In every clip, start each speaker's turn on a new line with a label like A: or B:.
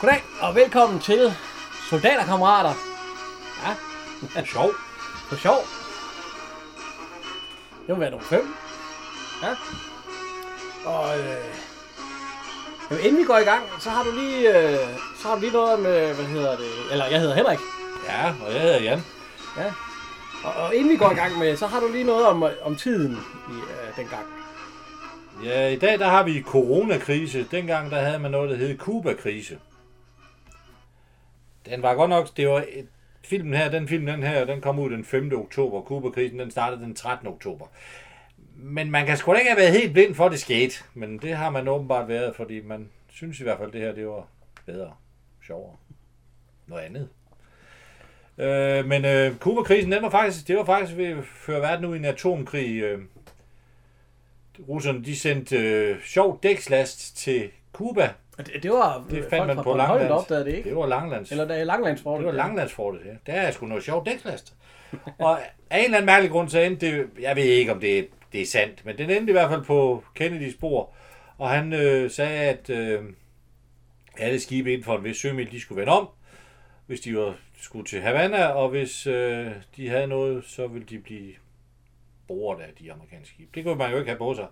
A: Goddag og velkommen til Soldaterkammerater. Ja,
B: Sjov.
A: for sjov. Det må være nummer 5. Ja. Og øh, jamen, inden vi går i gang, så har du lige, øh, så har du lige noget med, hvad hedder det, eller jeg hedder Henrik.
B: Ja, og jeg hedder Jan.
A: Ja. Og, og inden vi går i gang med, så har du lige noget om, om tiden i øh, den gang.
B: Ja, i dag der har vi coronakrise. Dengang der havde man noget, der hed Cuba-krise. Den var godt nok, det var et, filmen her, den film, den her, den kom ud den 5. oktober. Cuba-krisen, den startede den 13. oktober. Men man kan sgu da ikke have været helt blind for, at det skete. Men det har man åbenbart været, fordi man synes i hvert fald, det her, det var bedre, sjovere, noget andet. Øh, men øh, Cuba-krisen, den var faktisk, det var faktisk ved at føre verden ud i en atomkrig. Øh, russerne de sendte øh, sjov dækslast til Cuba.
A: Og Det, det var
B: Det
A: øh,
B: fandt man
A: fra
B: på
A: Bornholm, der
B: Langlands.
A: opdagede det, ikke?
B: Det var Langlands.
A: Eller der er Langlandsfortet.
B: det var Langlandsfortet, ja. Der er sgu noget sjov dækslast. Og af en eller anden mærkelig grund, så endte det, jeg ved ikke om det, det er sandt, men den endte i hvert fald på Kennedys spor. Og han øh, sagde, at øh, alle skibe inden for en vis sømil, de skulle vende om, hvis de var, skulle til Havana, og hvis øh, de havde noget, så ville de blive bordet af de amerikanske skibe. Det kunne man jo ikke have på sig.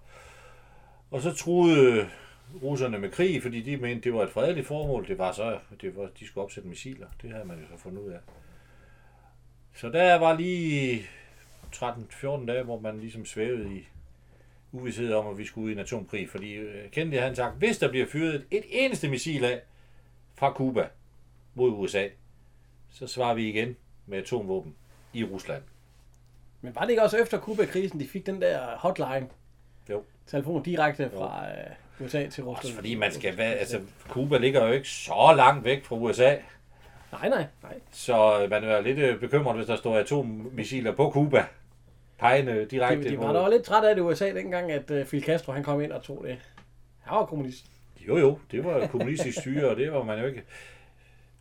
B: Og så troede russerne med krig, fordi de mente, det var et fredeligt formål. Det var så, det var, de skulle opsætte missiler. Det havde man jo så fundet ud af. Så der var lige 13-14 dage, hvor man ligesom svævede i uvidshed om, at vi skulle ud i en atomkrig. Fordi øh, Kennedy han sagt, hvis der bliver fyret et eneste missil af fra Cuba mod USA, så svarer vi igen med atomvåben i Rusland.
A: Men var det ikke også efter Kuba-krisen, de fik den der hotline?
B: Jo.
A: Telefon direkte fra øh, USA til Rusland.
B: Også fordi man skal være, altså Cuba ligger jo ikke så langt væk fra USA,
A: Nej, nej, nej.
B: så man er lidt øh, bekymret, hvis der står atommissiler på Cuba. Pegende
A: De,
B: direkte
A: de var da
B: mod...
A: også lidt trætte af det i USA dengang, at øh, Fidel Castro han kom ind og tog det. Han var kommunist.
B: Jo jo, det var jo kommunistisk styre, og det var man jo ikke...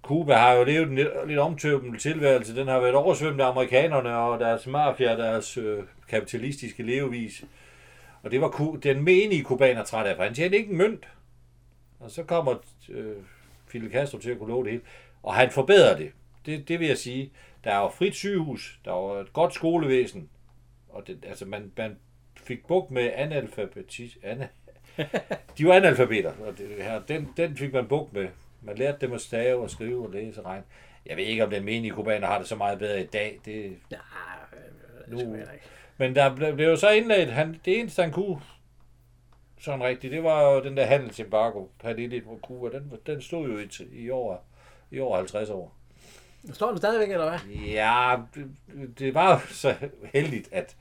B: Cuba har jo levet en lidt, lidt omtøbende tilværelse. Den har været oversvømmet af amerikanerne og deres mafia, deres øh, kapitalistiske levevis. Og det var ku- den menige kubaner træt af, for han tjente ikke en mønt. Og så kommer øh, Fidel Castro til at kunne love det hele. Og han forbedrer det. det. Det vil jeg sige. Der er jo frit sygehus, der er jo et godt skolevæsen. Og det, altså man, man fik bugt med analfabetis... Ana, de var analfabeter, og det, her, den, den fik man bukt med. Man lærte dem at stave og skrive og læse og regne. Jeg ved ikke, om den menige kubaner har det så meget bedre i dag. Det,
A: Ja, øh, det
B: Nu-
A: skal man heller ikke.
B: men der blev, blev jo så indlagt, han, det eneste han kunne, sådan rigtigt, det var jo den der handelsembargo, han indledte mod Cuba, den, den stod jo i, t- i, over, i over 50 år.
A: Står den stadigvæk, eller hvad?
B: Ja, det- det var jo så heldigt, at,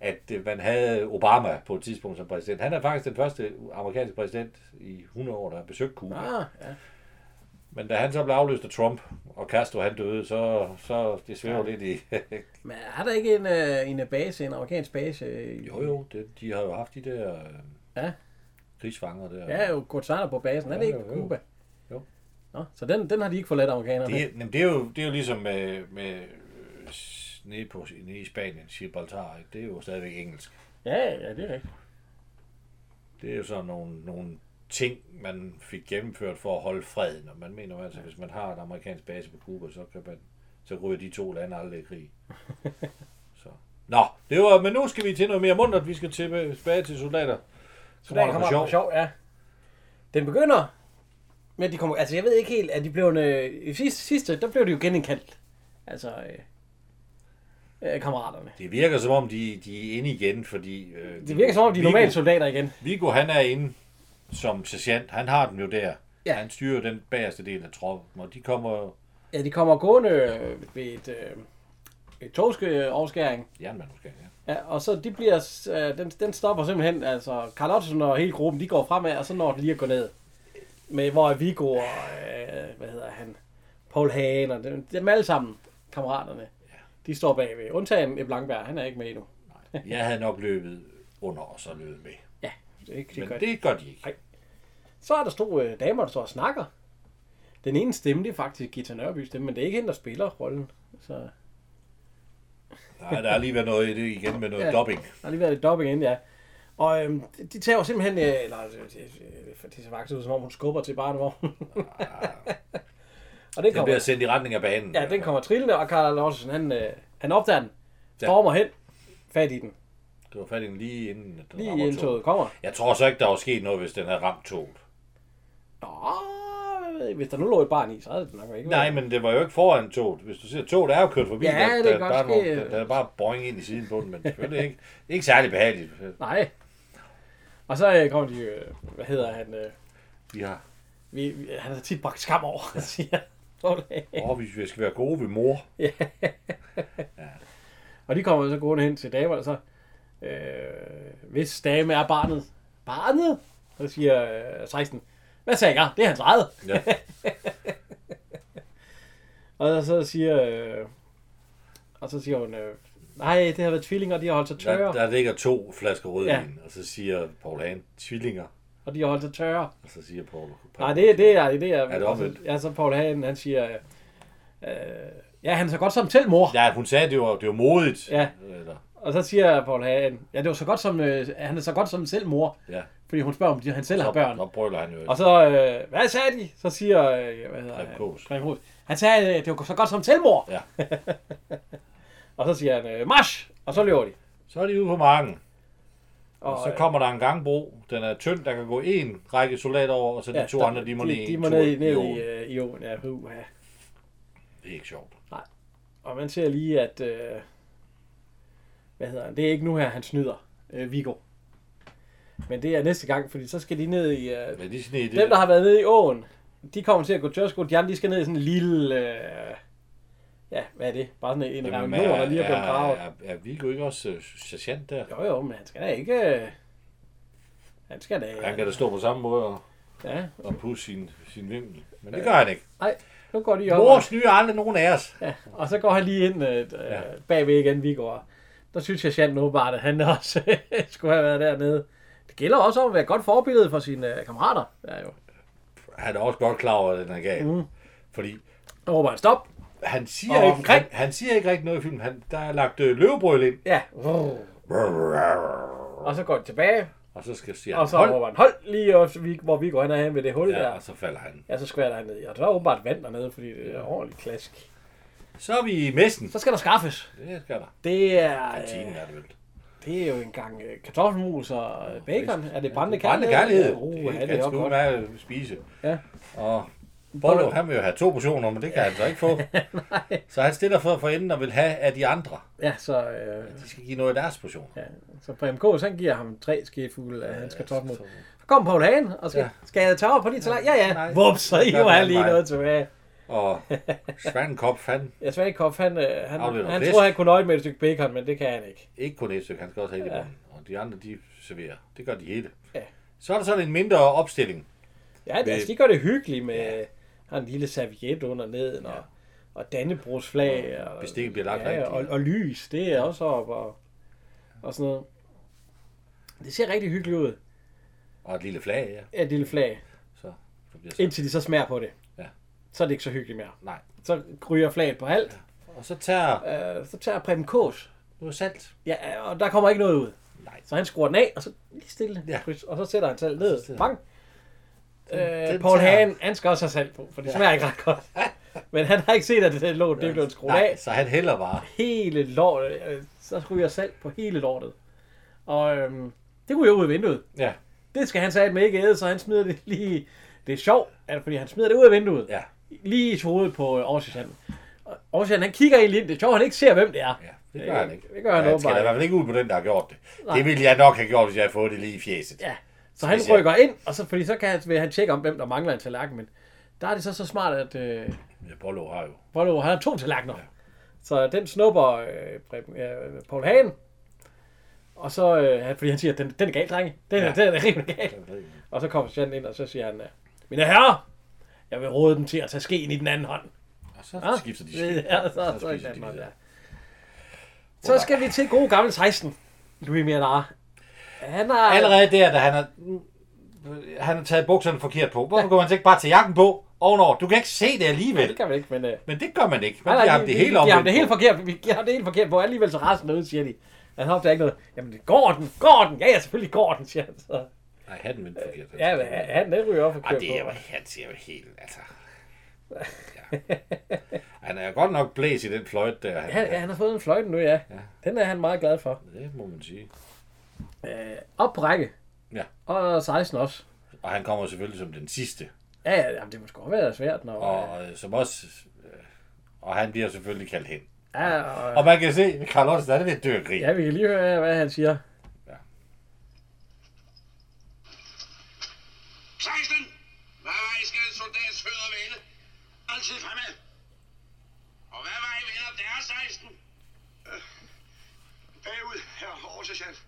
B: at øh, man havde Obama på et tidspunkt som præsident. Han er faktisk den første amerikanske præsident i 100 år, der har besøgt Cuba.
A: Ah, ja.
B: Men da han så blev afløst af Trump, og Castro han døde, så, så det svæver ja. lidt i...
A: Men er der ikke en, øh, en øh, base, en amerikansk base? Øh,
B: jo jo, det, de har jo haft de der øh,
A: Ja,
B: krigsfanger der.
A: ja jo, Guantanamo på basen. Er det
B: Ja,
A: ikke
B: jo, jo.
A: Cuba?
B: Jo.
A: Nå, så den, den har de ikke forladt amerikanerne.
B: Det, er- jamen, det, er jo, det er jo ligesom med, med øh, s- nede, på, nede i Spanien, Gibraltar, ikke? det er jo stadigvæk engelsk.
A: Ja, ja, det er rigtigt.
B: Det er jo sådan nogle, nogle ting, man fik gennemført for at holde freden, og man mener jo altså, hvis man har en amerikansk base på Cuba, så kan man, så ryger de to lande aldrig i krig. så. Nå, det var, men nu skal vi til noget mere mundret, vi skal tilbage tilbage til soldater.
A: Så der kommer sjov. sjov, ja. Den begynder, men de kommer, altså jeg ved ikke helt, at de blev en, øh, i sidste, sidste, der blev de jo genindkaldt. Altså, øh, øh, kammeraterne.
B: Det virker som om, de, de er inde igen, fordi... Øh,
A: Det virker som om, de er
B: Viggo-
A: normale soldater igen.
B: Viggo, han er inde som sergeant. Han har den jo der.
A: Ja.
B: Ja. Han styrer den bagerste del af troppen, og de kommer
A: Ja, de kommer gående øh, ved et, øh, et øh, togskæring,
B: jernmand måske. Ja.
A: ja, og så de bliver, øh, den, den stopper simpelthen, altså Carl Ottesen og hele gruppen, de går fremad, og så når de lige at gå ned. Med, hvor er Viggo og, øh, hvad hedder han, Paul Hagen og dem, dem alle sammen, kammeraterne. De står bagved. Undtagen Eb Langberg, han er ikke med endnu.
B: Jeg havde nok løbet under og så løbet med.
A: Ja, det, er ikke, det,
B: Men
A: gør det.
B: det gør de ikke.
A: Nej. Så er der to øh, damer, der står og snakker. Den ene stemme, det er faktisk Gita Nørby stemme, men det er ikke hende, der spiller rollen. Så der
B: Nej, der har lige været noget i det igen med noget
A: Ja.
B: ja. dobbing.
A: har lige været lidt dobbing inden, ja. Og øhm, de tager jo simpelthen, øh, eller øh, det, det ser faktisk ud som om hun skubber til barnevognen. og den
B: Den
A: kommer,
B: bliver sendt i retning af banen.
A: ja, den kommer trillende, og Karl Larsen, han, øh, han opdager den,
B: Ja.
A: stormer hen, fat i den,
B: Det var fat i den lige inden at den
A: lige
B: rammer
A: inden
B: toget.
A: toget kommer.
B: Jeg tror så ikke, der var sket noget, hvis den havde ramt toget.
A: Nå, jeg ved ikke, hvis der nu lå et barn i, så havde det nok ikke
B: Nej, men det var jo ikke foran toget. Hvis du ser, toget er jo kørt forbi.
A: Ja,
B: der,
A: det
B: der,
A: kan godt
B: der, er nogle-
A: ske.
B: der, der, er bare boing ind i siden på den, men selvfølgelig ikke. Det er ikke særlig behageligt.
A: Nej. Og så øh, kommer de, øh, hvad hedder han, øh,
B: Vi har,
A: vi, vi, han har tit bragt skam over, ja. siger Poul.
B: åh, hvis vi skal være gode ved mor.
A: Og de kommer så gående hen til damerne, så øh, hvis dame er barnet, barnet, så siger øh, 16, hvad sagde jeg? Det er hans eget.
B: Ja.
A: Og så siger, øh, og så siger hun, øh, nej, det har været tvillinger, de har holdt sig
B: Der,
A: tørre,
B: der ligger to flasker rødvin, ja. og så siger Paul Hahn, tvillinger,
A: og de har holdt sig tørre.
B: og så siger Paul...
A: Nej, det, det er det. det er,
B: Er det omvendt?
A: Ja, så Paul Hagen, han siger, øh, øh, ja, han er så godt som selv mor.
B: Ja, hun sagde, det var, det var modigt.
A: Ja.
B: Eller,
A: Og så siger Paul Hagen, ja, det var så godt som, øh, han er så godt som selv mor,
B: ja.
A: fordi hun spørger, om de, han selv har børn.
B: Så brøler han jo.
A: Og så, øh, hvad sagde de? Så siger, øh, hvad hedder
B: Preben
A: han?
B: Kaas.
A: Preben Kaas. Han sagde, øh, det var så godt som selvmord.
B: Ja.
A: og så siger han, øh, marsch! Og så løber de.
B: Så er de ude på marken.
A: Og, øh,
B: Og så kommer der en gangbro. Den er tynd, der kan gå en række soldater over, og så de ja, to
A: der-
B: andre, de må
A: de,
B: ned en
A: de må
B: tur
A: ned, ned
B: åen.
A: i, øh, i åen. Ja, uh, ja.
B: Det er ikke sjovt.
A: Og man ser lige, at... Øh, hvad hedder han? Det er ikke nu her, han snyder øh, Viggo. Men det er næste gang, fordi så skal de ned i... Øh,
B: Men de sned i det.
A: dem, der har været nede i åen, de kommer til at gå tørsko. De andre, de skal ned i sådan en lille... Øh, ja, hvad er det? Bare sådan en
B: Jamen, øh,
A: rammer jord, der lige er blevet gravet.
B: er, er, er Viggo ikke også uh, sergeant der?
A: Jo jo, men han skal da ikke... øh, Han skal da...
B: Han kan da stå på samme måde og,
A: Ja,
B: og pusse sin, sin vimmel. Men det gør han ikke.
A: nu går de over.
B: Mor snyer aldrig nogen af os.
A: Ja, og så går han lige ind øh, ja. bagved igen, vi går. Der synes jeg sjældent åbenbart, at han også skulle have været dernede. Det gælder også om at være et godt forbillede for sine øh, kammerater. Ja, jo.
B: Han er også godt klar over, at den er gal. Mm. Fordi
A: Og råber han, stop.
B: han siger,
A: Og
B: ikke,
A: omkring.
B: han, han siger ikke rigtig noget i filmen. Han, der er lagt øh, løvebrøl ind.
A: Ja. Og så går de tilbage,
B: Og så skal siger
A: og
B: han,
A: så
B: hold.
A: hold. han, hold lige, op, så vi- hvor vi går hen og hen ved det hul ja.
B: Ja, og
A: der.
B: så falder han.
A: Ja, så skvatter han ned. Og der er åbenbart vand dernede, fordi det er ordentligt klask.
B: Så er vi i messen.
A: Så skal der skaffes.
B: Det skal der.
A: Det er... øh,
B: Kantinen er det vel.
A: Det er jo engang øh, kartoffelmus og øh, bacon. Er det brændende
B: Brændende
A: kærlighed?
B: kærlighed.
A: Uh,
B: Det
A: det er
B: er
A: det
B: ganske
A: også godt.
B: udmærket at spise.
A: Ja.
B: Og Bollo, han vil jo have to portioner, men det kan han så ikke få. så han stiller for, for enden og vil have af de andre.
A: Ja, så, øh,
B: De skal give noget af deres portioner.
A: ja. så på MK, så giver ham tre skefugle af hans kartoffelmus. Så kommer Paul Hagen og skal, ja. skal jeg tage over på de tallerkener? Ja, ja.
B: Nej.
A: Vups, så
B: Der
A: hiver
B: er
A: han
B: den
A: lige
B: vej.
A: noget tilbage.
B: Og Svankopf, han
A: Ja, Svankopf, han, øh, han,
B: Afleverer
A: han
B: flæsk.
A: tror, han kunne nøje med et stykke bacon, men det kan han ikke.
B: ikke kun et stykke, han skal også have det i munden. Og de andre, de serverer. Det gør de hele.
A: Ja.
B: Så er der sådan en mindre opstilling.
A: Ja, det,
B: Men-
A: altså, de gør det hyggeligt med ja. har en lille serviet under neden, og, og Dannebrogs flag, og,
B: bestikket bliver lagt
A: ja,
B: rigtigt.
A: og, og, lys, det er også op, og, og sådan noget. Det ser rigtig hyggeligt ud,
B: Og et lille flag, ja.
A: ja, et lille flag,
B: Så der bliver så.
A: indtil de så smager på det.
B: Ja.
A: Så er det ikke så hyggeligt mere.
B: Nej.
A: Så ryger flaget på alt,
B: Og så tager
A: øh, så tager Preben Kås,
B: noget salt.
A: ja, og der kommer ikke noget ud.
B: Nej.
A: Så han skruer den af, og så lige stille, ja.
B: Ja.
A: kryds, og så sætter han selv ned.
B: sætter-
A: Bang! Øh,
B: den
A: Paul
B: tager-
A: Hagen, han skal også have salt på, for det smager ikke ret godt. Men han har ikke set, at det lå, det blev skruet
B: Nej,
A: af.
B: så han hælder bare.
A: Hele lortet, øh, så ryger salt på hele lortet. Og øhm, det kunne jo ud af vinduet.
B: Ja,
A: Det skal han sagde med ikke æde, så han smider det lige... Det er sjovt, altså, fordi han smider det ud af vinduet.
B: ja.
A: Lige i hovedet på øh, Aarhusianen. Og Aarhusianen, han kigger egentlig ind. Det er sjovt, han ikke ser, hvem det er.
B: Ja, det gør han ikke.
A: Det gør han
B: ja, skal
A: åbenbart
B: da i
A: ikke.
B: hvert fald ikke ud på den, der har gjort det.
A: Nej.
B: Det ville jeg nok have gjort, hvis jeg havde fået det lige i fjeset.
A: Ja, så han
B: Hvis jeg-
A: rykker ind, og så, fordi så kan han, vil han tjekke om, hvem der mangler en tallerken, men der er det så så smart, at øh,
B: Ja, Bollo har jo.
A: Volvo har to tallerkener. Ja. Så den snupper øh, Preben- øh, Paul Hagen, og så, øh, han- fordi han siger, at den, den er gal, drenge. Den, ja.
B: Ja.
A: den er rimelig gal. Og så kommer Sjand ind, og så siger han, øh, mine herrer, jeg vil råde dem til at tage skeen i den anden hånd.
B: Og så
A: Nå,
B: skifter de
A: det-
B: skidt.
A: Ja, så, så, så,
B: spiser de
A: Danmark,
B: det.
A: ja. så skal vi til gode gamle 16, Louis Mianar. Han har...
B: Allerede der, da han har, han har taget bukserne forkert på. Hvorfor går man så ikke bare til jakken på ovenover? Du kan ikke se det
A: Det
B: alligevel.
A: kan man ikke, men... Øh,
B: Men det gør man ikke. Man
A: Nej,
B: giver
A: nej,
B: ham
A: vi-
B: det
A: vi- vi
B: hele
A: giver ham
B: omvendt
A: det helt
B: på.
A: forkert. Vi giver ham det helt forkert på. Alligevel så resten ud, siger de. Han opdager ikke noget. Jamen, det går den, går den. Ja, ja, selvfølgelig går den, siger han så.
B: Nej, hatten vendte forkert.
A: Ja, men han- han den ryger op og
B: Ej,
A: kører
B: det er jo,
A: på.
B: han ser jo helt, altså... Ja. Han er godt nok blæs i den fløjt der. Han,
A: Han, ja, han har fået en fløjte nu, ja. ja. Den er han meget glad for.
B: Det må man sige.
A: Øh, op på række.
B: Ja.
A: Og 16 også.
B: Og han kommer selvfølgelig som den sidste.
A: Ja, ja, jamen, det må sgu godt være svært, når...
B: Og øh, som også... Øh, og han bliver selvfølgelig kaldt hen.
A: ja, og,
B: Og man kan se, at Carl Olsen han er ved at dø af grin.
A: ja, vi kan lige høre, hvad han siger.
C: 16! Hvad vej skal en soldats fødder vende? Altid fremad. Og hvad vej vender deres 16? Bagud, herre oversergeant.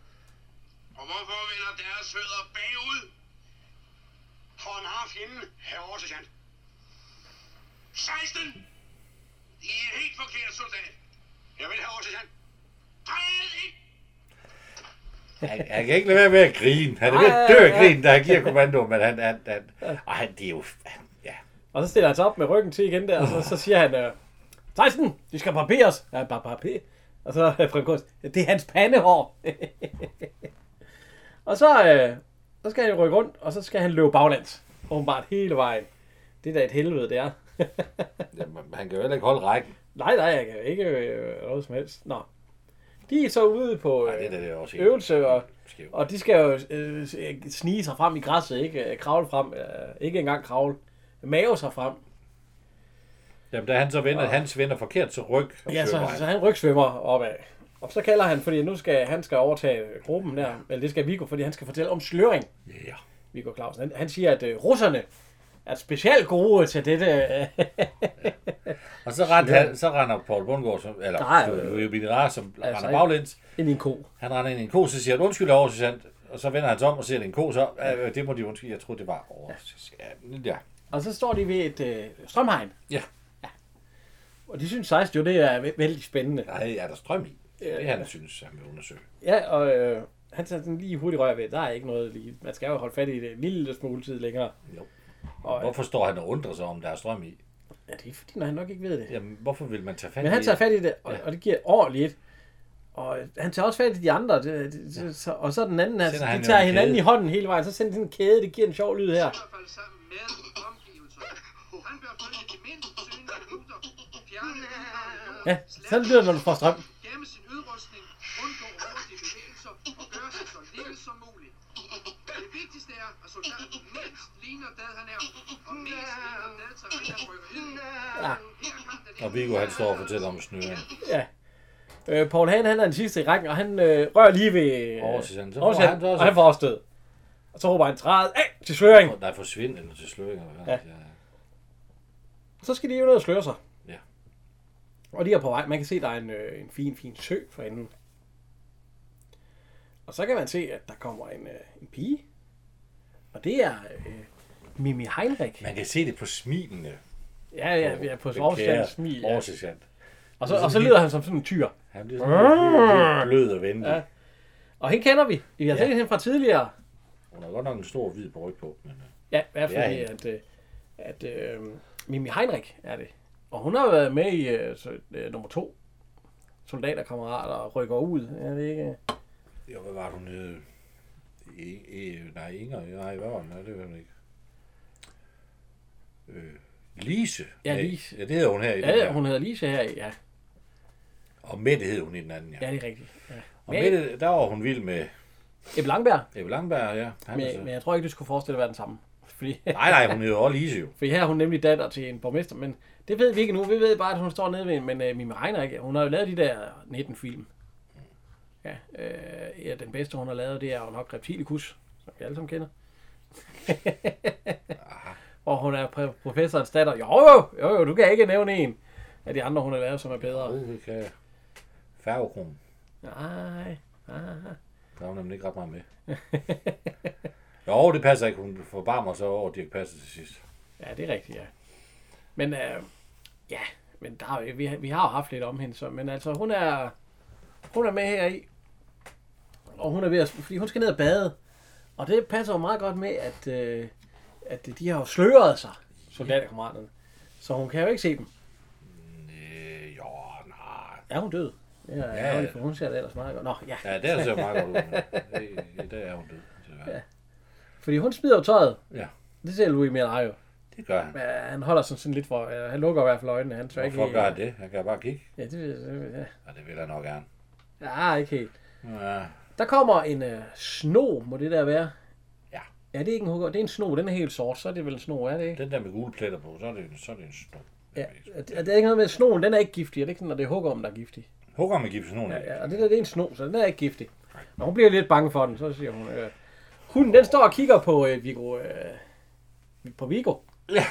C: Og hvorfor vender deres fødder bagud? For en har fjenden, herre oversergeant. 16! I er helt forkert, soldat. Jeg vil have oversergeant. Dræd ikke!
B: Han, han kan ikke lade være med at grine. Han er ved at dø af grin, da han giver kommandoen. Men han, han, han, og han, det er jo... Han, ja.
A: Og så stiller han sig op med ryggen til igen der, og så, så siger han, øh, 16, de skal barberes. Ja, bare barber. Og så øh, Frank Kurs, det er hans pandehår. og så, øh, så skal han jo rykke rundt, og så skal han løbe baglands. Åbenbart hele vejen. Det er da et helvede, det er.
B: Jamen, han kan jo heller ikke holde rækken.
A: nej, nej, jeg kan ikke øh, noget som helst. Nå. De er så ude på
B: Nej, det,
A: øh,
B: der, det er også helt
A: øvelse, og,
B: skævt.
A: og de skal jo øh, snige sig frem i græsset, ikke? Øh, Kravle frem, øh, ikke engang kravle. Mave sig frem.
B: Jamen, da han så vender, hans vender forkert, så ryg.
A: Ja, så,
B: svømmer han.
A: så han rygsvømmer opad. Og så kalder han, fordi nu skal han skal overtage gruppen der, eller det skal Viggo, fordi han skal fortælle om sløring,
B: Ja.
A: Viggo Clausen. Han, han siger, at øh, russerne er specielt gode til dette. Øh,
B: Og så, rent, han, så render Paul Bundgaard, som, eller
A: Nej,
B: Nej, Louis Bidera, som altså,
A: altså
B: render
A: ikke.
B: baglæns.
A: ind i en ko.
B: Han render ind i en ko, så siger han, undskyld over, sergeant. Og så vender han sig om og siger, at det er en ko, så "Ja, øh, det må de undskylde. Jeg troede, det var over. Ja, ja.
A: Og så står de ved et øh, strømhegn,
B: ja.
A: og de synes faktisk jo, det er væ- vældig spændende.
B: Nej, er der strøm i? Det han synes, han vil undersøge.
A: Ja, og øh, han tager sådan lige hurtigt rør ved. Der er ikke noget lige. Man skal jo holde fat i det en lille smule tid længere.
B: Jo.
A: Og, øh,
B: Hvorfor står han og undrer sig, om der er strøm i?
A: ja, det er fordi, når han nok ikke ved det.
B: Jamen, hvorfor vil man tage fat
A: Men han
B: i
A: tager fat i det, og, ja. og det giver ordentligt. Og han tager også fat i de andre, det, det, det, så, og så den anden, altså,
B: Sender han
A: de
B: jo
A: tager
B: en
A: hinanden
B: kæde.
A: i hånden hele vejen, så sender de sådan en kæde, det giver en sjov lyd her.
D: hvert fald sammen med omgivelserne. Han bør få det mindst synlige ruter, fjerne indgangene,
A: Ja, sådan lyder det, når du får strøm.
D: gemme sin udrustning, undgå hurtige bevægelser og gøre sig så lille som muligt. Det vigtigste er, at soldaten mindst ligner, hvad han er, og mest ligner, hvad terrænet er rykker ind. i. Her kom den
B: Og Viggo, han står og fortæller om snøren.
A: Ja. Øh, Paul Hahn, han er den sidste i rækken, og han øh, rører lige ved... Øh,
B: Oversideren. Så får
A: oversideren,
B: han så også-
A: og han får også død. Og så råber han træet af til sløring.
B: Nej, forsvind eller til sløring. Eller hvad. Ja.
A: Så skal de jo ned og sløre sig.
B: Ja.
A: Og de er på vej. Man kan se, der er en, øh, en fin, fin sø for enden. Og så kan man se, at der kommer en, øh, en pige. Og det er øh, Mimi Heinrich.
B: Man kan se det på smilene.
A: Ja, ja, ja på Sovstjernens smil. Ja.
B: Oversideren.
A: Og, så, og så lyder han som sådan en tyr.
B: Han bliver sådan helt blød og venlig.
A: Ah! Ja. Og hende kender vi. Vi har
B: Ja.
A: set hende fra tidligere.
B: Hun har godt nok en stor hvid på på, men øh,
A: Ja, i hvert
B: Det er
A: fald
B: hende.
A: at, øh, at øh, Mimi Heinrich er det. Og hun har været med i øh, så, øh, nummer to. Soldaterkammerater og rykker ud. Er det ikke?
B: øh, jo, hvad var hun hed? I, I, nej, Inger, nej, hvad var hun? Nej, det var hun ikke. Øh, Lise.
A: Ja,
B: Nej,
A: Lise.
B: Ja, det hedder hun her i
A: Ja,
B: den
A: ja,
B: her.
A: hun hedder Lise her i. Ja,
B: Og Mette hed hun i den anden, ja.
A: ja det er rigtigt. Ja.
B: Og Mette, der var hun vild med
A: Ebbe Langberg,
B: Ebbe Langberg, ja. Han er så-
A: men, men jeg tror ikke, du skulle forestille dig at være den samme. Fordi,
B: Nej, nej, hun hedder også Lise jo.
A: for her er hun nemlig datter til en borgmester, men det ved vi ikke nu. Vi ved bare, at hun står nede ved en, men øh, Mimi Regner ikke. Hun har jo lavet de der 19 film. Ja, øh, ja, den bedste, hun har lavet, det er jo nok Reptilicus, som vi alle sammen kender. Og hun er pr- professorens datter. Jo, jo, jo, jo, du kan ikke nævne en af de andre, hun har lavet, som er bedre.
B: Det kan Færgekron.
A: Nej, nej.
B: Der er hun nemlig ikke ret meget med. jo, det passer ikke. Hun forbarmer sig over Dirk Passer til sidst.
A: Ja, det er rigtigt, ja. Men øh, ja, men der er, jo- vi, har- vi har jo haft lidt om hende, så, men altså, hun er, hun er med her i, og hun er ved at, fordi hun skal ned og bade, og det passer jo meget godt med, at, øh, at de har jo sløret sig, soldaterkammeraterne, så hun kan jo ikke se dem.
B: Øh, jo, nej.
A: Er hun død? Det er
B: Ja,
A: ja, ærgerligt,
B: ja.
A: for hun ser det ellers meget godt. Nå, ja.
B: Ja, det er så meget godt ud. I, I dag er hun død. desværre.
A: Ja. Fordi hun smider jo tøjet.
B: Ja.
A: Det ser Louis Miller jo.
B: Det gør han.
A: Men han holder sådan, sådan lidt for... Øh, han lukker i hvert fald øjnene. Han tør ikke...
B: Hvorfor
A: helt-
B: gør han det? Han kan bare kigge.
A: Ja, det, det, ja.
B: Ja, det vil han nok gerne.
A: ja, ikke helt.
B: Ja.
A: Der kommer en øh, sno, må det der være.
B: Ja.
A: Ja, det er ikke en hugger. Det er en sno. Den er helt sort. Så er det vel en sno, er det ikke?
B: Den der med gule pletter på, så er det, en- så er det en snog.
A: Ja. Og det- og det er ikke noget med, at snoen den er ikke giftig. Er det ikke sådan, at det er hugger, om der er giftig?
B: Hugger med gips nogen af.
A: Ja, og det der det er en sno, så den er ikke giftig. Og hun bliver lidt bange for den, så siger hun... Øh, hunden, den står og kigger på øh, Viggo... Øh, på Viggo.
B: ja.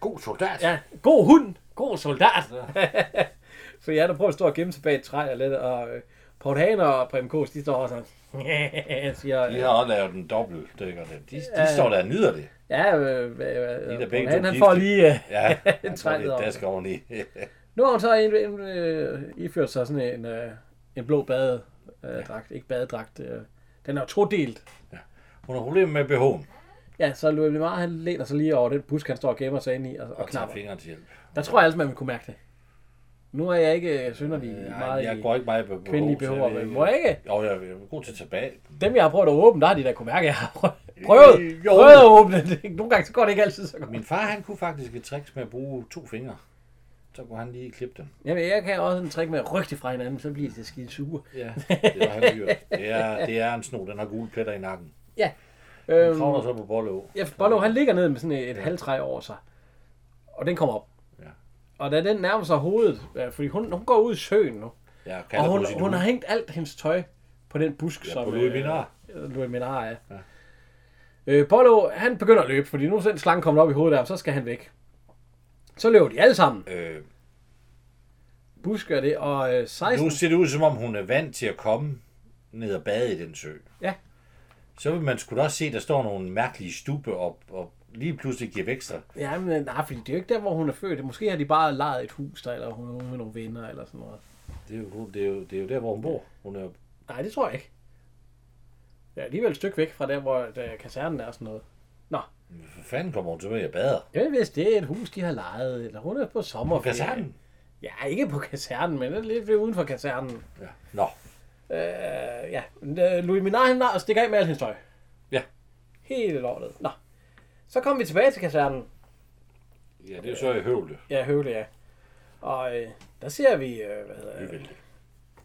B: God soldat.
A: Ja, god hund, god soldat. så ja, der prøver at stå og gemme sig bag et træ og lidt, og øh, Paul Haner og Prem Kås, de står også sådan, siger,
B: De har også lavet en dobbelt, dækker det. De, de
A: Ja.
B: står der og nyder det.
A: ja, øh, øh, øh, Paul
B: begge to
A: Haner, han
B: gifte.
A: får lige, øh,
B: Ja, han får
A: træet
B: lidt
A: op.
B: dask oveni.
A: nu har hun så en, en, øh, iført sig sådan en, øh, en blå badedragt, øh, ikke badedragt, øh, den er jo todelt.
B: Hun har problemer med BH'en
A: Ja, så Louis Blemar, han læner sig lige over den busk, han står og gemmer sig ind i, og, og,
B: og tager
A: knapper.
B: fingeren til hjælp.
A: Der tror jeg altså, man vil kunne mærke det. Nu er jeg ikke øh, synderlig
B: Nej,
A: meget
B: jeg
A: i
B: går ikke meget på BH.
A: kvindelige
B: så jeg
A: behov,
B: ved
A: men må jeg ikke?
B: Jo, jeg er god til at tage bag.
A: Dem, jeg har prøvet at åbne, der har de da kunne mærke, at jeg har prø- prøvet,
B: Øh, jo.
A: prøvet at åbne det. Nogle gange så går det ikke altid så godt.
B: Min far, han kunne faktisk et tricks med at bruge to fingre. Så kunne han lige klippe dem.
A: Jamen, jeg kan også en trick med at rykke det fra hinanden, så bliver det skide sure.
B: Ja, det var han dyrt. Det er, det er en sno, den har gule pletter i nakken. Den
A: Øhm,
B: kravler så på Bolleå.
A: ja, Bollo, han ligger ned med sådan et ja. halvtræ over sig, og den kommer op.
B: Ja.
A: Og da den nærmer sig hovedet, øh, fordi hun, hun går ud i søen nu,
B: Jeg
A: og
B: kalder på
A: hun,
B: sit
A: hun
B: hund.
A: har hængt alt hendes tøj på den busk,
B: Ja,
A: som...
B: på Louis Minar.
A: Øh, Louis Minar, ja. ja. Øh, Bollo, han begynder at løbe, fordi nu er den slange kommet op i hovedet der, og så skal han væk. Så løber de alle sammen.
B: Øh,
A: Busk gør det, og øh, 16...
B: nu ser det ud, som om hun er vant til at komme ned og bade i den sø.
A: Ja.
B: Så vil man sgu da også se, at der står nogle mærkelige stube op, og lige pludselig giver vækster.
A: Ja, men nej, fordi det er jo ikke der, hvor hun er født. Måske har de bare lejet et hus der, eller hun er ude med nogle venner, eller sådan noget.
B: Det er jo, det er jo, det er jo der, hvor hun bor. Hun er,
A: Nej, det tror jeg ikke. Jeg er alligevel et stykke væk fra der, hvor der kasernen er og sådan noget.
B: for fanden kommer hun tilbage og bader.
A: Jeg ved, hvis det er et hus, de har lejet, eller hun er på
B: På
A: sommerferie.
B: kasernen.
A: Ja, ikke på kasernen, men det er lidt ved uden for kasernen.
B: Ja. Nå,
A: Øh, ja, Men, øh, Louis Minard, han lader og stikker af med alt hendes tøj.
B: Ja.
A: Helt lortet. Nå. Så kom vi tilbage til kasernen.
B: ja, det er jo så i høvle.
A: Ja, Høvle, ja. Og øh, der ser vi, øh, hvad hedder det?
B: Nyvælde.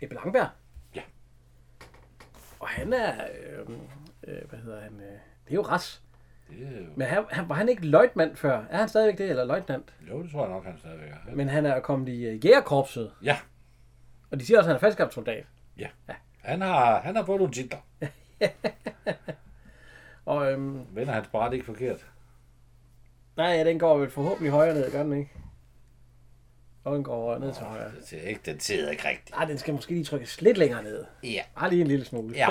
A: Ebbe Langberg.
B: Ja.
A: Og han er, øh, øh, hvad hedder han, øh, det er jo Ras.
B: Det er jo,
A: Men han, han, var han ikke løjtnant før? Er han stadigvæk det, eller løjtnant?
B: jo, det tror jeg nok, han stadigvæk er.
A: Men han er kommet i øh, jægerkorpset,
B: Ja,
A: og de siger også, at han er faldskabssoldat.
B: han har, han har fået nogle titler.
A: Og øhm,
B: Vender hans bræt ikke forkert.
A: nej, ja, den går vel forhåbentlig højere ned, gør den ikke? Og den går ned til højre.
B: Det er ikke, den sidder ikke rigtigt.
A: Nej, den skal måske lige trykkes lidt længere ned.
B: Ja.
A: Bare lige en lille smule.
B: Ja.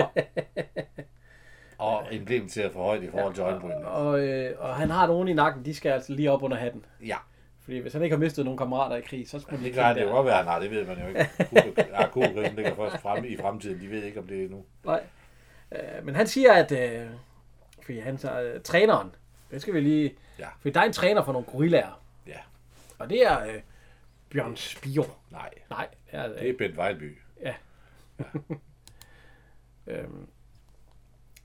B: Og emblemet til at få højt i forhold til øjenbrynene.
A: Og, øh, og han har nogen i nakken, de skal altså lige op under hatten.
B: Ja.
A: Fordi hvis han ikke har mistet nogen kammerater i krig, så skulle han
B: Det
A: ikke
B: kan det jo godt være, nej, det ved man jo ikke. Kugle- Ja, kuglegrisen ligger først frem i fremtiden, de ved ikke, om det er nu.
A: Nej. Øh, men han siger, at... Øh, fordi han så, øh, træneren. Det skal vi lige...
B: Ja.
A: Fordi der er en træner for nogle gorillaer.
B: Ja,
A: Og det er øh, Bjørn Spion.
B: nej.
A: Nej, det er,
B: Det
A: øh,
B: er Bent Vejlby.
A: øh,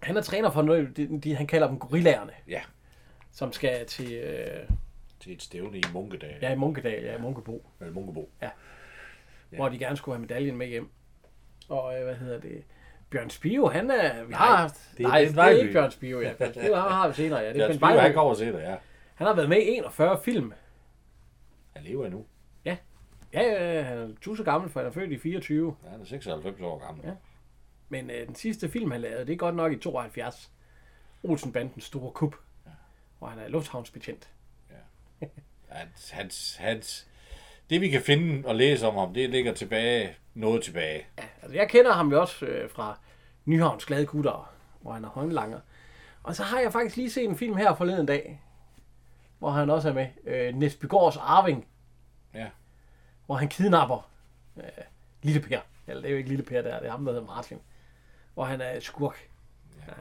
A: han er træner for noget, de, de, han kalder dem gorillaerne.
B: Ja.
A: Som skal til... Øh,
B: Til et stævne i Munkedal.
A: ja, i Munkedal, ja, i Munkebo.
B: Eller Munkebo.
A: Ja. Hvor de gerne skulle have medaljen med hjem. Og øh, hvad hedder det? Bjørn Spio, han er... Vi har haft...
B: det er
A: nej,
B: Bent
A: det er ikke
B: Vejlby.
A: Bjørn Spio, ja. Bjørn Spio har, har vi senere, ja. Det er
B: Ja,
A: Bjørn
B: Spielberg, han
A: Spio,
B: kommer senere, ja.
A: han har været med i 41 film.
B: Han lever endnu.
A: Ja, ja, ja, han er tusind gammel, for han er født i 24.
B: Ja, han er 96 år gammel.
A: Ja. Men øh, den sidste film, han lavede, det er godt nok i 72. Olsenbandens store kup. Hvor han er lufthavnsbetjent.
B: Hans, hans, hans, det vi kan finde og læse om ham, det ligger tilbage, noget tilbage.
A: Ja, altså, jeg kender ham jo også øh, fra Nyhavns Glade Gutter, hvor han er håndlanger. Og så har jeg faktisk lige set en film her forleden dag, hvor han også er med. Øh, Nesbygårds Arving.
B: Ja.
A: Hvor han kidnapper øh, Lille Per. Eller det er jo ikke Lille Per der, det er ham, der hedder Martin. Hvor han er skurk. Ja.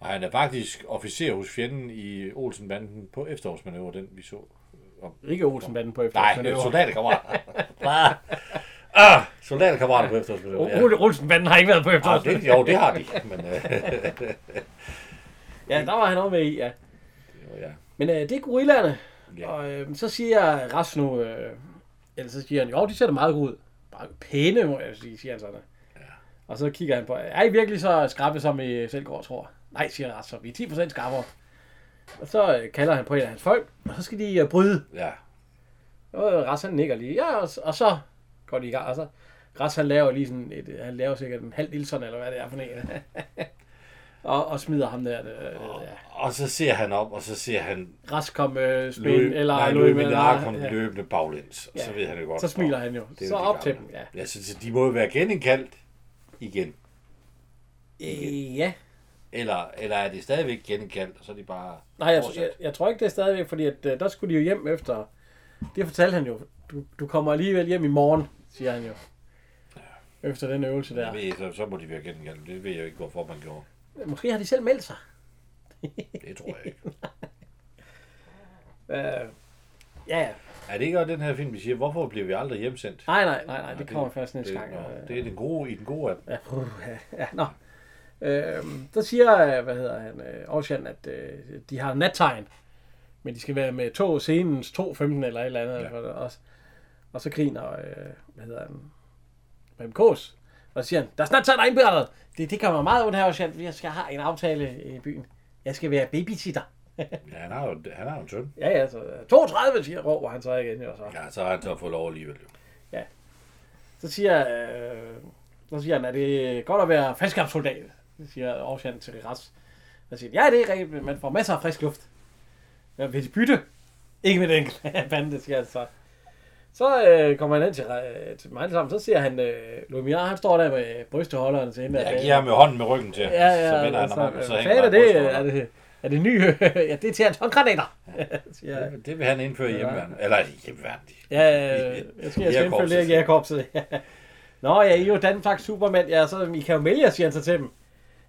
B: Og han er faktisk officer hos fjenden i Olsenbanden på efterårsmanøvre, den vi så.
A: Ikke Olsenbanden på efter.
B: Nej, det er soldaterkammerat. Ah, soldaterkammerater på efterårsmission. Ja.
A: Ole Olsen-banden har ikke været på
B: Ah,
A: efterårsbanden.
B: det, jo, det har de. Men, øh,
A: Ja, der var han også med i, ja.
B: jo, ja.
A: Men øh, det er gorillaerne.
B: Ja.
A: Ja. Og øh, så siger jeg Ras nu, øh, eller så siger han, jo, de ser da meget godt ud. Bare pæne, må jeg sige, siger han sådan. Ja. Og så kigger han på, er I virkelig så skarpe, som I selv går og tror? Nej, siger Ras, så vi er 10% skarpere. Og så øh, kalder han på en af hans folk, og så skal de øh, bryde.
B: ja.
A: Og Ras han nikker lige, ja, og, s- og så går de i gang. Og så Ras han laver lige sådan et, øh, han laver sikkert en halv Ilson, eller hvad det er for en. og, og smider ham der. Øh, ja.
B: Og så ser han op, og så ser han
A: Ras kom øh, spin,
B: løb,
A: eller
B: nej,
A: Louis
B: løb,
A: Menard,
B: løb, kom
A: ja.
B: løbende baglæns. Og så ved han jo godt.
A: Så smiler
B: nå,
A: han jo.
B: er
A: Så
B: de
A: op til
B: gamle.
A: dem, ja.
B: ja så, så de må jo være genindkaldt igen.
A: Øh, ja.
B: Eller, eller er de stadigvæk genindkaldt, og så er de bare...
A: Nej, jeg,
B: fortsat?
A: jeg, jeg tror ikke, det er stadigvæk, fordi at, øh, der skulle de jo hjem efter... Det fortalte han jo. Du, du kommer alligevel hjem i morgen, siger han jo. Efter den øvelse
B: Jeg
A: der.
B: ved, så, så må de være genindkaldt. Det ved jeg jo ikke, hvorfor man gjorde.
A: Måske har de selv meldt sig.
B: Det tror jeg ikke.
A: Øh, ja, ja.
B: Er det ikke også den her film, vi siger, hvorfor bliver vi aldrig hjemsendt?
A: Nej, nej, nej, nej. Det kommer først næste
B: det,
A: gang.
B: nå,
A: øh.
B: det er den gode i den gode af dem.
A: Ja, puha. ja nå. Øhm, der siger, øh, hvad hedder han, øh, Ocean, at øh, de har nattegn, men de skal være med to scenens 2.15 eller et eller andet. Ja. Og, og så griner, øh, hvad hedder han, Rem Kås, og så siger han, der er snart tegn der er indberettet. Det, det kommer meget ondt her, Ocean, fordi jeg skal have en aftale i byen. Jeg skal være babysitter.
B: Ja, han har jo, han har jo en søn.
A: Ja, ja, så øh, 32, siger råber han så igen. Og så.
B: Ja, så har han så fået lov alligevel. Jo.
A: Så siger, øh, så siger han, er det godt at være faldskabssoldat? Det siger Aarhusian til Ras. Så siger han, ja, det er rigtigt, men man får masser af frisk luft. Ja, vil de bytte? Ikke med den bande, siger han så. Så øh, kommer han ind til, øh, til mig sammen, så ser han, øh, Lumière, han står der med brystholderen til hende.
B: Jeg
A: der.
B: giver ham jo hånden med ryggen til,
A: Ja, ja,
B: så vender han
A: altså,
B: ham om, og så
A: hvad
B: hænger
A: fanden er
B: han
A: det,
B: brystet
A: er
B: under.
A: det, er det nye? ja, det er til hans håndgranater. siger jeg.
B: Det vil han indføre i hjemmeværende. Eller i hjemmeværende.
A: Ja, øh, jeg skal, jeg skal indføre
B: Jægerkorpset.
A: lidt jægerkorpset. Ja. Nå ja, I er jo Danmarks Superman. Ja, så I kan jo melde jer, siger han så til dem.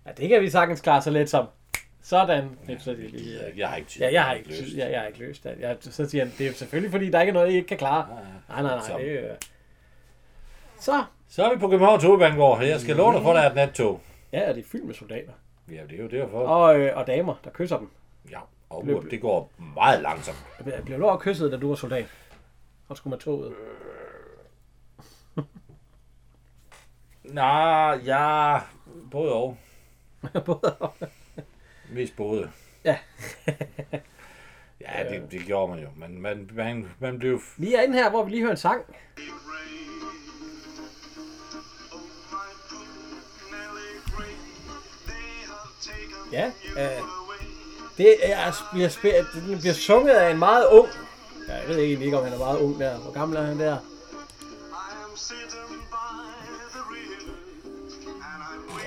A: Ja, det kan vi sagtens klare så let som. Sådan, knipser de lige.
B: Jeg, jeg har ikke tid.
A: Ja, jeg har ikke,
B: lyst.
A: løst. Jeg, jeg har ikke løst det. Jeg, så siger han, det er selvfølgelig, fordi der ikke er noget, I ikke kan klare. Nej, nej, nej.
B: Som.
A: Det, øh. Så,
B: Så er vi på Københavns Hovedbanegård. Jeg skal love dig for, at der er et nattog.
A: ja, og det er fyldt med soldater.
B: Ja, det er jo derfor.
A: Mm-hmm. Og, øh, og damer, der kysser dem.
B: Ja, og Løb. det går meget langsomt.
A: Jeg blev- Jeg blev lov at kysse, da du var soldat. Og skulle med toget.
B: Nå, ja, både og.
A: Både og.
B: Mest både.
A: Ja.
B: ja, det, det gjorde man jo. Man, man, man, man blev...
A: Vi er inde her, hvor vi lige hører en sang.
C: Oh, Ja, øh.
A: Det er, bliver, spil- den bliver sunget af en meget ung. Ja, jeg ved egentlig ikke, om han er meget ung der. Hvor gammel er han der?
B: Og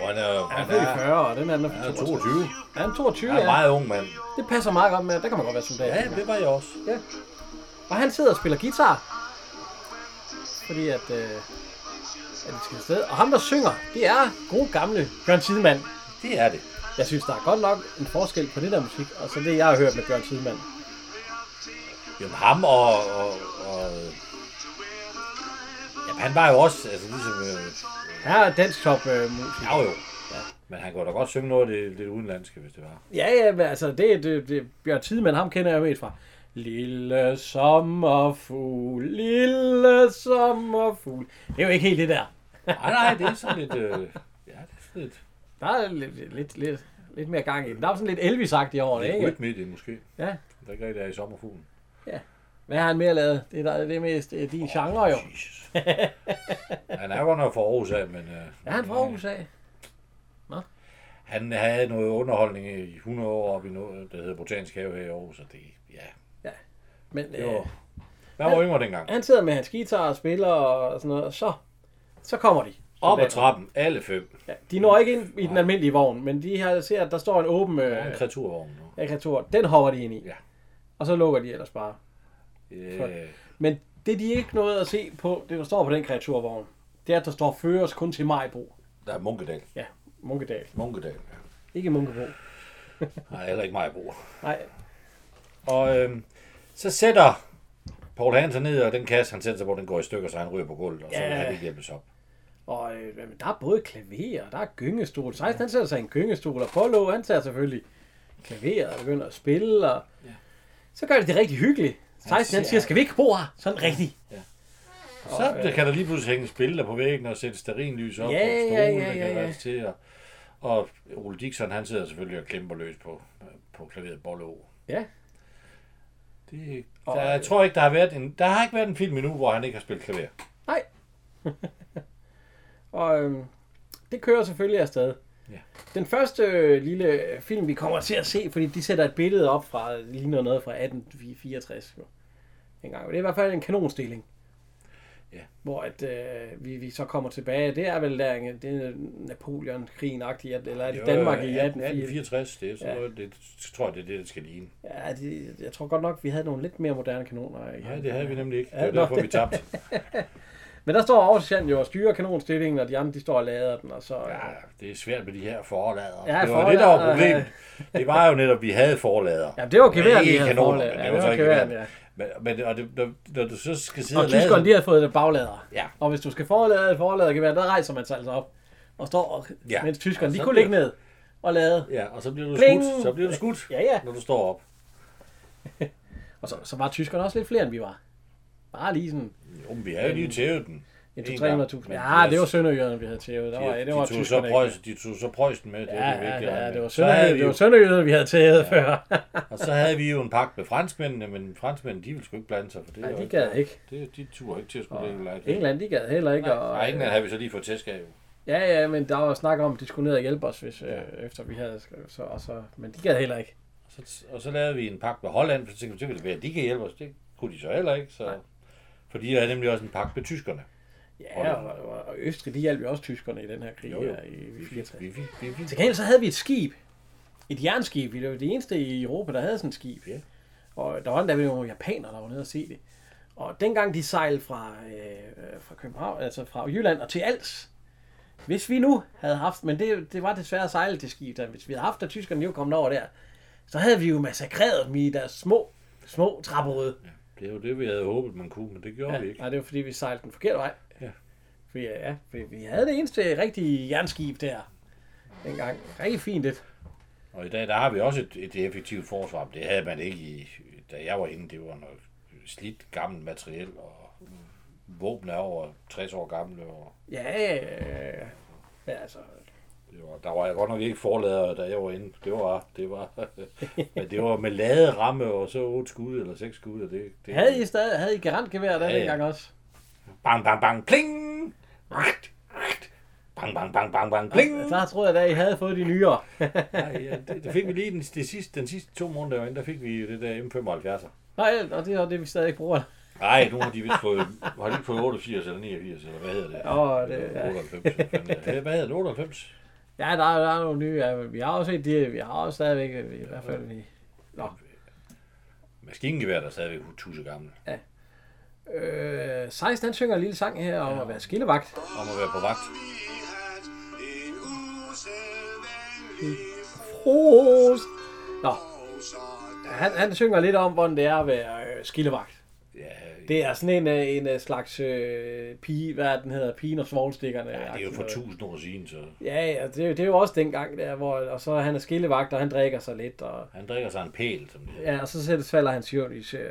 B: han er,
A: Han er
B: han
A: født i
B: er,
A: 40, og den anden er
B: han er
A: fra
B: 22.
A: 22. Ja, Han er 22,
B: Han er en
A: ja.
B: meget ung mand.
A: Det passer meget godt med, der kan man godt være soldat.
B: Ja, det var jeg også.
A: Og han sidder og spiller guitar. Fordi at, øh, at de skal afsted. Og ham, der synger, det er god gamle Bjørn Tidemand.
B: Det er det.
A: Jeg synes, der er godt nok en forskel på det der musik, og så det, jeg har hørt med Bjørn Tidemand.
B: Jamen, ham og, og, og jamen, han var jo også, altså ligesom, øh,
A: Her er dansk top øh, musik.
B: ja jo, ja. men han kunne da godt synge noget af det, det udenlandske, hvis det var.
A: Ja, ja, men altså, det, det, det Bjørn Tidemand, ham kender jeg mest fra. Lille sommerfugl, lille sommerfugl. Det er jo ikke helt det der.
B: Nej, nej, det er sådan lidt, øh, ja, det er sådan lidt,
A: Der er lidt, lidt, lidt, lidt mere gang i den. Der er jo sådan lidt elvis i over det,
B: lidt
A: ikke?
B: rytme i det måske.
A: Ja.
B: Der er ikke rigtig der er i sommerfuglen.
A: Hvad har han mere lavet? Det er, der- det er mest øh, din genre, jo.
B: Jesus. Han er godt nok fra Aarhus af, men øh,
A: Ja, han er fra USA.
B: han havde noget underholdning i 100 år oppe i noget, der hedder Botanisk Have her i Aarhus, og det, ja,
A: Men
B: det
A: øh,
B: var, jeg var yngre dengang.
A: han sidder med hans guitar og spiller og sådan noget, og så, så kommer de.
B: Op ad trappen, alle fem.
A: Ja, de når ikke ind i den almindelige vogn, men de har, ser, at der står en åben
B: Og en
A: øh,
B: kreaturvogn nu.
A: kreatur. Den hopper de ind i.
B: Ja.
A: Og så lukker de ellers bare.
B: Øh,
A: Men det de ikke nåede at se på, det der står på den kreaturvogn, det er, at der står føres kun til Majbro.
B: der er Munkedal.
A: Ja, Munkedal.
B: Munkedal, ja.
A: Ikke Munkebro.
B: Nej, heller ikke mig, bror.
A: Nej,
B: Og øhm, så sætter Paul Hansen ned, og den kasse, han sætter sig på, den går i stykker, så han ryger på gulvet, og så
A: Ja.
B: vil han ikke hjælpes op.
A: Og øh, jamen, der er både klaver, og der er gyngestol. Sejs, han sætter sig i en gyngestol, og Polo, han tager selvfølgelig klaveret og begynder at spille. Og... Ja. Så gør det det rigtig hyggeligt. Sejs, han
B: siger-
A: siger, skal vi ikke bo her? Sådan rigtigt.
B: Så der øh, kan der lige pludselig hænge spil der på væggen og sætte sterinlys op
A: Ja,
B: ja, på stolen,
A: ja,
B: ja,
A: ja,
B: ja,
A: ja,
B: ja,
A: ja.
B: ja. til. Og, og Ole Dixon, han sidder selvfølgelig og klemper løs på, på klaveret Bollo.
A: Ja.
B: Det, der,
A: Og-
B: jeg tror ikke, der har været en, der har ikke været en film endnu, hvor han ikke har spillet klaver.
A: Nej. og øhm, det kører selvfølgelig afsted.
B: Ja.
A: Den første øh, lille film, vi kommer til at se, fordi de sætter et billede op fra, det ligner noget fra 1864. Jo. En gang. Det er i hvert fald en kanonstilling.
B: Ja.
A: Hvor at, øh, vi, vi så kommer tilbage. Det er vel der, en- det er Napoleon-krigen eller er det Danmark i 1864?
B: 1864, øh, det er sådan
A: Ja.
B: ja. noget, det tror jeg, det er det, der skal ligne.
A: Ja, det, jeg tror godt nok, vi havde nogle lidt mere moderne kanoner. i-
B: Nej, det havde vi nemlig ikke. Det
A: Ja,
B: var
A: nå.
B: derfor, vi tabte.
A: Men der står Aarhusian jo og styrer kanonstillingen, og de andre de står og lader den, og så... øh,
B: Ja, det er svært med de her forlader.
A: Ja,
B: det var det, der var
A: forlader,
B: problemet. Det var jo netop, at vi havde forlader.
A: Ja, det var geværet,
B: Men
A: de
B: ikke
A: havde
B: kanoner,
A: forlader.
B: men
A: Ja, det
B: det var så
A: var
B: ikke
A: geværet,
B: geværet. Men, men og det, når, når, du så skal sidde
A: Og
B: og, lade
A: tyskerne,
B: dem-
A: de havde fået det baglader.
B: Ja.
A: Og hvis du skal forlade et forladergevær, der rejser man sig altså op og står, og, ja.
B: Ja.
A: mens tyskerne, de
B: Så
A: kunne
B: bliver-
A: ligge ned og lade.
B: Ja, og så bliver du
A: Pling!
B: skudt. Så bliver du skudt,
A: Ja, ja.
B: når du står op.
A: Og så, så var tyskerne også lidt flere, end vi var. Bare lige sådan
B: Jo, men vi er jo lige tævet den.
A: en
B: En
A: 200-300.000.
B: gang.
A: Ja,
B: Men
A: det var
B: yes.
A: sønderjyderne, vi havde tævet. Der var,
B: De,
A: det var
B: de, tog
A: tyskerne
B: så
A: ikke.
B: prøjs, de tog så prøjsen med. Det,
A: Ja,
B: det,
A: ja,
B: vigtige,
A: ja, det var
B: så havde
A: sønderjyderne,
B: vi
A: det
B: jo,
A: var sønderjyderne, vi havde tævet ja. før.
B: og så havde vi jo en pakt med franskmændene, men franskmændene, de ville sgu ikke blande sig. For det
A: Nej,
B: var
A: de gad ikke.
B: Det, de turde ikke til at skulle England.
A: England, de gad heller ikke. Og,
B: Nej, England havde vi så lige fået tæsk af. jo.
A: Ja, ja, men der var snak om, at de skulle ned og hjælpe os, hvis, øh, efter vi havde skrevet. Så, og så, men de gad heller ikke.
B: Så, og så lavede vi en pagt med Holland, for så tænkte vi, så ville det være, at de kan hjælpe os. Det kunne de så heller ikke. Så. For de havde nemlig også en pagt med tyskerne.
A: Ja, og, og, og Østrig, de hjalp jo også tyskerne i den her krig
B: Jo, jo.
A: her i
B: Vi
A: 64.
B: fik, vi fik.
A: Til gengæld så havde vi et skib. Et jernskib. Vi var det eneste i Europa, der havde sådan et skib.
B: Ja.
A: Og der var endda nogle japanere, der var nede og se det. Og dengang de sejlede fra, øh, øh, fra København, altså fra Jylland og til Als, hvis vi nu havde haft, men det, det var desværre at sejle til skib, der, hvis vi havde haft, at tyskerne jo kom over der, så havde vi jo massakreret dem i deres små, små trapperøde.
B: Det er jo det, vi havde håbet, man kunne, men det gjorde vi ikke.
A: Nej, det var fordi, vi sejlede den forkerte vej.
B: Ja.
A: Fordi, ja, fordi vi havde det eneste rigtige jernskib der. Dengang. Rigtig fint det.
B: Og i dag, der har vi også et, et effektivt forsvar. men Det havde man ikke, i, da jeg var inde. Det var noget slidt, gammelt materiel, og våben er over 60 år gamle. Og
A: Ja, øh, ja, altså.
B: det var, der var jeg godt nok ikke forlader, da jeg var inde. Det var, det var, men det var med laderamme og så otte skud eller seks skud. Og det, det,
A: Havde I stadig, havde I garantgevær der
B: Ja, ja.
A: dengang også?
B: Bang, bang, bang, pling! Rakt, rakt. Bang, bang, bang, bang, bang, pling!
A: Så har troede jeg da, I havde fået de nyere.
B: Ej, ja, det, det, fik vi lige den, det sidste, den sidste to måneder, men der fik vi det der M75'er.
A: Nej, og det er det, vi stadig ikke bruger.
B: Nej, nu har de vist fået, har de ikke fået 88 eller 89, eller hvad hedder det?
A: Åh, det-
B: Eller 98. eller hvad fanden det er. Hvad hedder det? 98?
A: Ja, der, er- der er nogle nye. Ja, men vi har også set de, vi har også stadigvæk, øh, i hvert fald i. Nå.
B: Maskingevær, der er stadigvæk tusse gamle.
A: Øh, Sejst, han synger en lille sang her om at være skillevagt.
B: Om at være på vagt.
A: Prost! Nå, han, han synger lidt om, hvordan det er at være øh, skillevagt.
B: Ja, det,
A: Det er sådan en, øh, en øh, slags øh, pige, hvad er den hedder, pigen og svoglstikkerne.
B: ja, det er jo for tusind år siden, så
A: Ja, ja, det, er jo- det er jo også dengang der, hvor, og så er han er skillevagt, og han drikker sig lidt, og,
B: han drikker sig en pæl, som det hedder.
A: ja, og så sættes- falder han søvn i øh,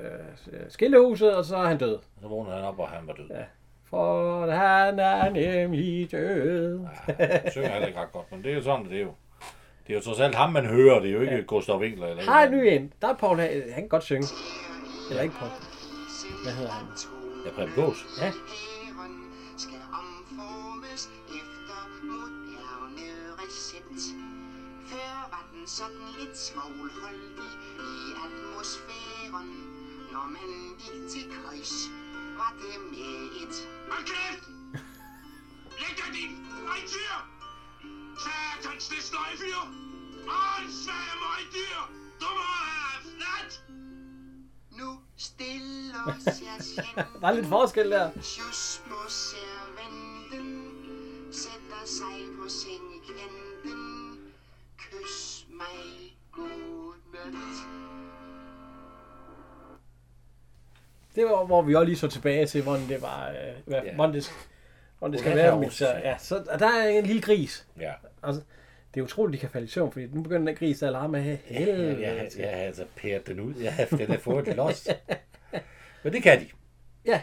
A: skillehuset, og så er han død.
B: Så vågner han op, og han var død.
A: Ja. For han er nemlig død.
B: Ja, synger heller ikke ret godt, men det er jo sådan, det er jo. Det er jo trods alt ham, man hører, det er jo ikke ja. Gustav Winkler. Eller
A: Har en ny en. Der er Paul, Ha- han kan godt synge. Eller ikke Paul. Hvad hedder han?
B: Ja, Preben Gås.
A: Ja.
E: Æren skal omformes efter moderne recept. Før var den sådan lidt smogholdig i atmosfæren. Når man gik til kryds, var det med et
C: Hold kæft! Læg dig din møgdyr! Satans, det sløjfyr! Åndssvage møgdyr! Du må have fnat!
E: nu stiller sergenten.
A: Der er lidt forskel der.
E: Sjus på serventen, sætter sig på sengekanten. Kys mig godnat.
A: Det var, hvor vi også lige så tilbage til, hvordan det var, øh, hvad,
B: Ja.
A: hvordan det, hvordan det skal
B: Hvordan
A: være.
B: det er
A: Men, så,
B: Aarhus.
A: ja, så, og der er en lille gris.
B: Ja.
A: Altså, det er utroligt, de kan falde i søvn, fordi nu begynder den der gris at larme af helvede.
B: Jeg, jeg, jeg havde altså pæret den ud. Jeg havde den havde fået et los. Men det kan de.
A: Ja.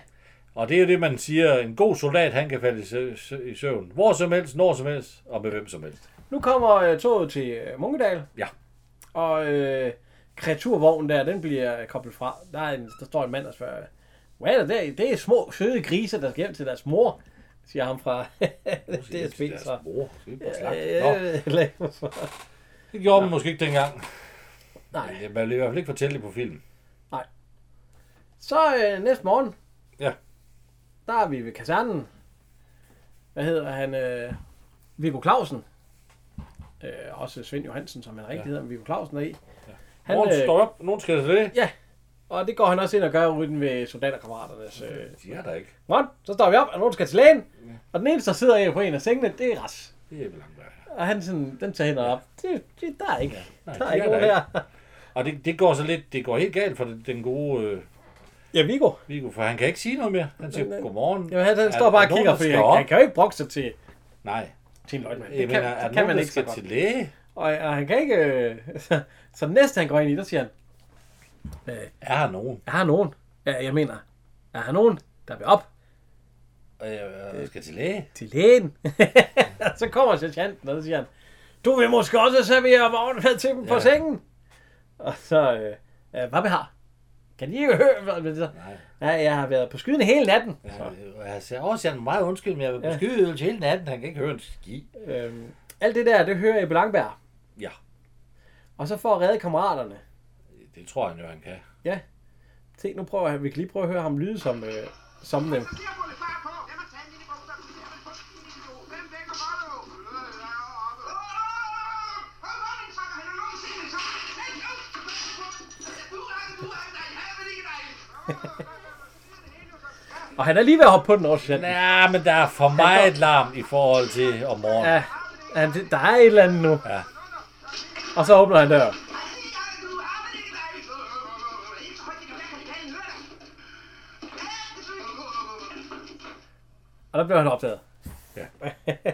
B: Og det er jo det, man siger. En god soldat, han kan falde i sø- sø- i søvn. Hvor som helst, når som helst, og med hvem som helst.
A: Nu kommer øh, toget til øh, Munkedal.
B: Ja.
A: Og øh, kreaturvognen der, den bliver øh, koblet fra. Der, er en, der står en mand og spørger, hvad er det der? Det er små, søde grise, der skal hjem til deres mor, siger ham fra DSB. Så.
B: Deres mor. Det er på slagt. Nå,
A: Øh, lad os-
B: det gjorde man måske ikke dengang.
A: Nej.
B: Jeg vil i hvert fald ikke fortælle det på film.
A: Så øh, næste morgen,
B: Ja.
A: der er vi ved kasernen. Hvad hedder han? Øh, Viggo Clausen. Øh, også Svend Johansen, som han rigtig ja.
B: Ja.
A: hedder, men Viggo Clausen er i.
B: Han, nogen
A: øh,
B: står op, nogen skal til det.
A: Og det går han også ind og gør uden ved soldaterkammeraternes... Øh.
B: De er der ikke.
A: Morgen, så står vi op, og nogen skal til lægen. Og den eneste, der sidder af på en af sengene, det er Ras.
B: Det er vel langt vej.
A: Og han sådan, den tager hænderne op. Det, det, der er ikke,
B: Nej,
A: der er
B: det
A: ikke
B: er der
A: nogen her.
B: Og det, det går så lidt, det går helt galt for den, den gode øh,
A: Ja, Viggo.
B: Viggo, for han kan ikke sige noget mere. Han siger, godmorgen.
A: øh, Jamen, han, han
B: Er-
A: står bare
B: er
A: og
B: nogen,
A: kigger,
B: der
A: fordi
B: skal
A: han,
B: op?
A: han kan jo ikke brokke sig til,
B: Nej,
A: til en løgmand.
B: jeg
A: Det kan,
B: mener, er
A: det
B: der
A: kan
B: nogen,
A: man
B: der
A: ikke så
B: skal
A: godt.
B: til læge?
A: Og, og han kan ikke... Øh, så, så den næste, han går ind i, der siger han,
B: Er her nogen?
A: jeg har nogen. Ja, jeg mener, jeg har nogen, der vil op
B: Og jeg jeg Øh, skal til læge?
A: til lægen. Og så kommer sergeanten, og så siger han, du vil måske også servere morgenmad til dem ja. på
B: Ja.
A: sengen. Og så, øh, øh, hvad vi har? Kan de ikke høre? hvad vi siger?"
B: Nej.
A: Ja, jeg har været på skyden hele natten.
B: Ja, og Øh, jeg siger, også siger han meget undskyld, men jeg vil beskyde øl til hele natten. Han kan ikke høre en ski.
A: Øhm, alt det der, det hører Ebbe Langberg.
B: Ja.
A: Og så for at redde kammeraterne.
B: Det tror han jo, han kan.
A: Ja. Se, nu prøver jeg, vi kan lige prøve at høre ham lyde som, øh, som dem.
C: Det er bullet far på.
D: Lad mig tage en lille bog, der bliver vel på din idiot. Hvem vækker var du?
A: Og han er lige ved at hoppe på den også, sergeanten.
B: Ja, men der er for meget larm i forhold til om morgenen.
A: Ja, han, der er et eller andet nu.
B: Ja.
A: Og så åbner han døren. Og der blev han opdaget.
B: Ja.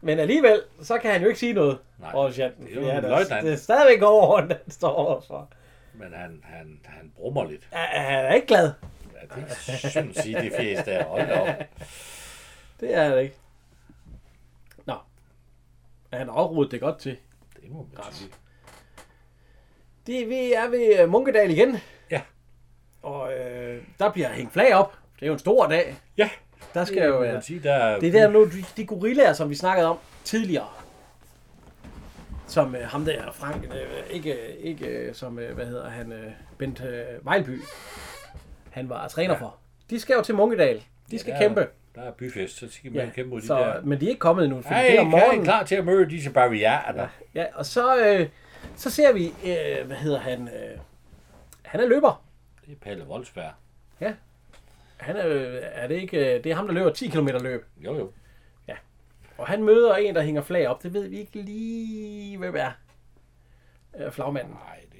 A: Men alligevel, så kan han jo ikke sige noget.
B: Nej,
A: over sergeanten,
B: det er jo
A: fordi
B: en
A: han
B: løjtnant.
A: Det er stadigvæk overhånden, han står overfor.
B: Men han, han, han brummer lidt.
A: Ja, Han er ikke glad.
B: Ja, det synes jeg, de fleste er. Hold da op.
A: Det er han ikke. Nå. Men Han har afrodet det godt til.
B: Det må man sige.
A: Det, vi er ved øh, Munkedal igen.
B: Ja.
A: Og øh, der bliver hængt flag op. Det er jo en stor dag.
B: Ja,
A: Der skal
B: det
A: jo
B: må
A: være...
B: man sige. Der er,
A: Det er der nu, de, de gorillaer, som vi snakkede om tidligere. Som øh, ham der, Frank, øh, ikke, øh, ikke øh, som, øh, hvad hedder han, øh, Bent øh, Vejlby, han var træner ja. for. De skal jo til Munkedal. De skal
B: der
A: ja,
B: er-
A: kæmpe.
B: Der er byfest, så skal man kæmpe mod de
A: så,
B: der.
A: Men de er ikke kommet endnu, for
B: Hey,
A: det er om
B: er I
A: morgenen.
B: klar til at møde disse barrierer? Ja.
A: Ja, og så, øh, så ser vi, øh, hvad hedder han, øh, han er løber.
B: Det er Palle Wolfsberg.
A: Han er, øh, er det ikke, øh, det er ham, der løber 10 km løb.
B: Jo, jo.
A: Og han møder en, der hænger flag op. Det ved vi ikke lige, hvem er. Øh, flagmanden.
B: Nej, det...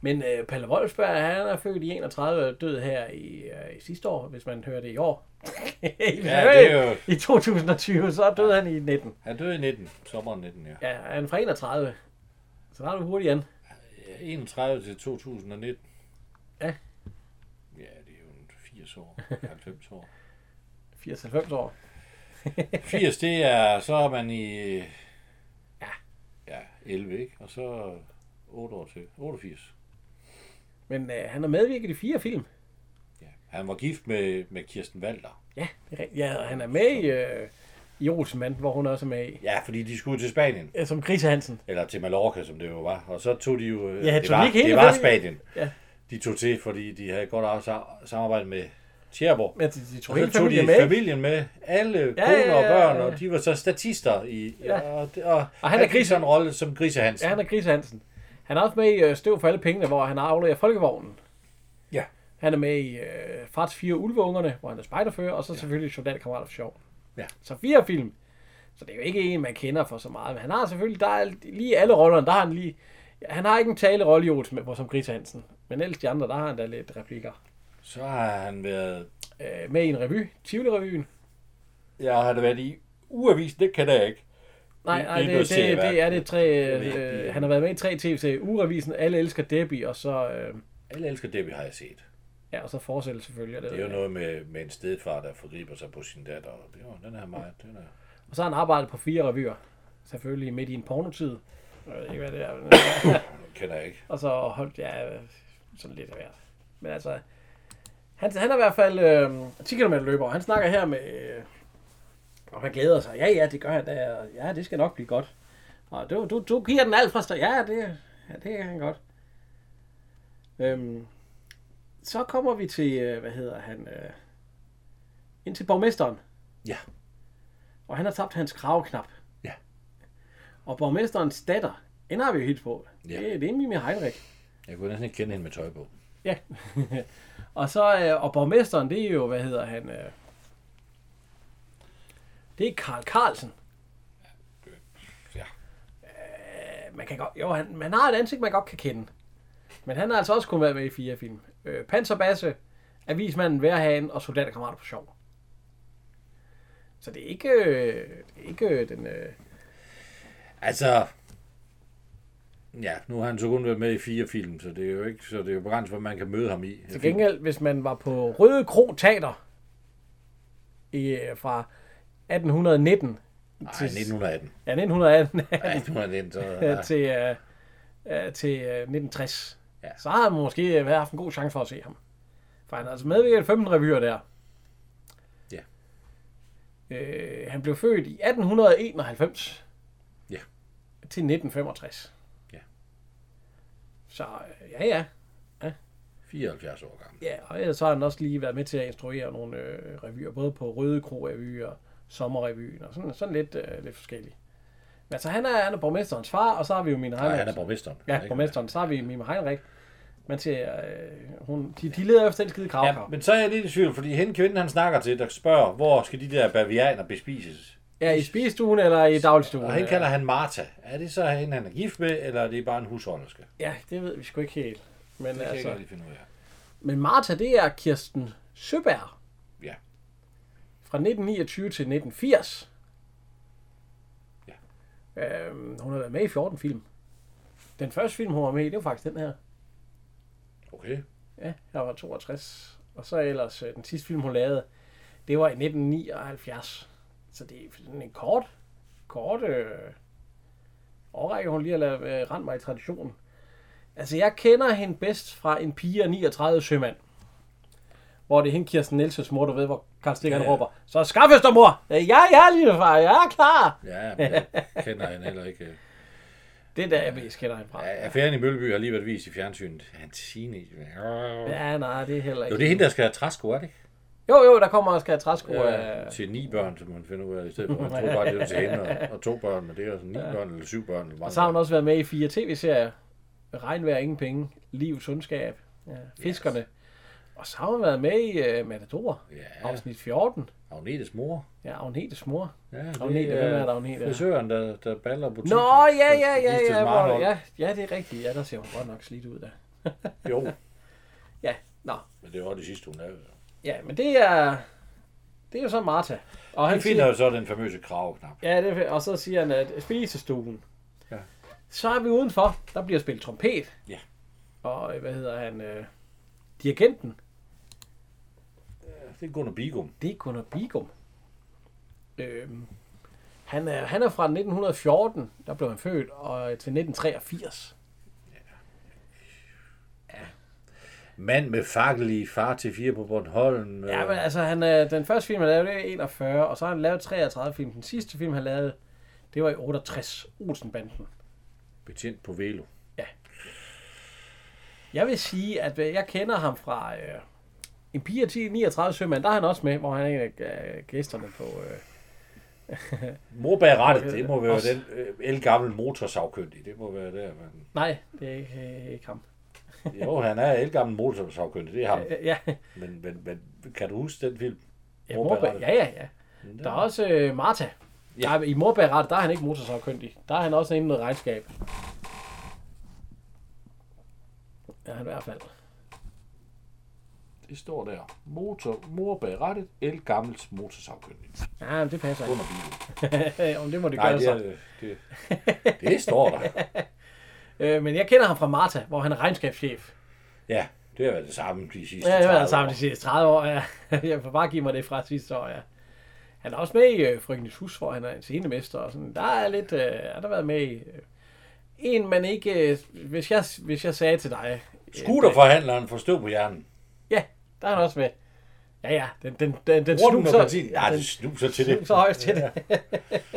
A: Men øh, Palle Wolfsberg, han er født i 31 og død her i, øh, i sidste år, hvis man hører det i år.
B: Ja, det er jo-
A: I 2020, så døde han i 19.
B: Han døde i 19. Sommeren 19, ja.
A: Ja, han er fra 31. Så der er du hurtigt an.
B: ja. 31 til 2019.
A: Ja.
B: Ja, det er jo en 80 år. 90 år.
A: 80-90 år.
B: 80, det er... Så er man i... Ja. Ja, 11, ikke? Og så 8 år til. 88.
A: Men øh, han har medvirket i fire film.
B: Ja. Han var gift med, med Kirsten Walter.
A: Ja, det er rigtigt. Ja, og han er med i, øh, i Olsenmand, hvor hun også er med i.
B: Ja, fordi de skulle til Spanien.
A: Ja, Som Grise Hansen.
B: Eller til Mallorca, som det jo var. Og så tog de jo... øh,
A: Ja,
B: det
A: tog de
B: var,
A: ikke hele
B: det var
A: familien?
B: Spanien.
A: Ja.
B: De tog til, fordi de havde godt af- sa- samarbejde med Tjerborg.
A: Men de, de tog
B: Og så
A: hele
B: tog
A: familien
B: de
A: med. ikke?
B: familien med, alle
A: Ja,
B: ja, koner
A: ja,
B: og
A: ja,
B: børn,
A: ja.
B: og de var så statister i,
A: Ja.
B: ja. og, det- og,
A: er
B: og han er
A: Grise-
B: griser en rolle som Grise Hansen.
A: Ja, han er Grise Hansen. Han er også med i øh, Støv for alle pengene, hvor han afleverer folkevognen.
B: Ja.
A: Han er med i øh, Frats 4 Ulveungerne, hvor han er spejderfører, og så ja. selvfølgelig Soldatkammerat for sjov.
B: Ja.
A: Så fire film. Så det er jo ikke en, man kender for så meget. Men han har selvfølgelig, der er lige alle rollerne, der har han lige... Han har ikke en talerolle i Olsen, hvor som Grise Hansen. Men ellers de andre, der har han da lidt replikker.
B: Så har han været...
A: Øh, med i en revy. Tivoli-revyen.
B: Jeg har det været i uavisen, det kan jeg ikke.
A: Nej,
B: Det-
A: nej, det,
B: det er
A: det, det,
B: noget serieværk.
A: det er det tre...
B: ved ikke, det er-
A: Øh, han har været med i tre tv Urevisen, Alle elsker Debbie, og så... Øh,
B: Alle elsker det, vi har jeg set.
A: ja, og så Forsæl selvfølgelig. og
B: Det er jo
A: ved jeg
B: noget med, med en stedfar, der forgriber sig på sin datter. Og det, jo, den er meget... Den er...
A: ikke. Og så har han arbejdet på fire revyer. Selvfølgelig midt i en pornotid. Jeg ved ikke, hvad det er. men-
B: Den kender jeg ikke.
A: Og så holdt jeg øh, sådan lidt af hvert. Men altså, han, han er i hvert fald øh, 10 km løber, og han snakker her med, øh, og han glæder sig. Ja, ja, det gør jeg da, og ja, det skal nok blive godt. Og du, du, du giver den alt fra start. Ja, det, ja, det kan han godt. Øhm, så kommer vi til, øh, hvad hedder han, øh, ind til borgmesteren.
B: Ja.
A: Og han har tabt hans kravknap.
B: Ja.
A: Og borgmesterens datter, ender vi jo helt på.
B: Ja.
A: Ja. Det, det er Mimi Heinrich.
B: Jeg kunne næsten ikke kende hende med tøj på.
A: Ja. og så, øh, og borgmesteren, det er jo, hvad hedder han? Øh, det er Karl Carlsen.
B: Ja.
A: Øh, man kan godt, jo, han, man har et ansigt, man godt kan kende. Men han har altså også kun været med i fire film. Øh, Panserbasse, Avismanden, Værhagen og Soldaterkammerater på sjov. Så det er ikke, øh, det er ikke øh, den... Øh,
B: Altså... Ja, nu har han så kun været med i fire film, så det er jo ikke, så det er jo begrænset, hvor man kan møde ham i.
A: Til gengæld, hvis man var på Røde Kro Teater i, øh, fra 1819
B: Nej,
A: til,
B: 1918.
A: ja, 1918
B: Nej, 1918, så...
A: ja.
B: Ja.
A: til, øh, øh, til øh, 1960.
B: Ja.
A: Ja. Så har man måske øh, haft en god chance for at se ham. For han har altså medvirket i 15 revyer der.
B: Ja.
A: Øh, han blev født i 1891.
B: Ja.
A: Til 1965.
B: Ja.
A: Så øh, ja, ja.
B: 74 år gammel.
A: Ja, og ellers så har han også lige været med til at instruere nogle øh, revyer, både på Røde Kro Revy og Sommerrevyen, og sådan, sådan lidt, øh, lidt forskellige. Men altså, han er, han er borgmesterens far, og så har vi jo min
B: Nej, han er borgmesteren.
A: Ja,
B: Ikke?
A: borgmesteren. Så har vi Mime Heinrich. Man siger, øh, hun, de, de leder efter den skide krav.
B: Ja, men så er jeg lidt i tvivl, fordi hende kvinden, han snakker til, der spørger, hvor skal de der bavianer bespises?
A: Ja, i spisestuen eller i dagligstuen.
B: Og hende
A: øh.
B: kalder han Martha. Er det så hende, han er gift med, eller er det bare en husholderske? Det
A: Ja, det ved vi sgu ikke helt. Men,
B: kan jeg ikke
A: altså,
B: rigtig finde ud af.
A: men Martha, det er Kirsten Søberg.
B: Ja.
A: Fra 1929 til 1980.
B: Ja.
A: Øhm, hun har været med i 14 film. Den første film, hun var med i, det var faktisk den her.
B: Okay.
A: Ja, jeg var 62. Og så ellers, øh, den sidste film, hun lavede, det var i 1979. Så det er sådan en kort, kort øh, årrække, hun lige har lavet, øh, rent mig i traditionen. Altså, jeg kender hende bedst fra en pige af 39 sømand. Hvor det er hende Kirsten Nielsens mor, du ved, hvor Karl Stikker
B: Ja,
A: ja,
B: ja.
A: råber, så skaffes der mor! Ja, ja, lille far, jeg er klar!
B: Ja, men jeg kender han heller ikke.
A: Det er der, jeg mest kender hende fra.
B: Ja, Affæren i Mølleby har lige været vist i fjernsynet. Han sine. Jo,
A: Ja, nej, det er heller ikke.
B: det er hende, der skal have træsko, er det ikke?
A: Jo, jo, der kommer også øh, Træsko. Ja.
B: Ja. Til ni børn, som man finder ud af, i stedet for. Jeg troede bare, det var til hende og, og to børn, men det er altså ni børn eller syv børn. Eller
A: Og så har hun også været med i fire tv-serier. Regnvejr, ingen penge, livs ondskab, ja, fiskerne. Og så har hun været med i uh, Matador,
B: Ja,
A: afsnit 14.
B: Agnetes mor.
A: Ja, Agnetes mor.
B: Ja, det
A: Agnete, hvem er der Agnete?
B: Frisøren, der, der baller butikken.
A: Nå, ja, ja,
B: Der
A: ja,
B: giftes
A: ja,
B: meget
A: hvor,
B: godt.
A: ja, ja, det er rigtigt. Ja, der ser hun godt nok slidt ud der.
B: Jo,
A: Ja, nå.
B: men det var det sidste, hun lavede.
A: Ja, men det er, det er jo så Martha. Og
B: Han
A: siger-
B: finder jo så den famøse kravknap.
A: Ja, det, er- og så siger han, at spisestuen.
B: Ja.
A: Ja. Så er vi udenfor. Der bliver spillet trompet.
B: Ja.
A: Og øh, hvad hedder han? Øh, dirigenten.
B: Det er Gunnar Bigum.
A: Det er Gunnar Bigum. Øhm, han, er, han er fra 1914, der blev han født, og øh, til 1983.
B: Mand med fakkel i far til fire på Bornholm.
A: Ja,
B: øh,
A: men altså, han, er, den første film, han lavede, det er 41, og så har han lavet 33 film. Den sidste film, han lavede, det var i 68, Olsenbanden.
B: Betjent på velo.
A: Jeg vil sige, at øh, jeg kender ham fra øh, en pige af 10, 39 sømand, der er han også med, hvor han er en af øh, gæsterne på... Øh,
B: Mor bag rattet,
A: Okay,
B: det må være
A: også-
B: den øh, elgammel motorsavkyndig. Det må være der. Men...
A: nej, det er ikke, øh, ikke ham.
B: Jo, han er elgammel motorsavkyndig, det er ham.
A: Øh, ja,
B: Men, men, men kan du huske den film?
A: ja,
B: Morbær
A: Morbær,
B: Rattet.
A: ja, ja, ja. Der er også øh, Martha.
B: Ja.
A: Ja. Der, er- I Morbærret, der er han ikke motorsavkyndig. Der er han også inde i noget regnskab. Ja, han i hvert fald.
B: Det står der. Motor, mor bag rettet, el gammelt motorsavkyndig.
A: Ja, men det passer ikke.
B: Under bilen.
A: Om det må det
B: Nej,
A: gøre
B: det,
A: så.
B: er, det, det står der.
A: Øh, men jeg kender ham fra Marta, hvor han er regnskabschef.
B: Ja, det har været det samme de sidste
A: Ja, jeg har
B: 30 år.
A: været sammen de sidste 30 år, ja. Jeg får bare give mig det fra sidste år, ja. Han er også med i øh, Frygtenes Hus, hvor han er en scenemester og sådan. Der er lidt, øh, har der været med i... Øh, en, man ikke... Øh, hvis, jeg, hvis jeg sagde til dig... øh,
B: Scooterforhandleren får støv på hjernen.
A: Ja, der er han også med. Ja, ja, den, den, den, den
B: Bruger den noget
A: snuser...
B: benzin? Ja,
A: den
B: det snuser til det.
A: snuser højst til det.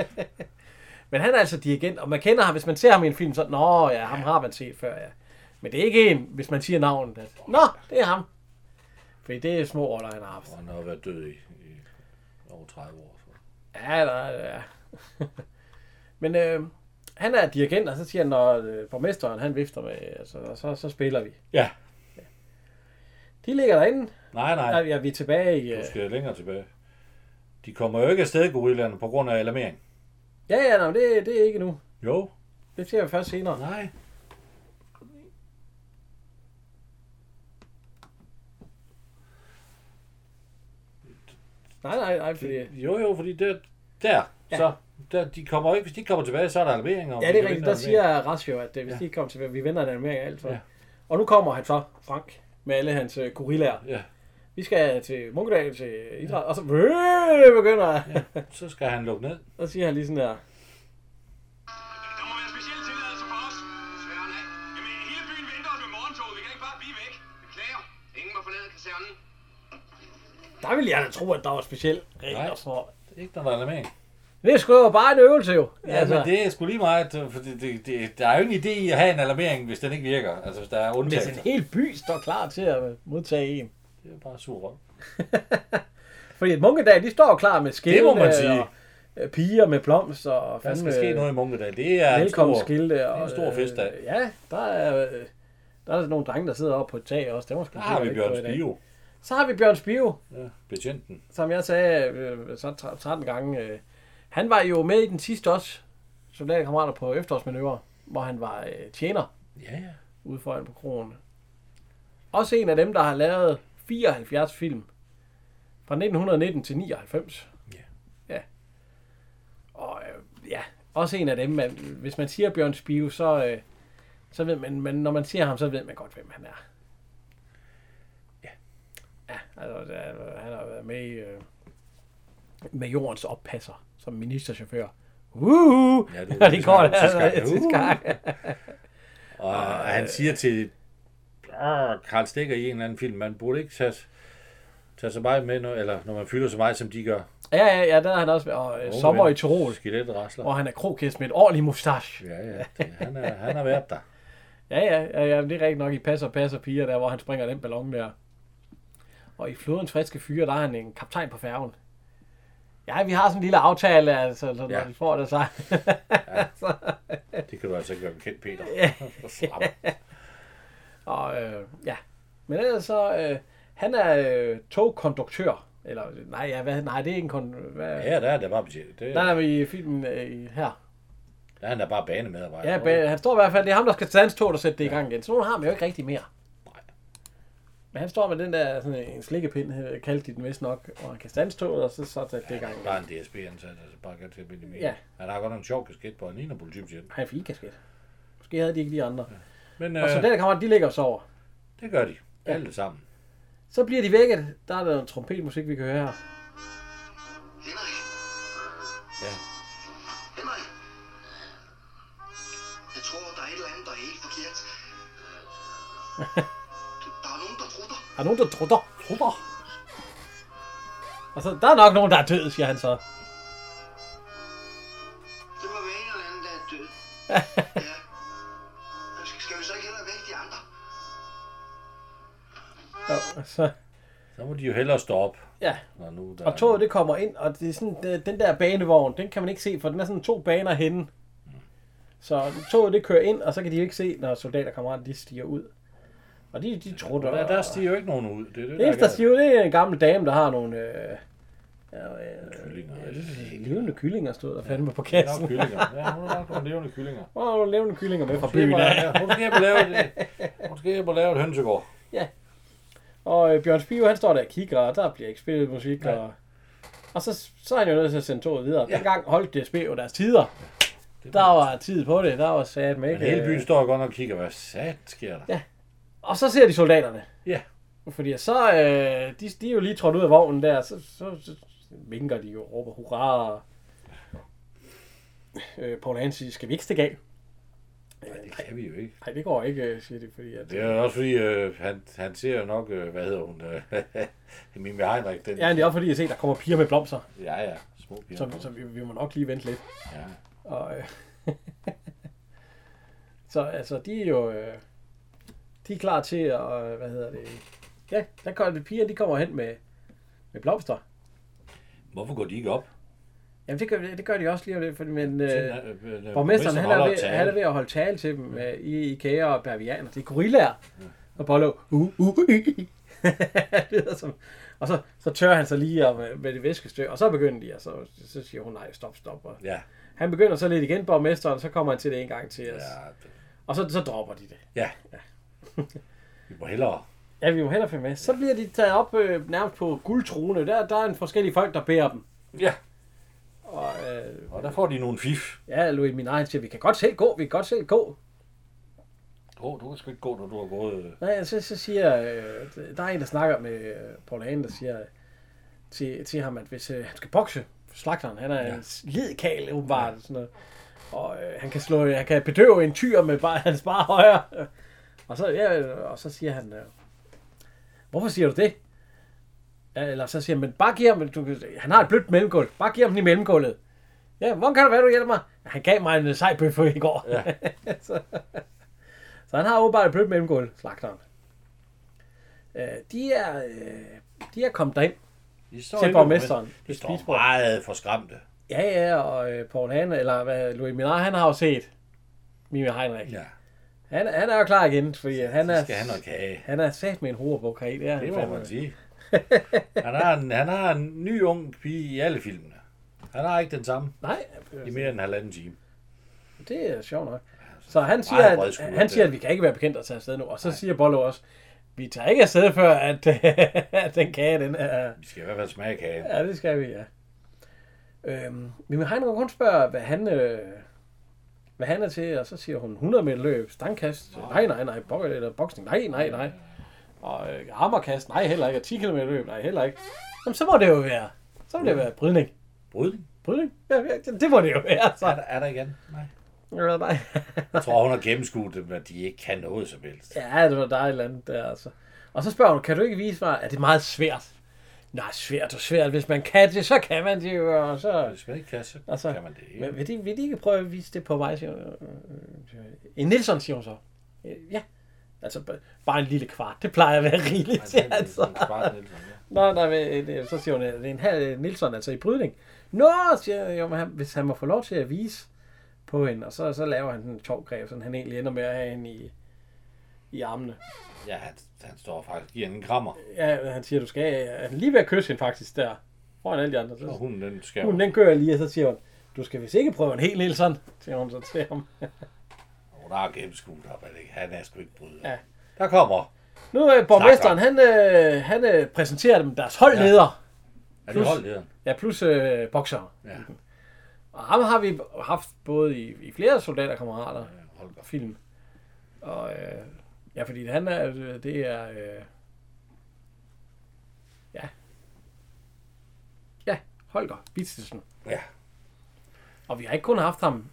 A: Men han er altså dirigent, og man kender ham, hvis man ser ham i en film, så... Nå, ja, ham har man set før, ja. Men det er ikke en, hvis man siger navnet. At, Nå, det er ham. Fordi det er små roller, han har haft.
B: Og han har været død i, i over 30 år. Så.
A: Ja, der, ja. Men øh, han er dirigent, og så siger han, når øh, borgmesteren han vifter med, altså, og så, så spiller vi.
B: Ja.
A: De ligger derinde.
B: Nej,
A: Ja,
B: nej.
A: ja, vi er tilbage i... Øh,
B: Du skal længere tilbage. De kommer jo ikke afsted, gorillerne, på grund af alarmering.
A: ja, ja, nej, det, det er ikke nu.
B: Jo.
A: Det ser vi først senere.
B: Nej.
A: Nej, nej, nej, fordi...
B: Jo, jo, fordi der... Der. Ja. Så. Der, de kommer ikke, hvis de ikke kommer tilbage, så er der alarmering. Og
A: Ja,
B: vi
A: det er
B: kan
A: rigtigt.
B: vinde
A: Der
B: en
A: siger Ratio, at øh, hvis
B: Ja.
A: de ikke kommer tilbage, vi vender en animering alt for.
B: Ja.
A: Og nu kommer han så, Frank, med alle hans øh, gorillaer.
B: alarmering.
A: Vi skal til Munkedal til idræt, og så øh, begynder
B: Ja. Så skal han lukke ned.
A: Så siger han lige sådan der,
C: Der må være specielle tilladelser for os. Sværen af. Jamen, hele byen venter os med morgentoget. Vi kan ikke bare blive væk.
D: Beklager. Ingen må forlade kasernen.
A: der ville jeg da tro, at der var specielt
B: Nej.
A: regler for.
B: Ikke når der er alarmering.
A: Det er sgu jo bare en øvelse jo.
B: Ja, altså. men det er sgu lige meget, for det, det, det, der er jo ingen idé i at have en alarmering, hvis den ikke virker. Altså, hvis der er
A: Hvis en
B: undtagelser.
A: hel by står klar til at
B: øh,
A: modtage en.
B: Det er bare sur røv.
A: Fordi at munkedag, de står klar med skilte.
B: Det må man sige.
A: Og øh, piger med blomster og
B: Der
A: fandme
B: skal ske noget i Munkedal. Det er en
A: øh, velkommen
B: stor...
A: skilte.
B: er en
A: Og,
B: stor festdag.
A: Øh, ja, der er, øh, der er nogle drenge, der sidder oppe på et tag også. Det var sgu
B: Der har vi
A: sikkert ikke
B: Bjørn
A: gået i dag.
B: Spio.
A: Så har vi Bjørn Spio,
B: Ja, betjenten.
A: som jeg sagde øh, så tre- 13 gange. Øh, han var jo med i den sidste også, soldaterkammerater på efterårsmanøvre, hvor han var øh, tjener.
B: Ja, ja.
A: ude foran på krogen. Også en af dem, der har lavet 74 film. Fra 1919 til 99.
B: Ja.
A: Ja. Og øh, ja, også en af dem, man, hvis man siger Bjørn Spio, så, øh, så ved man, men når man ser ham, så ved man godt, hvem han er.
B: Ja.
A: Ja, altså, der- han har været med i, øh, med jordens oppasser som ministerchauffør. Uhuh!
B: Ja, det var
A: Og
B: det,
A: det går
B: vi snakkede om sidste
A: der
B: gang.
A: altså, sidste gang.
B: Og
A: Ah, øh.
B: han siger til Arr, Karl Stikker i en eller anden film, man burde ikke tage, tage så meget med, når, eller når man fylder så meget, som de gør.
A: Ja, ja, ja, der er han også med. Og øh, sommer i Tirol,
B: Skelettet rasler.
A: hvor han er krokæs med et ordentligt mustache.
B: Ja, ja. Det, han, er, han har været der.
A: Ja, ja, ja, ja, det er rigtigt nok i Passer Passer Piger, der hvor han springer den ballon der. Og i Flodens Friske Fyre, der er han en kaptajn på færgen. Ja, vi har sådan en lille aftale, altså, så når
B: Ja.
A: ja. vi får det, så...
B: Det kan du altså ikke være bekendt, Peter. Ja.
A: Og øh, ja. Men ellers så, øh, han er øh, togkonduktør. Eller, nej, ja, hvad, nej, det er ikke en kon... Hvad, ja.
B: ja, der er der bare betjent. Det,
A: Der er vi i filmen øh, her.
B: der er han der bare banemedarbejder.
A: Ja, ba- han står i hvert fald, det er ham, der skal stands tog, der sætte det i gang igen. Så nogen har man jo ikke rigtig mere.
B: Nej.
A: Men han står med den der sådan en slikkepind, øh, kaldte de den vist nok, og han kan stands toget, og så, så sætte det i gang igen.
B: Bare en DSB-ansat, altså bare gør til at minimere.
A: Ja.
B: Han har godt nok en sjov kasket på, han ligner politibetjent.
A: Han fik kasket. Måske havde de ikke de andre. Ja.
B: Men
A: Og
B: øh,
A: så der kommer, de ligger og sover.
B: det gør de. Alle sammen.
A: Så bliver de vækket. Der er noget trompetmusik, vi kan høre her.
E: Henrik,
B: Ja.
E: Henrik. Jeg tror, der er et eller andet, der er helt forkert. Der er nogen, der trutter.
A: Er der nogen, der trutter? Trutter? Og så, der er nok nogen, der er død, siger han så.
E: Det må være en eller anden, der er død. ja. Skal- Skal vi så ikke hellere væk de andre?
A: Ja, så,
B: Så må de jo hellere stå op.
A: ja.
B: Når nu der
A: Og toget, det kommer ind, og det er sådan, det, den der banevogn, den kan man ikke se, for den er sådan to baner henne. Så toget, det kører ind, og så kan de jo ikke se, når soldaterkammerater, de stiger ud. Og de, de trutter.
B: Der, der
A: og-
B: stiger jo ikke nogen ud. Det er det,
A: Det eneste,
B: er
A: der siger, jo, det er en gammel dame, der har nogle... Øh, ja, øh,
B: galt. Kyllinger.
A: ja,
B: Ja,
A: det er levende kyllinger stod der fandme på
B: det er nok
A: kassen.
B: kyllinger. Ja, hun har nok nogle levende kyllinger.
A: Hvor har du levende kyllinger med fra
B: Hun skal
A: byen
B: hjem og
A: af?
B: lave- Hun skal hjem og lave, et- hun skal hjem og lave et hønsegård.
A: Og øh, Bjørn Spiro, han står der og kigger, og der bliver ikke spillet musik.
B: Nej.
A: Og, og så, så er han jo nødt til at sende toget videre.
B: Ja.
A: Ja. Dengang holdt DSB jo deres tider. Der var tid på det, der var sat med. øh,
B: Men hele byen står godt nok og kigger, hvad sat sker der?
A: Ja. Og så ser de soldaterne.
B: Ja.
A: Fordi så, øh, de, de er jo lige trådt ud af vognen der, så, så, så vinker de jo og råber hurra. og, Øh, Paul Hansen siger, skal vi ikke stikke af?
B: Nej, det kan vi jo ikke.
A: Nej, det går ikke, øh, siger de, fordi at...
B: Det er jo også fordi, øh, han, han ser jo nok, øh, hvad hedder hun, øh, Mimmi Heinrich, den.
A: Ja, det er også fordi, jeg ser, der kommer piger med blomster,
B: ja, ja, små piger.
A: så, så vi, vi, må nok lige vente lidt.
B: Ja.
A: Og, øh, så altså, de er jo... Øh, de er klar til at... øh, Hvad hedder det? Ja, der kommer de piger, de kommer hen med, med blomster.
B: Hvorfor går de ikke op?
A: Jamen, det gør, det gør de også lige om lidt, fordi, men...
B: Til,
A: Øh,
B: øh, øh,
A: Borgmesteren, han er,
B: holder
A: ved,
B: tale.
A: han er ved at holde tale til dem øh, i IKEA og Bavianer. Det er gorillaer. Og Bollo, uh, uh, uh, uh. Det lyder som, og så, så tør han sig lige om, øh, med det væskestøv, og så begynder de, og så, så siger hun, nej, stop, stop. Og
B: Ja,
A: han begynder så lidt igen, borgmesteren, så kommer han til det en gang til os. Ja.
B: ja, det-
A: Og så, så dropper de det.
B: ja. vi må hellere.
A: Ja, vi må hellere følge med. Så bliver de taget op øh, nærmest på guldtrone. Der, der er en forskellige folk, der bærer dem.
B: Ja,
A: Og øh,
B: og der får de nogle fif.
A: ja, Louis Minard han siger, vi kan godt selv gå, vi kan godt selv gå.
B: Åh, oh, du kan sgu ikke gå, når du har gået. øh.
A: Nej, så, så siger... Øh, der er en, der snakker med øh, Paul Hagen, der siger øh, til, til ham, at hvis øh, han skal bokse, slagteren, han er ja. en lidkal, åbenbart, ja. sådan noget. Og øh, han kan slå, han kan bedøve en tyr med bare, hans bare højre. Og så, ja, og så siger han, øh, hvorfor siger du det? Ja, Eller så siger han, men bare giv ham, du, kan- han har et blødt mellemgulv, bare giv ham den i mellemgulvet. Ja, hvordan kan det være, du hjælper mig? Han gav mig en øh, sej bøffe i går.
B: Ja.
A: så, så han har åbenbart et blødt mellemgulv, slagteren. Øh, de er, øh, de er kommet derind.
B: De står
A: Til
B: ikke-
A: borgmesteren.
B: De
A: Ved
B: står
A: spisbordet.
B: meget forskræmte.
A: Ja, ja, og øh, Paul Han, eller hvad, Louis Minard, han har jo set Mimi Heinrich. Ja.
B: Ja,
A: Han, han er jo klar igen, fordi at han
B: så
A: er,
B: skal han nok have.
A: han er sat med en hoverbuk her i. Det, er
B: Det
A: han
B: må
A: fandme.
B: man sige. Han har, en, han har en ny ung pige i alle filmene. Han har ikke den samme
A: Nej, øh,
B: i mere end en halvanden time.
A: det er sjovt nok. Så han siger,
B: meget bred
A: at,
B: skulder,
A: han siger,
B: det.
A: at vi kan ikke være bekendt at tage afsted nu. Og så Nej. siger Bollo også, vi tager ikke afsted før, at, at den kage, den er...
B: Vi skal i hvert fald smage kagen.
A: Ja, det skal vi, ja. Øhm, Mimi Heinrich, hun spørger, hvad han, øh, hvad han er til, og så siger hun 100 meter løb, stangkast, nej, nej, nej, bok, eller boksning, nej, nej, nej. Og øh, hammerkast, nej, heller ikke, og 10 km løb, nej, heller ikke. Jamen, så må det jo være, så må det jo være brydning.
B: Brydning?
A: Brydning? Ja, ja, det må det jo være,
B: Er
A: så.
B: der, er der igen? Nej.
A: Ja, nej.
B: Jeg tror, hun har gennemskuet dem, at de ikke kan noget som helst.
A: Ja, det var dig eller andet der, altså. Og så spørger hun, kan du ikke vise mig, at det er meget svært? Nej, svært og svært. Hvis man kan det, så kan man det jo, og så...
B: Hvis man ikke kan, så
A: Og så-
B: kan man det ikke.
A: Men vil de, vil de ikke prøve at vise det på mig, siger hun? Øh, øh, En Nielsen, siger hun så. Øh, Ja. Altså, b- bare en lille kvart. Det plejer at være rigeligt,
B: Nej,
A: siger
B: det er
A: han
B: en- en
A: så.
B: kvart, Nielsen, ja.
A: Nå, nej, men, øh, så siger hun, at det er en halv Nielsen, altså i brydning. Nå, siger jeg, jo, men han, hvis han må få lov til at vise på hende, og så, så laver han sådan en tovgreb, sådan han egentlig ender med at have hende i, i armene.
B: Ja, han, han står faktisk i en krammer,
A: Ja, han siger, du skal... øh, Han er lige ved at kysse hende faktisk der. Foran alle de andre.
B: og
A: Så,
B: hunden den skal
A: hun, den kører lige, og så siger hun, du skal vist ikke prøve en hel Nielsen, siger hun så til ham.
B: Hun har gennemskuet ham, men ikke- han er sgu ikke bryder.
A: Ja.
B: Der kommer.
A: Nu er øh, borgmesteren, han, øh, han øh, præsenterer dem deres holdleder.
B: Er det
A: Plus-
B: holdlederen?
A: Ja, plus øh, bokser.
B: Ja.
A: Og ham har vi haft både i, i flere soldaterkammerater
B: Ja, Holger.
A: og film. Og øh, ja, fordi han er, øh, det er, øh, ja, ja, Holger Bittelsen.
B: Ja.
A: Og vi har ikke kun haft ham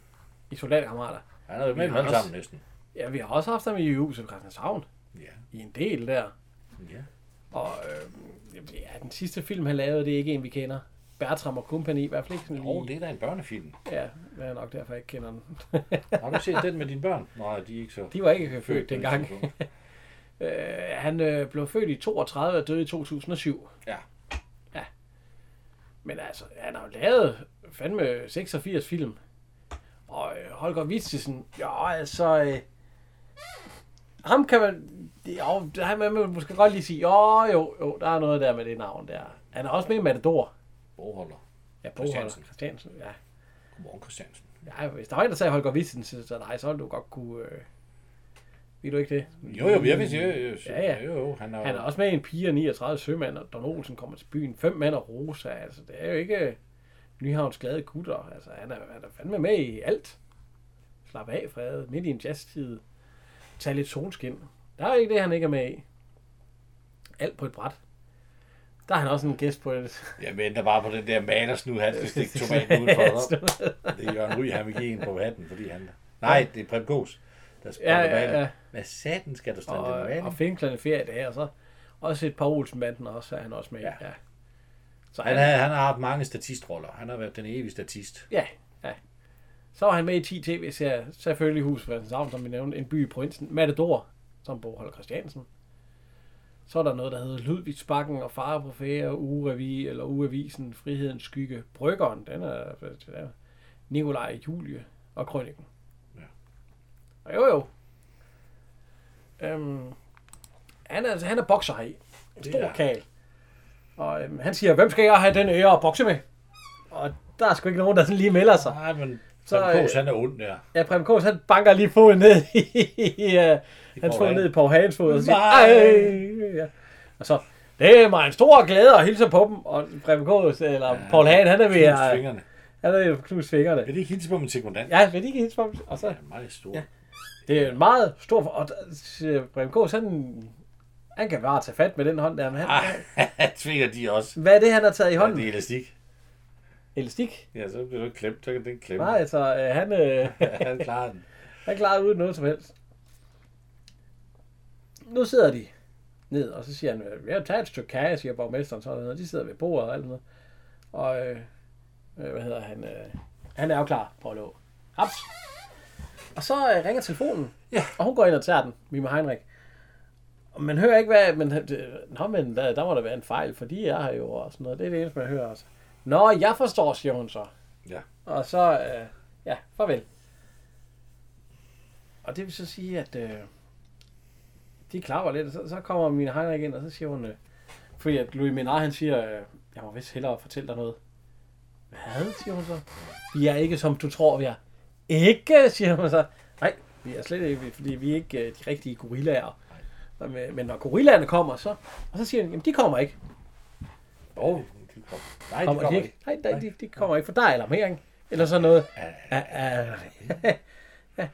A: i soldaterkammerater.
B: Han er jo med
A: Vi
B: dem
A: har
B: alle
A: også-
B: sammen næsten.
A: Ja, vi har også haft ham i EU, som Christianshavn,
B: Ja.
A: i en del der.
B: ja.
A: Og øh, ja, den sidste film, han lavede, det er ikke en, vi kender. Bertram og Company, i hvert fald ikke sådan
B: Åh, oh,
A: lige.
B: det er da en børnefilm.
A: Ja, det er nok derfor, jeg ikke kender den.
B: Har du set den med dine børn? Nej, de er ikke så
A: De var ikke født
B: på det
A: dengang.
B: tidspunkt.
A: Øh, han øh, blev født i 32 og døde i 2007.
B: Ja.
A: Ja. Men altså, han har jo lavet fandme 86 film. Og øh, Holger Vistisen, ja altså... Øh, ham kan man... Det, jo, det han man må måske godt lige sige, jo, jo, jo, der er noget der med det navn der. Han er også med i Matador.
B: Bogholder.
A: Ja, Bo
B: Christiansen.
A: Christiansen. Christiansen, ja.
B: Godmorgen, Christiansen.
A: Ja, hvis der var en, der sagde Holger Witsen, så, så nej, så ville du godt kunne... Øh, Ved du ikke det?
B: Jo, jo, jeg vil sige, jo,
A: Ja, ja.
B: jo, jo, han er,
A: Han er også med i en pige og 39 sømand, og Don Olsen kommer til byen. Fem mand og Rosa, altså det er jo ikke Nyhavns glade gutter. Altså han er, han er fandme med i alt. Slap af, Frede. Midt i en jazztid. Tag lidt solskin. Der er jo ikke det, han ikke er med i. Alt på et bræt. Der er han også en gæst på et...
B: Jeg venter bare på den der malersnud, han skal stikke tomaten udenfor. hva'? Det er Jørgen Ry, han vil give en på hatten, fordi han... Nej, det er Prem Gås, der spiller
A: Ja,
B: ja,
A: ja,
B: ja,
A: ja.
B: Hvad satan skal du stande
A: og,
B: og,
A: og Finklerne ferie dage, og så også et par Olsenbanden også er han også med. Ja.
B: Ja.
A: ja. Så
B: Han, har, han har haft mange statistroller. Han har været den evige statist.
A: Ja, ja. Så var han med i 10 tv-serier, selvfølgelig Hus for Savn, som vi nævnte, En by i provinsen, Matador, som Bo Holger Christiansen. Så er der noget, der hedder Ludvigsbakken og Fare på Fære, Urevi, eller Ugeavisen, Frihedens Skygge, Bryggeren, den er, den er Nikolaj og Julie og Krøniken.
B: Ja.
A: Og jo, jo. Øhm, han, er, altså, han er bokser her i. En
B: Det
A: stor
B: er-
A: kal. Og øhm, han siger, hvem skal jeg have den ære at bokse med? Og der er sgu ikke nogen, der sådan lige melder sig.
B: Nej, Ah, men
A: Så,
B: så, Prem Gås,
A: øh,
B: han er ond der.
A: Ja, Preben Kås, han banker lige foden ned i, i øh, hans
B: Poul
A: fod
B: Hagen.
A: ned i Paul Hagens fod, og så siger,
B: Nej.
A: Ej! Ja. Og så, det er mig en stor glæde at hilse på dem, og Preben Kås, eller ja, Paul Hagen, han er ved
B: Knust
A: at
B: fingrene.
A: han er ved at knuse fingrene.
B: Vil det ikke hilse på min sekundant?
A: Ja, vil de ikke hilse på dem? Og
B: Han
A: så,
B: er meget stor.
A: Ja.
B: Ja.
A: det er en meget stor, og der- Preben Kås, han, han kan bare tage fat med den hånd der, men han,
B: Ah, tvinger de også.
A: hvad er det, han har taget i
B: Ja, det
A: hånden?
B: er elastik.
A: Elastik?
B: Ja, så bliver du ikke klemt. Så kan den klemme.
A: Nej, altså, øh, han, øh,
B: han klarer den.
A: Han klarede uden noget som helst. Nu sidder de ned, og så siger han, "Øh, jeg tager et stykke kage, siger borgmesteren, sådan noget. De sidder ved bordet og alt sådan noget. Og, øh, øh, hvad hedder han? Øh, han er jo klar på at lå. Haps. Og så øh, ringer telefonen,
B: Ja.
A: og hun går ind og tager den, Mima Heinrich. Og man hører ikke, hvad... Men, øh, nå, men der, der må der være en fejl, for de er her jo, og sådan noget. Det er det eneste, man hører også. Nå, jeg forstår, siger hun så.
B: Ja.
A: Og så, øh, ja, farvel. Og det vil så sige, at øh, de klapper lidt, og så, så kommer min Heinrich ind, og så siger hun, øh, fordi at Louis Minard, han siger, øh, jeg må vist hellere fortælle dig noget. Hvad, siger hun så? Vi er ikke, som du tror, vi er. Ikke, siger hun så. Nej, vi er slet ikke, fordi vi er ikke øh, de rigtige gorillaer. Og med- Men når gorillaerne kommer, så, og så siger han, jamen de kommer ikke.
B: Åh, oh, de kom. Nej, de
A: Kommer
B: kommer
A: de ikke?
B: ikke.
A: Nej, nej, de, de kommer ikke, for der er alarmering. Eller sådan noget. Ja, ja. Ja.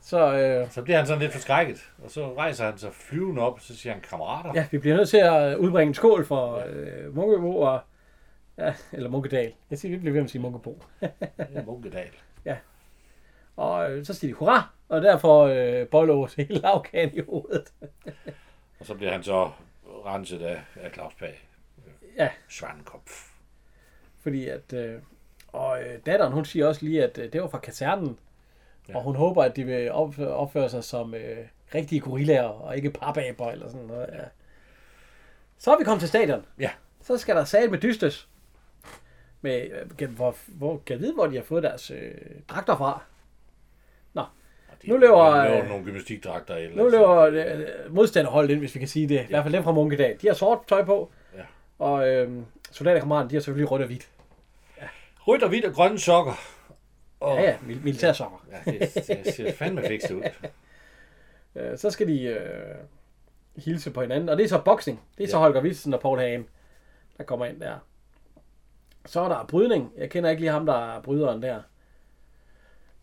A: Så øh,
B: Så bliver han sådan lidt forskrækket, og så rejser han sig flyvende op, så siger han, kammerater, ja.
A: ja, vi bliver nødt til at øh, udbringe en skål for øh, Munkebo og... Ja, eller Munkedal. Jeg siger, vi bliver ved med at sige Munkebo.
B: det er Munkedal.
A: Og øh, så siger de hurra, og derfor øh, boller hele lavkagen i hovedet.
B: Og så bliver han så renset af, af Claus Pag.
A: Ja.
B: Schwankopf.
A: Fordi at... Øh, og øh, datteren, hun siger også lige, at øh, det var fra kasernen. Ja. Og hun håber, at de vil op, opføre sig som øh, rigtige gorillaer, og ikke papaber eller sådan noget. Ja. Så er vi kommet til stadion.
B: Ja.
A: Så skal der sal med dystes. Med, øh, hvor, hvor, kan jeg vide, hvor de har fået deres øh, dragter fra?
B: Og de-
A: Nu løber,
B: de løber
A: øh,
B: nogle gymnastikdragter eller
A: Nu
B: sådan.
A: løber øh, modstanderholdet ind, hvis vi kan sige det. I hvert fald dem fra Munkedal. De har sort tøj på.
B: Ja.
A: Og øh, soldaterkammeraterne, de har selvfølgelig rødt og hvidt.
B: Rødt og hvidt og grønne sokker. Og,
A: Ja, ja, mil- militærsokker.
B: ja det, det, ser fandme fikst ud.
A: Øh, så skal de øh, hilse på hinanden. Og det er så boksning. Det er så Holger Witsen og Paul Hagen, der kommer ind der. Så er der brydning. Jeg kender ikke lige ham, der er bryderen der.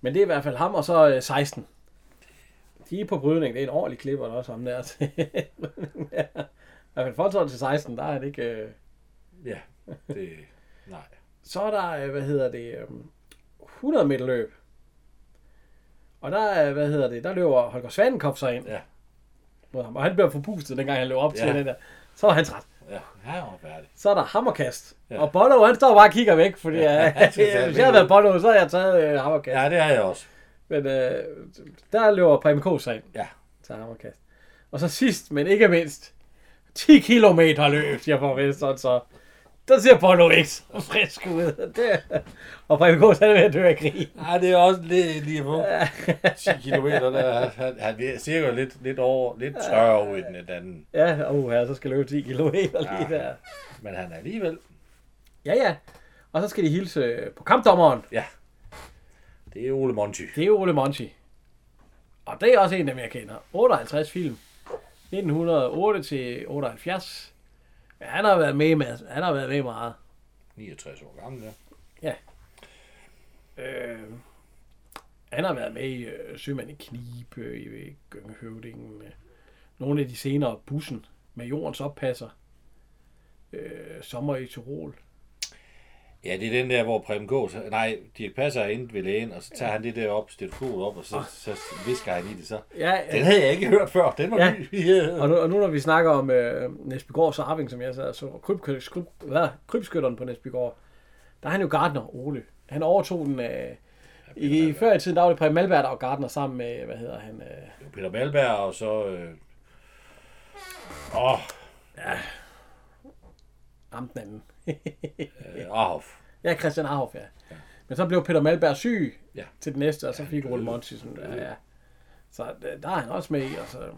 A: Men det er i hvert fald ham, og så øh, 16. De er på brydning. Det er en ordentlig klipper, der er også ham der. til brydning der. I hvert fald forhold til 16, der er det ikke... Øh,
B: Ja, det... Nej.
A: Så er der, øh, hvad hedder det, øh, 100 meter løb. Og der, er, hvad hedder det, der løber Holger Svanenkopf så ind.
B: Ja.
A: Mod ham. Og han bliver forpustet, dengang han løb op til
B: Ja.
A: den der. Så var han træt.
B: Ja, han var færdig.
A: Så er der hammerkast. Ja.
B: Ja.
A: Og Bono, han står bare og kigger væk, fordi ja,
B: han skal tage
A: hvis jeg havde
B: med.
A: været Bono, så havde jeg taget øh, hammerkast. Ja.
B: Ja, det har jeg også.
A: Men øh, der løber Preben K. så ind.
B: Ja.
A: Til hammerkast. Og så sidst, men ikke mindst, 10 kilometer løb, siger borgmesteren så. Der ser Bono ikke så frisk ud. Det, og Preben K. han er ved at dø af grin.
B: Nej, det er også lidt lige på. 10 kilometer, der, han, han ser jo lidt, lidt over, lidt tørre ud i den anden.
A: Ja, og her, så skal jeg løbe 10 km lige
B: Ja.
A: der.
B: Men han er alligevel,
A: Ja, ja. Og så skal de hilse på kampdommeren.
B: det er Ole Monty.
A: Det er Ole Monchi. Og det er også en af dem, jeg kender. 58 film. 1908 til 78. Ja, han har været med, med han har været med meget.
B: 69 år gammel, ja.
A: Øh, han har været med i øh, Sømand i Knib, øh, i Gøngehøvdingen, øh, nogle af de senere Bussen, med Jordens Oppasser, øh, Sommer i Tirol.
B: Ja, det er den der, hvor Preben Gås, nej, Dirk Passer er inde ved lægen, og så tager han det der op, stilkol op, og så, så visker han i det så.
A: Ja,
B: Den
A: øh,
B: havde jeg ikke hørt før, den var
A: Ja.
B: ja. ny. Ja.
A: og, nu, og nu når vi snakker om øh, Næsbygårds Arving, som jeg sad og så, og kryb, kryb, kryb, hvad, krybskytteren på Næsbygård, der er han jo Gardner, Ole. Han overtog den, øh, i, i før i tiden, der var det Preben Malberg, der var Gardner sammen med, hvad hedder han, øh,
B: Peter Malberg, og så... Øh... Åh,
A: ham den anden.
B: øh, Arhoff.
A: Ja, Christian Arhoff, ja. ja. Men så blev Peter Malberg syg ja.
B: Ja.
A: til den næste, og så fik Ole Monti sådan, ja, ja. Så øh, der er han også med i, og så,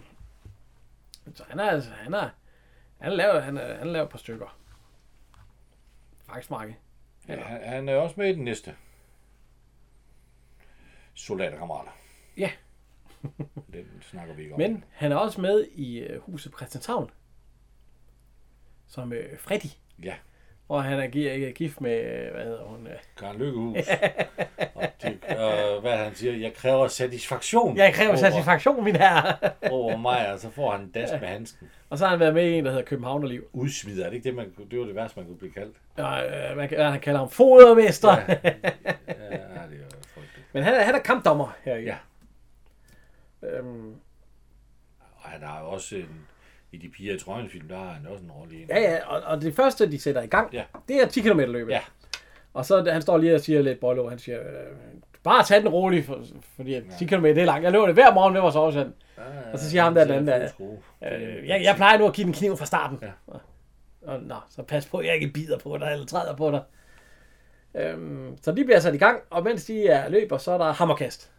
A: så han er altså, han er, han er lavet, han er, han er lavet et par stykker. Faktisk mange.
B: Ja, han, han er også med i den næste. Soldaterkammerater.
A: Ja.
B: Den snakker vi ikke om.
A: Men han er også med i øh, huset på Christianshavn. Som øh, Freddy.
B: Ja,
A: Og han er gi- øh, gift med, øh, hvad hedder hun? Øh,
B: Karen Lykkehus. og det, øh, hvad han siger, jeg kræver satisfaktion.
A: jeg kræver
B: over-
A: satisfaktion, min herre.
B: Over mig, og så får han en dask med handsken.
A: og så har han været med i en, der hedder Københavnerliv.
B: Udsmider, er det ikke det, man, kunne- det var det værste, man kunne blive kaldt?
A: Og, øh, man, kan- øh, han kalder ham fodermester. Ja.
B: Ja, det er jo frygteligt.
A: Men han er, han er kampdommer her.
B: Ja.
A: Øhm,
B: Og han har jo også en, i de piger i trøjen film, der har han også en rolle i en.
A: ja, ja, og, og det første, de sætter i gang,
B: Ja.
A: det er 10 km løbet.
B: Ja.
A: Og så han står lige og siger lidt bollo, han siger, øh, bare tag den roligt, for, fordi at 10 km det er langt. Jeg løber det hver morgen ved vores årsand.
B: Ja,
A: Og så siger ham der, den anden der,
B: Øh,
A: Øh, jeg, jeg plejer nu at give den kniv fra starten. Ja. Og, og, nå, så pas på, at jeg ikke bider på dig, eller træder på dig. Øhm, så de bliver sat i gang, og mens de er løber, så er der hammerkast.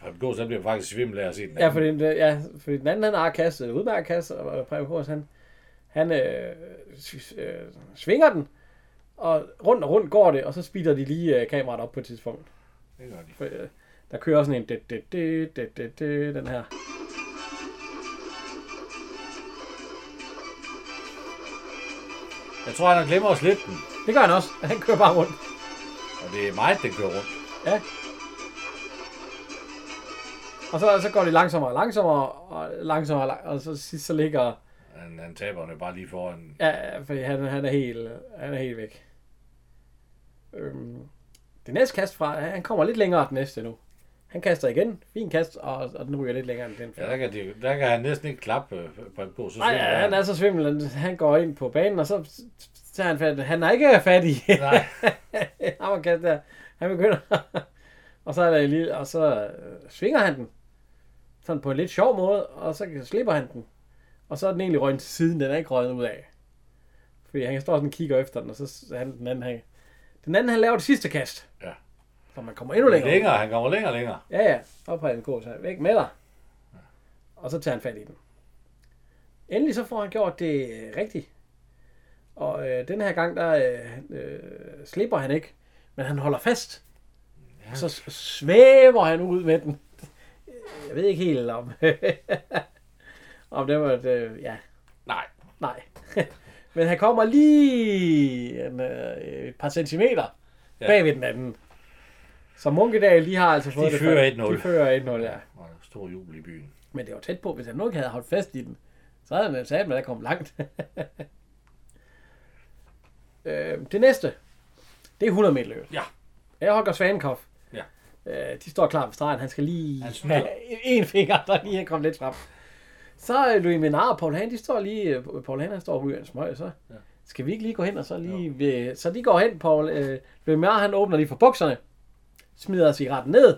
B: Preben Gås, han bliver faktisk svimmel af at se den.
A: Ja, fordi, den- ja, fordi den anden, han har kastet, udmærket kastet, og Preben Kors, han, han øh, s- øh, svinger den, og rundt og rundt går det, og så speeder de lige øh, kameraet op på et tidspunkt.
B: Det gør de.
A: For, øh, der kører sådan en det, det, det, det, det, det, den her.
B: Jeg tror, han har glemt at slippe den.
A: Det gør han også. Han kører bare rundt.
B: Og det er meget, den kører rundt.
A: Ja. Og så, så går det langsommere og langsommere, og langsommere, og lang- og så sidst så ligger...
B: Han, han taber den jo bare lige foran.
A: Ja, fordi han, han, er helt, han er helt væk. Øhm, det næste kast fra, han kommer lidt længere end den næste nu. Han kaster igen, fin kast, og, og den ryger lidt længere end den før.
B: Ja, der kan, de, der kan han næsten ikke klappe øh, Preben Gås. Så
A: Nej,
B: svimmel
A: ja, han er så svimmel, han- han går ind på banen, og så så tager han fat. Han er ikke fattig.
B: Nej.
A: Hammerkast der. Han begynder. og så er der en lille, og så øh, svinger han den. Sådan på en lidt sjov måde, og så slipper han den. Og så er den egentlig røgnet til siden, den er ikke røgnet ud af. Fordi han står sådan og kigger efter den, og så s- han, den anden han, den anden han laver det sidste kast.
B: Ja.
A: Så man kommer endnu længere.
B: Længere, han kommer længere og længere.
A: Ja, ja. Op på en kurs her. Væk med dig. Og så tager han fat i den. Endelig så får han gjort det øh, rigtigt. Og øh, den her gang, der øh, han, øh, slipper han ikke, men han holder fast. Ja. Så s- svæver han ud med den. Jeg ved ikke helt om... om det var... Et, øh, ja,
B: Nej.
A: nej. men han kommer lige en, øh, et par centimeter ja.
B: Ja.
A: bagved den anden. Så Munkedal, de har altså fået det.
B: fører
A: fra-
B: 1-0.
A: De fører 1-0, ja.
B: Og der er stor jubel i byen.
A: Men det var tæt på, hvis han nu ikke havde holdt fast i den, så havde han sagt, at der kom langt. øh, det næste, det er 100 meter løbet.
B: Ja.
A: Det er Holger Svankov.
B: Ja.
A: Øh, de står klar ved stregen. Han skal lige
B: Han snyder.
A: have en finger, der lige er kommet lidt frem. Så øh, Louis Menard og Paul Hahn, de står lige... øh, Paul Hahn, han står og ryger en smøg, så... Ja. Skal vi ikke lige gå hen og så lige... Øh, så de går hen, Paul... Øh, Louis Menard, han åbner lige for bukserne. Smider cigaretten ned.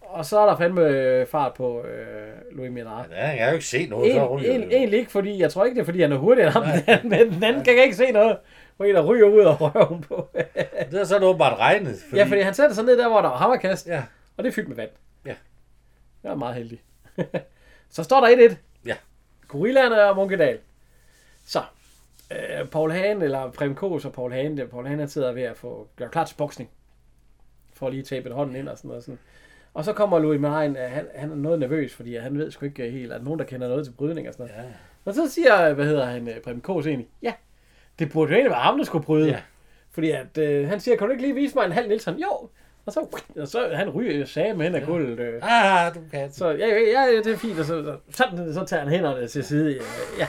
A: Og så er der fandme øh, fart på øh, Louis Menard.
B: Ja, jeg kan jo ikke se noget, så
A: En,
B: ryger
A: en,
B: det. jo.
A: egentlig ikke, fordi jeg tror ikke, det er, fordi han er hurtigere end ham, men den anden kan jeg ikke se noget. Fordi der ryger ud af røven på.
B: Det er så åbenbart regnet. Fordi...
A: Ja, fordi han satte sig ned der, hvor der var hammerkast,
B: Ja.
A: og det er fyldt med vand.
B: Ja.
A: Jeg er meget heldig. så står der 1-1.
B: Ja.
A: Gorillaerne og Munkedal. Så, øh, Paul Hagen, eller Prem Kås og Paul Hagen, det- Paul Hagen han sidder ved at få gøre klar til boksning. For lige at tabe en hånd ind og sådan noget. Sådan. Og så kommer Louis Marien, øh, han, han er noget nervøs, fordi han ved sgu ikke øh, helt, at nogen, der kender noget til brydning og sådan noget.
B: Ja.
A: Og så siger, øh, hvad hedder han, øh, Preben Kås egentlig, ja, det burde jo egentlig være ham, der skulle bryde.
B: Ja.
A: Ja. Fordi at, øh, han siger, kan du ikke lige vise mig en halv Nielsen? Jo! Og så, og så han ryger sagde med hen af gulvet. Øh.
B: Ah, du kan.
A: Så ja, ja, ja, det er fint, og så, så, sådan, så tager han hænderne til side. Ja, ja.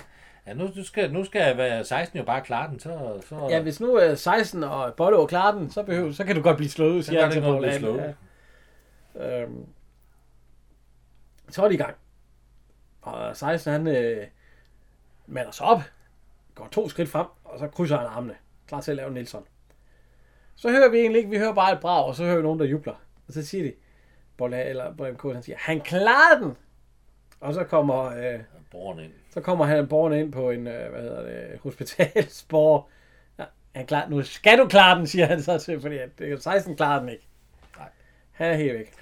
B: Ja, nu, nu skal, nu skal være 16 jo bare klare den, så... så
A: ja hvis nu øh, 16 og Bolle og klarer den, så, behøver, så kan du godt blive slået,
B: så
A: siger
B: er
A: han
B: det
A: til
B: ikke noget,
A: Poul
B: der
A: Ann.
B: slået.
A: Ja. Øhm, så er de i gang. Og 16, han øh, mander sig op, går to skridt frem, og så krydser han armene. Klar til at lave Nilsson. Så hører vi egentlig ikke, vi hører bare et brag, og så hører vi nogen, der jubler. Og så siger de, Bolle, eller Bolle MK, han siger, han klarede den! Og så kommer... Øh,
B: Broren ind.
A: Så kommer han borgerne ind på en, øh, hvad hedder det, hospitalsborg. Ja, han klar, nu skal du klare den, siger han så til, fordi at øh, 16 klarer den ikke.
B: Nej.
A: Han er helt væk.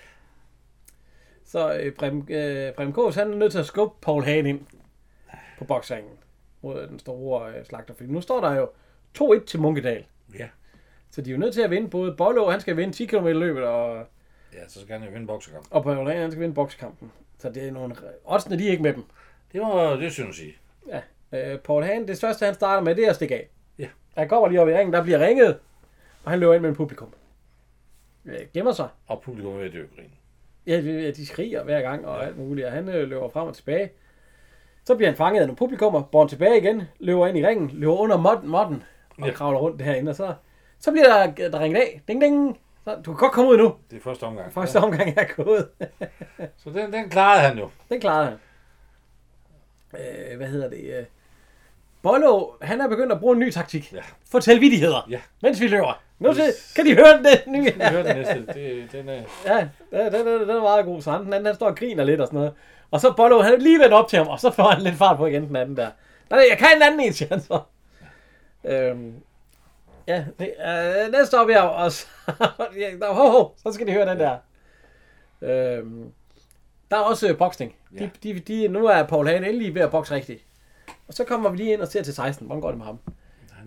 A: Så øh, Prem, øh, Prem Kås, han er nødt til at skubbe Paul Hagen ind på boksringen mod den store øh, slagter. Fordi nu står der jo 2-1 til Munkedal.
B: Ja.
A: Så de er jo nødt til at vinde både Bollo, han skal vinde 10 km løbet, og,
B: Ja, så skal han jo vinde boksekamp.
A: og Paul Hagen, han skal vinde bokskampen. Så det er nogle... øh, Oddsene, de er ikke med dem.
B: Det var, det synes jeg.
A: Ja. Øh, Paul Hagen, det første han starter med, det er at stikke af.
B: Ja.
A: Han kommer lige op i ringen, der bliver ringet, og han løber ind med en publikum. Øh, gemmer sig.
B: Og publikum er ved at dø af grin.
A: Ja, de- ja, de skriger hver gang og alt muligt, og han øh, løber frem og tilbage. Så bliver han fanget af nogle publikummer, born tilbage igen, løber ind i ringen, løber under modden, modden og
B: Ja.
A: ja. kravler rundt derinde, og så, så bliver der, der ringet af. Ding, ding. Så, du kan godt komme ud nu.
B: Det er første omgang.
A: Første omgang er gået.
B: Så den, den klarede han jo.
A: Den klarede han. Øh, hvad hedder det? Øh, Bollo, han er begyndt at bruge en ny taktik.
B: Ja.
A: Fortæl vidigheder,
B: Ja.
A: mens vi løber. Nu til,
B: Yes.
A: kan de høre den nye?
B: Vi hører den næste. Det, den er...
A: Ja, den, den, den, den er meget god. Så han, den anden, han står og griner lidt og sådan noget. Og så Bollo, han er lige vendt op til ham, og så får han lidt fart på igen den anden der. Nej, nej, jeg kan en anden en, siger han så. Øhm, ja, det, øh, næste op her, og så, ja, nå, ho, ho, så skal de høre den der. Øhm, der er også øh, boksning.
B: Ja.
A: De, de, de, nu er Paul Hagen endelig ved at bokse rigtigt. Og så kommer vi lige ind og ser til 16. Hvordan går det med ham?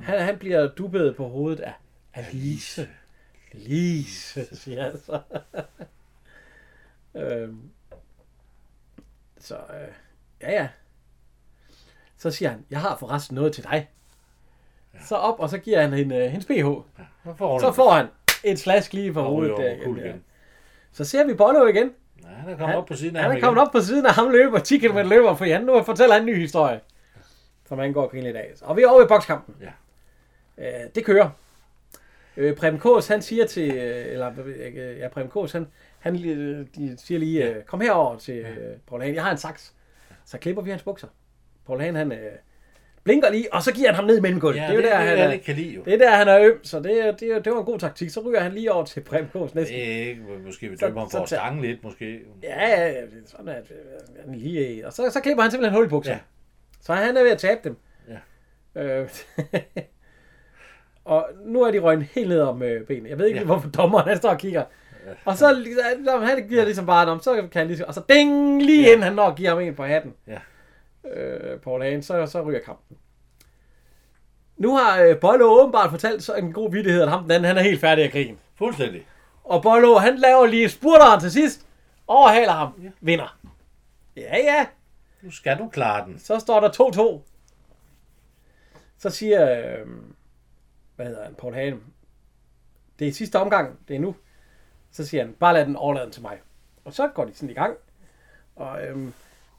A: Han, han bliver dubbet på hovedet af, af Lise. Lise, siger han så. øhm, så, øh, ja ja. Så siger han, jeg har forresten noget til dig. Så op, og så giver han hende, øh, hendes BH.
B: Så får hun
A: Så får han et slask lige på
B: og
A: hovedet.
B: ryger
A: Der,
B: over kul
A: igen, ja.
B: igen.
A: Så ser vi Bollo igen.
B: Nej, han er kommet op på siden af
A: han
B: ham
A: er kommet op på siden af ham løber. 10 km løber for Jan. Nu fortæller han en ny historie. Som han går og griner i dag. Og vi er over i bokskampen.
B: Ja.
A: Øh, det kører. Øh, Preben Kås, han siger til... øh, Eller, øh, ja, Preben Kås, han, han øh, de siger lige... Øh, kom herover til øh, Paul Hagen. Jeg har en saks. Så klipper vi hans bukser. Paul Hagen, han øh, blinker lige, og så giver han ham ned i mellemgulvet.
B: Ja,
A: det er jo der, han,
B: det, han
A: er-
B: ikke kan lide jo.
A: det er der, han er øm, så det, er- det, er- det var en god taktik. Så ryger han lige over til Preben Kås næsten.
B: Det er ikke, øh, måske vi
A: Så-
B: dømmer ham
A: så
B: for at
A: tager-
B: stange lidt, måske.
A: Ja, ja, ja, det er sådan at øh, han lige er- Og så, så klipper han simpelthen hul i bukserne.
B: Ja.
A: Ja. Så han er ved at tabe dem.
B: Ja.
A: Øh, og nu er de røgnet helt ned om øh, benene. Jeg ved ikke,
B: Ja.
A: ja. hvorfor dommeren han står og kigger. Og så lige- når han giver ligesom bare om, så kan han lige, og så ding, lige
B: Ja.
A: ja. inden han når at give ham en på hatten.
B: Ja.
A: Øh, Paul Hagen, så, så ryger kampen. Nu har øh, Bollo åbenbart fortalt så en god vittighed, at ham den anden, han er helt færdig af krigen.
B: Fuldstændig.
A: Og Bollo, han laver lige spurteren til sidst, overhaler ham, ja. vinder. Ja, ja,
B: Nu skal du klare den.
A: så står der 2-2. Så siger, øh, hvad hedder han, Paul Hagen, det er sidste omgang, det er nu. Så siger han, bare lad den overlade den til mig. Og så går de sådan i gang. Og øhm,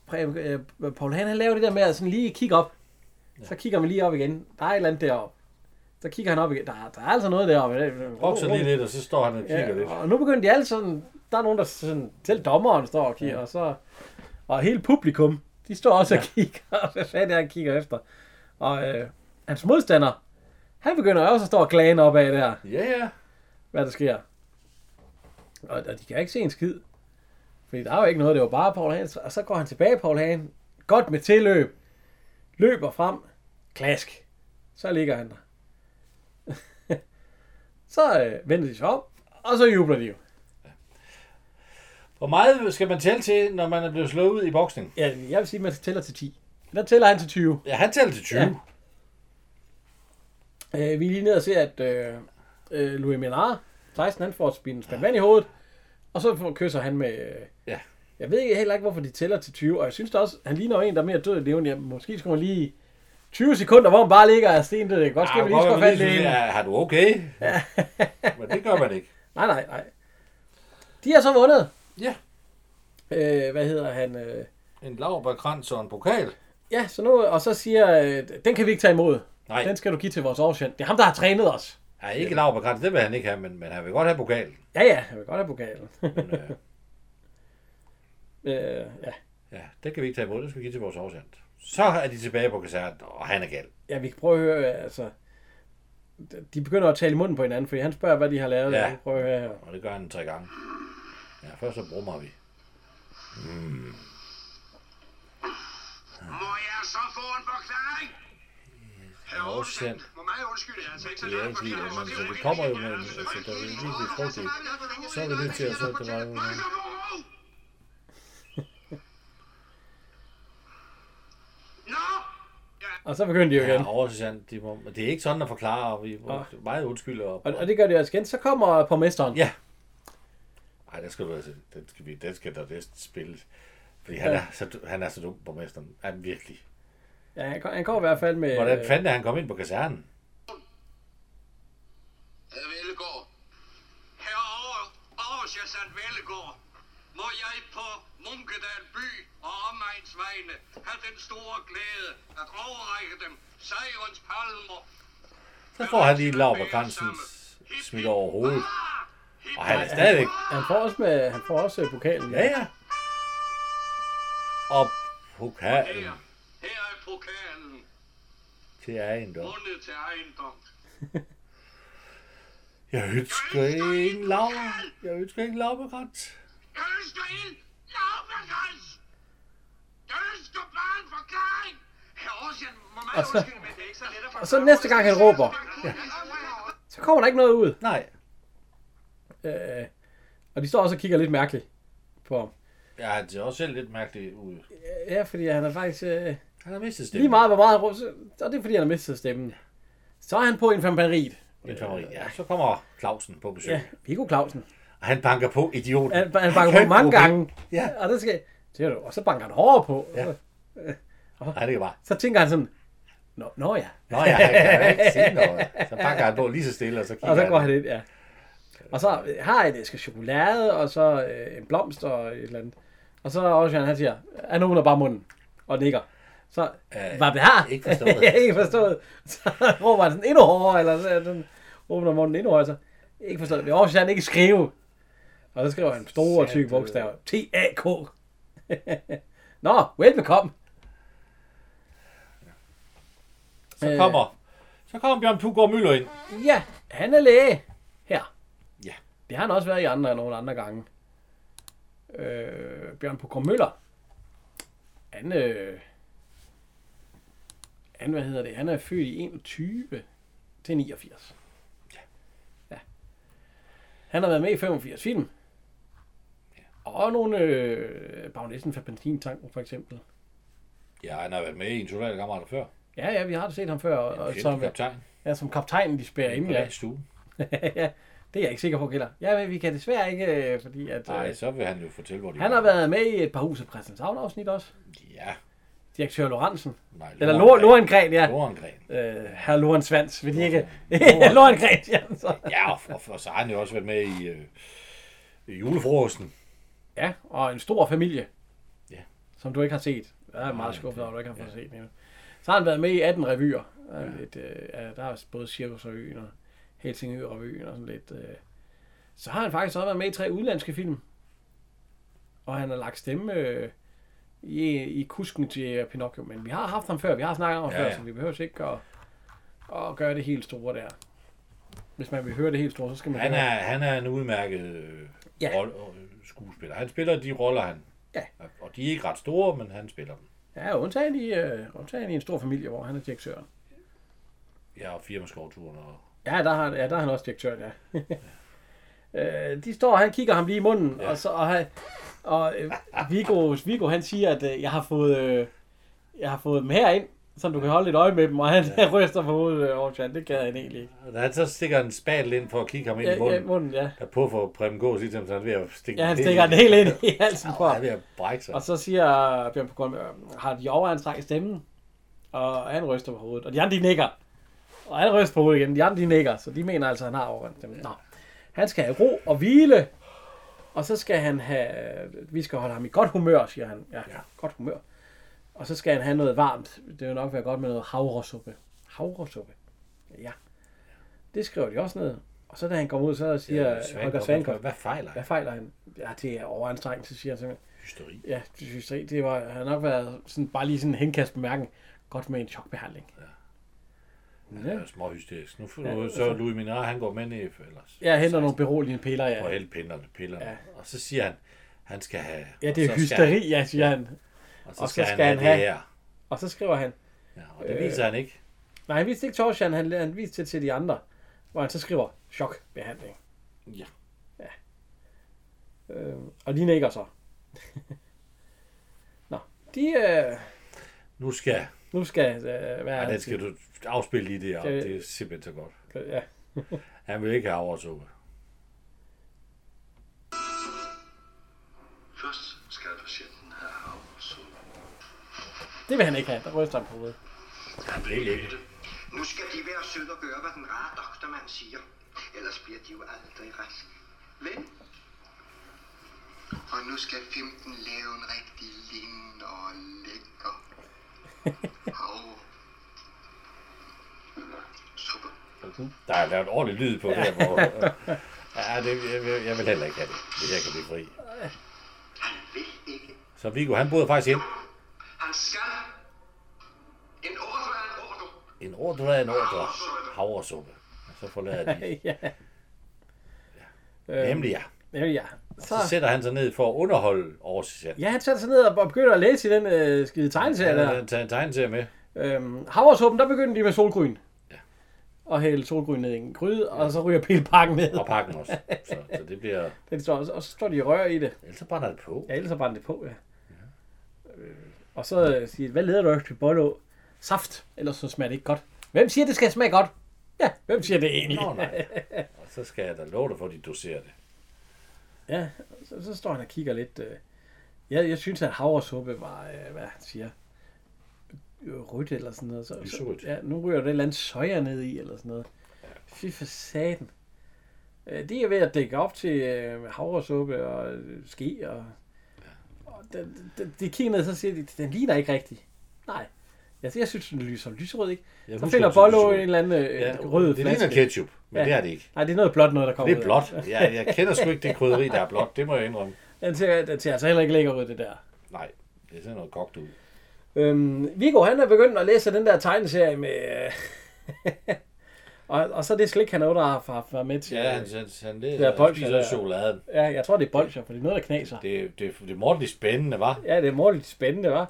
A: Preben, øh, Paul Hagen, han laver det der med at sådan lige kigge op. Ja. Så kigger man lige op igen. Der er et eller andet deroppe. Så kigger han op igen. Der, er- der er altså noget deroppe.
B: Bokser lige lidt, og så står han og kigger
A: Ja,
B: lidt.
A: og nu begyndte de alle sådan, der er nogen, der sådan, selv dommeren står og kigger, ja. og så, og hele publikum, de står også ja. og kigger, hvad fanden er han kigger efter. Og øh, hans modstander, han begynder også at stå og glane op af der,
B: Ja, ja.
A: hvad der sker. Og, og de kan ikke se en skid. Fordi der er jo ikke noget, det var bare Paul Hagen. Og så går han tilbage, Paul Hagen. Godt med tilløb. Løber frem. Klask. Så ligger han der. så øh, vender de sig om, og så jubler de jo.
B: Hvor meget skal man tælle til, når man er blevet slået ud i boksning?
A: Ja, jeg vil sige, at man tæller til 10. Der tæller han til 20.
B: Ja, han tæller til 20.
A: Ja. Øh, vi er lige nede og ser, at øh, øh, Louis Menard, 16, han får et spin, spand vand i hovedet. Og så får- kysser han med... Øh,
B: Ja.
A: jeg ved ikke- heller ikke, hvorfor de tæller til 20, og jeg synes da også, han ligner en, der er mere død i levende. Ja, måske skulle man lige 20 sekunder, hvor man bare ligger af sten, det kan godt ske, at vi lige skal fat det.
B: ja, har du okay?
A: Ja.
B: Men det gør man ikke.
A: nej, nej, nej. De har så vundet.
B: Ja.
A: Øh, hvad hedder han? Øh,
B: En laverkrans og en pokal.
A: ja, så nu, og så siger, øh, den kan vi ikke tage imod.
B: Nej.
A: Den skal du give til vores oversjent. Det er ham, der har trænet os.
B: Nej, ikke laverkrans, det vil han ikke have, men, men han vil godt have pokalen.
A: Ja, ja, jeg vil godt have pokalen.
B: Men, øh,
A: øh, ja.
B: ja, det kan vi ikke tage imod, det skal vi give til vores oversendt. Så er de tilbage på kasernen, og han er gal.
A: ja, vi kan prøve at høre, altså... De begynder at tale i munden på hinanden, fordi han spørger, hvad de har lavet.
B: Ja.
A: Ja. Prøv at høre her.
B: Og det gør han tre gange. Ja, først så brummer vi.
C: Må jeg så få en forklaring? Herre Olsen, må mig undskylde, jeg altså ikke så
B: Det er
C: lang
B: ikke fordi, at man, så det
C: forklaring.
B: kommer jo, men altså, der er jo lige det frygteligt. Så er vi nødt til at sætte det meget ud.
C: Må jeg så få ro? Nå! Ja,
A: Og så begynder de jo igen.
B: Ja, oversendt, de må, men det er ikke sådan at forklare, og vi må meget undskylde. Og,
A: Og, og det gør de også igen. Så kommer borgmesteren.
B: Ja. Ej, den skal du altså, den skal, vi, den skal der næsten spilles. Fordi han,
A: Ja.
B: er så, han er så dum, borgmesteren. Ja, virkelig.
A: ja han, kom, han kommer i hvert fald med...
B: Hvordan fanden er han kommet ind på kasernen?
C: Herre Vellegård. Herre over, oversjæsand Vellegård. Må jeg på Munkedal by og omegnsvejene have den store glæde at overrække dem sejrens palmer.
B: Så får han lige lav på grænsen, smidt over hovedet. Og han er stadigvæk...
A: Han får også, med, han får også øh, pokalen.
B: Ja, ja. Og pokalen
C: Her, her er pokalen,
B: til egen dom.
C: bundet til ejendom.
B: Jeg ønsker en lav... Jeg ønsker en lav på grænsen.
C: Jeg ønsker en lavbegræns. Jeg ønsker bare en forklaring. Herre Aarhusian, må man
A: Og så-
C: undskylde, men det er ikke så let at
A: Og så næste gang han råber,
C: Ja.
A: så kommer der ikke noget ud.
B: Nej.
A: Øh, og de står også og kigger lidt mærkeligt på ham.
B: Ja, han ser også selv lidt mærkeligt ud.
A: Ja, fordi han er faktisk... Øh,
B: Han har mistet stemmen.
A: lige meget, hvor meget han råber, så, og det er fordi, han har mistet stemmen. Så er han på infanteriet.
B: Min favorit. Ja, så kommer Clausen på besøg.
A: Ja, Viggo Clausen.
B: Og han banker på idioten.
A: Han, han banker
B: kan
A: på mange
B: ikke råbe.
A: gange.
B: Ja.
A: Og, det skal, det er jo, og så banker han hårdere på.
B: Ja.
A: Og så,
B: Nej, det er bare.
A: så tænker han sådan, Nå, nå ja.
B: Nå ja, han kan ikke sige noget. Så banker han på lige så stille, og så kigger
A: Og så går han ind, ja. Og så øh, har jeg en æske chokolade, og så øh, en blomst og et eller andet. Og så også han siger, han åbner bare munden og nikker. Så,
B: Øh,
A: øh, var det her?
B: ikke forstået.
A: ja, ikke forstået. Så råber han sådan endnu hårdere, eller sådan, sådan åbner munden endnu højere. Så, ikke forstået. Det er også, han ikke skrive. Og så skriver han store, tykke
B: Satan.
A: bogstaver. T-A-K. Nå, velbekomme.
B: Så kommer, så kommer Bjørn Pugård Møller ind.
A: Ja, han er læge. Her.
B: Ja.
A: Det har han også været i andre nogle andre gange. Øh, Bjørn Pugård Møller. Han, øh, han, hvad hedder det? Han er født i 21 til 89.
B: Ja.
A: ja. Han har været med i 85 film. Og nogle øh, Bagnessen fra Benzintanken, for eksempel.
B: Ja, han har været med i en soldaterkammerat før.
A: Ja, ja, vi har da set ham før. Og, og
B: Som
A: som,
B: kaptajn.
A: ja, som kaptajnen, de spærer ind, ja.
B: Ja. Stue.
A: ja, det er jeg ikke sikker på gælder. Ja, men vi kan desværre ikke, øh, fordi at,
B: Nej,
A: øh,
B: så vil han jo fortælle, hvor de
A: han
B: var.
A: har været med i et par hus af Christianshavn afsnit også.
B: Ja.
A: Direktør Lorentzen.
B: Nej,
A: Eller Lor- Lorengren, ja.
B: Lorengren.
A: Øh, herr Lorentzvans, vil de ikke?
B: Lorengren.
A: Lorengren, ja. Så.
B: Ja, og, og, og, så har han jo også været med i, øh, i julefrokosten.
A: Ja, og en stor familie.
B: Ja.
A: Som du ikke har set. Jeg er meget skuffet over, at du ikke har fået set den endnu. Så har han været med i 18 revyer. Der er, lidt, øh, ja, der er både Cirkusrevyen og Helsingør-revyen og sådan lidt. Øh. Så har han faktisk også været med i tre udlandske film. Og han har lagt stemme øh, i, i kusken til Pinocchio. Men vi har haft ham før. Vi har snakket om ham
B: Ja,
A: ja, før,
B: ja.
A: så vi behøver ikke at, at gøre det helt store der. Hvis man vil høre det helt store, så skal man
B: Han
A: høre-
B: er, han er en udmærket øh,
A: Ja.
B: ja. rolle, øh, skuespiller. Han spiller de roller, han...
A: Ja.
B: Og de er ikke ret store, men han spiller dem.
A: Ja, undtagen i, øh, undtagen i en stor familie, hvor han er direktøren.
B: Ja, og firmaskovturen og...
A: Ja, der har, ja, der er han også direktøren, ja. øh, de står, og han kigger ham lige i munden, ja. og, så, og, han, og øh, Viggo, Viggo, han siger, at øh, jeg har fået, øh, jeg har fået dem herind, Så du kan holde lidt øje med dem, og han ja. ryster på hovedet over Chan. Det gad han egentlig ikke.
B: Da han så stikker en spatel ind for at kigge ham ind
A: Ja,
B: i
A: ja,
B: munden,
A: munden, ja.
B: der puffer Preben Gås lige til ham, så han er ved at stikke
A: Ja, han
B: helt
A: stikker
B: ind
A: den
B: i-
A: helt ind i halsen på
B: Han er
A: ham.
B: ved at brække sig.
A: Og så siger Bjørn på grund, har de overanstrengt stemmen? Og han ryster på hovedet. Og de andre, de nikker. Og han ryster på hovedet igen. De andre, de nikker. Så de mener altså, at han har overanstrengt stemmen. Nå. Han skal have ro og hvile. Og så skal han have... Vi skal holde ham i godt humør, siger han. Ja, ja. godt humør. Og så skal han have noget varmt. Det vil nok være godt med noget havresuppe. Havresuppe? Ja. Det skriver de også ned. Og så da han kommer ud, så siger ja, Holger Svankov,
B: Hvad fejler
A: hvad
B: han?
A: fejler han? Ja, det er overanstrengt, så siger han simpelthen.
B: Hysteri.
A: Ja, det synes jeg, det var, han har nok været sådan, bare lige sådan en henkast bemærken. Godt med en chokbehandling. Ja.
B: Ja.
A: Ja,
B: Det er småhysterisk. Nu ja, så Louis Minard, han går med ned ellers.
A: jeg henter nogle beroligende piller,
B: Og
A: ja.
B: hælder pillerne, pillerne. Ja. Og så siger han, han skal have...
A: Ja,
B: og
A: det
B: så
A: er hysteri, ja, siger han.
B: Skal, og så skal, han, have, det her.
A: Og så skriver han,
B: Ja, og det
A: Øh.
B: viser han ikke.
A: nej, han viste ikke Torsjan, han, han viste det til de andre. Hvor han så skriver, chokbehandling.
B: Ja.
A: Øh, og de nikker så. Nå, de, øh,
B: Nu skal...
A: nu skal øh, være...
B: Ja, den skal du afspille lige der.
A: Skal vi-
B: Det er simpelthen så godt.
A: Ja.
B: Han vil ikke have oversuppe.
C: Først skal patienten have havresuppe.
A: Det vil han ikke have, der ryster han på hovedet.
C: Han vil
B: Det er
C: ikke
B: lidt.
C: det.
E: Nu skal de være søde og gøre, hvad den rare doktormand siger. Ellers bliver de jo aldrig raske. Vel? Og nu skal 15 lave en rigtig lind og lækker. Hav. Suppe.
B: Der er lavet ordentlig lyd på der, hvor... Ja, det, jeg, vil- jeg vil heller ikke have det, hvis jeg kan blive fri.
E: Han vil ikke.
B: Så Viggo, han bryder faktisk ind.
C: Han skal. En ordre er en ordre.
B: En ordre er en ordre. Havresuppe. Og så forlader de.
A: ja. Øh,
B: Nemlig ja.
A: Nemlig, ja.
B: Så sætter han sig ned for at underholde årsagerne.
A: Ja, han satte sig ned og begyndte at læse i den øh, skide tegneserie
B: Ja,
A: der.
B: den tager en tegneserie med.
A: Øhm, Havresuppen, der begyndte de med solgryn.
B: Ja.
A: Og hælde solgryn ned i en gryde, og så ryger hele pakken ned.
B: Og pakken også. Så, så det bliver...
A: Den står, og så står de og rører i det.
B: Ellers så brænder det på.
A: Ja, ellers så brændte det på, ja. Øh, og så øh, siger de, hvad leder du efter Bollo? Saft, ellers så smager det ikke godt. Hvem siger, det skal smage godt? Ja, hvem siger det egentlig?
B: Nå nej. Og så skal jeg da love dig for, at de doserer det.
A: Ja, så, så står han og kigger lidt. Øh. Jeg, jeg synes, at havresuppe var, øh, hvad han siger, øh, rødt eller sådan noget. Så,
B: Lyserødt.
A: Så, ja, nu ryger der et eller andet soja ned i eller sådan noget. Fy for satan. Øh, det er ved at dække op til øh, havresuppe og øh, ske. Og, og de, de, de kigger ned, så siger de, den ligner ikke rigtigt. Nej. Jeg, jeg synes, den lyser som lyserød, ikke?
B: Jeg
A: så
B: husker
A: finder
B: den som
A: Bollo
B: lyserød.
A: en eller anden øh,
B: Ja,
A: rød
B: det
A: flaske.
B: ligner ketchup, men
A: Ja.
B: det er det ikke.
A: Nej, det er noget blåt noget, der kommer
B: Det er
A: ud af
B: blot. Ja, jeg kender sgu ikke det krydderi, der er blot. Det må jeg indrømme.
A: Den ser, den ser altså heller ikke lækker ud, det der.
B: Nej, det ser noget kogt ud.
A: Øhm, Viggo, han er begyndt at læse den der tegneserie med... øh, og, og så det slik, han under har har været med til.
B: Ja, han, han, han, det,
A: Det er
B: han
A: bolsjer,
B: spiser
A: der.
B: chokoladen.
A: ja jeg tror, det er bolcher, for det er noget, der knaser. Det.
B: Det, det, det er mordeligt spændende, var.
A: Ja, det er morligt spændende, hva'?
B: Ja,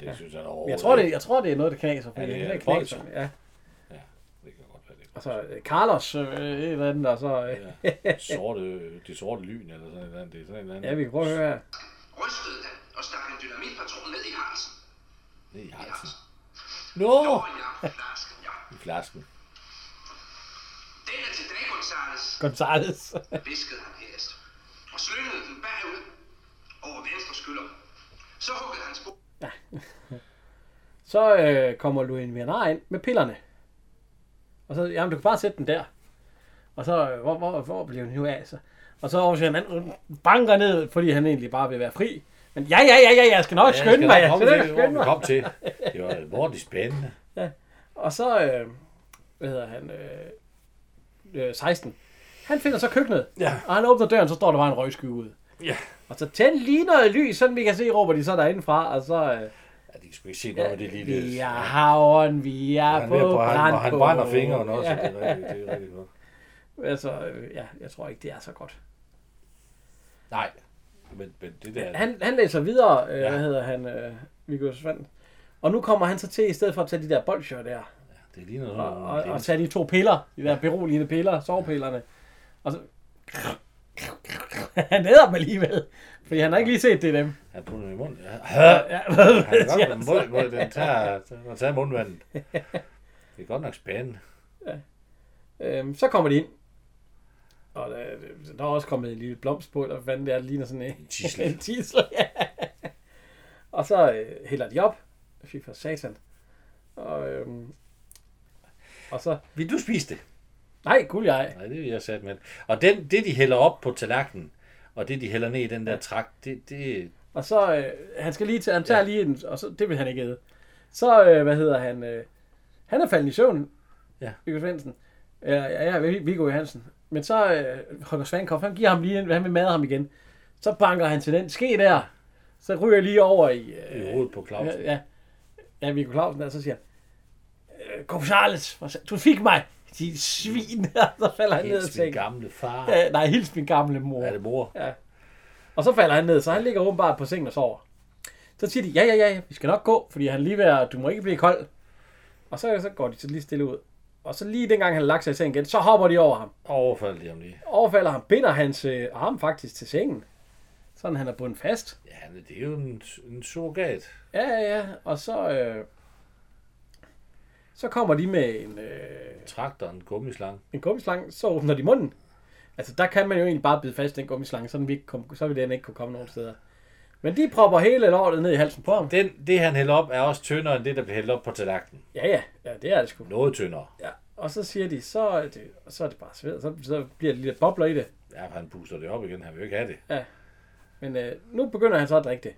B: det synes han
A: Men
B: overhovedet
A: jeg tror, det,
B: ikke.
A: jeg tror, det er noget, der knaser. For
B: Oh, Ja,
A: ja, det,
B: det
A: det
B: er
A: er knaser.
B: bolcher.
A: Ja.
B: Ja, det kan godt være det.
A: Og så øh, Carlos, øh, et eller andet, og så... Øh, ja.
B: Ja. Sorte, det sorte lyn eller sådan noget. Det er sådan en
A: ja, vi kan prøve at høre her.
C: Rystede han og stak en dynamitpatron ned i halsen.
B: Det er
C: halsen.
B: Nå,
C: Og ja, flasken, ja.
B: i flasken.
C: Den er til dig, Gonzales,
A: Gonzales.
C: viskede han hæst. Og slyngede den bagud over venstre skulder. Så huggede han spor.
A: så øh, kommer Louis Vianar ind med pillerne. Og så, jamen du kan bare sætte den der. Og så, øh, hvor, hvor, hvor blev den nu af? Så? Og så over han han banker ned, fordi han egentlig bare vil være fri. Men ja, ja, ja, ja, jeg skal nok ja, skynde mig. Jeg skal nok skynde mig.
B: Kom til. Det var mordeligt spændende.
A: Og så, øh, hvad hedder han, øh, øh, 16. Han finder så køkkenet.
B: Ja.
A: Og han åbner døren, så står der bare en røgsky ude.
B: Ja.
A: Og så tænd lige noget lys, sådan vi kan se, råber de så derindefra. Og så, øh,
B: Ja, de kan sgu ikke se noget af det lige.
A: vi er havren, vi er,
B: Han,
A: på
B: er ved at brænde,
A: brand
B: og han brænder fingrene også. Ja. Det, er rigtig, det er rigtig godt.
A: Altså, øh, ja, jeg tror ikke, det er så godt.
B: Nej, men, men det der...
A: Han, han læser videre, øh, ja.
B: Ja.
A: hvad hedder han, øh, Viggo Svand. Og nu kommer han så til, i stedet for at tage de der bolcher der,
B: Det ligner sådan
A: og, og,
B: noget.
A: og tage de to piller, de der beroligende piller, sovepillerne. Og så, han æder dem alligevel. Fordi han har ikke lige set det er dem.
B: Han putter den i munden. Ja. Hø!
A: Ja, hvad
B: Han
A: ved
B: kan godt
A: jeg
B: med
A: så?
B: munden, hvor den tager, den tager mundvandet. Det er godt nok spændende.
A: Øhm, så kommer de ind. Og der, der er også kommet en lille blomst på, eller hvad fanden det er, det ligner sådan en
B: Tidsel.
A: en tidsel, ja. Og så øh, hælder de op. Fy for satan. Og, øhm, og så...
B: Vil du spise det?
A: Nej, guld jeg.
B: Nej, det vil jeg sat med. Og den, det, de hælder op på tallerkenen, og det, de hælder ned i den der trakt, det, det,
A: Og så... Øh, han skal lige til... Han tager lige en... Og så, det vil han ikke æde. Så, øh, hvad hedder han... Øh, han er faldet i søvn.
B: Ja.
A: Viggo Svendsen. Ja, ja, ja, Viggo Johansen. Men så... Øh, Holger Svankopf, han giver ham lige en... Han vil madre ham igen. Så banker han til den ske der. Så ryger jeg lige over i... Øh,
B: det er hovedet på Claus.
A: Ja, ja. ja Viggo Clausen der, så siger han, "Øh, Gonzales, hvor sa- du fik mig, de svin, og så falder han ned og
B: Helt min
A: tænker,
B: gamle far.
A: "Ja, nej, hils min gamle mor.
B: Er det mor?
A: Ja. Og så falder han ned, så han ligger åbenbart på sengen og sover. Så siger de, ja, ja, ja, vi skal nok gå, fordi han er lige ved at, du må ikke blive kold. Og så, så går de så lige stille ud. Og så lige dengang han har lagt sig i sengen igen, så hopper de over ham.
B: Overfald lige om lige.
A: Overfalder ham, binder hans øh, arm faktisk til sengen. Sådan han er bundet fast.
B: Ja, han er- det er jo en, en surrogat.
A: Ja, ja, ja. Og så... Øh, så kommer de med en, øh,
B: Traktor, en gummislange.
A: en gummislange, så åbner de munden. Altså, der kan man jo egentlig bare bide fast i den gummislange, så, den vi ikke kom, så vil den ikke kunne komme nogen steder. Men de propper hele lortet ned i halsen på ham.
B: Den, det, han hælder op, er også tyndere end det, der bliver hældt op på tallerkenen.
A: Ja, ja, ja, det er det sgu.
B: Noget tyndere.
A: Ja. Og så siger de, så er det, så er det bare svært. Så, så bliver det lidt bobler i det.
B: Ja, for han puster det op igen. Han vil jo ikke have det.
A: Men øh, nu begynder han så at drikke det.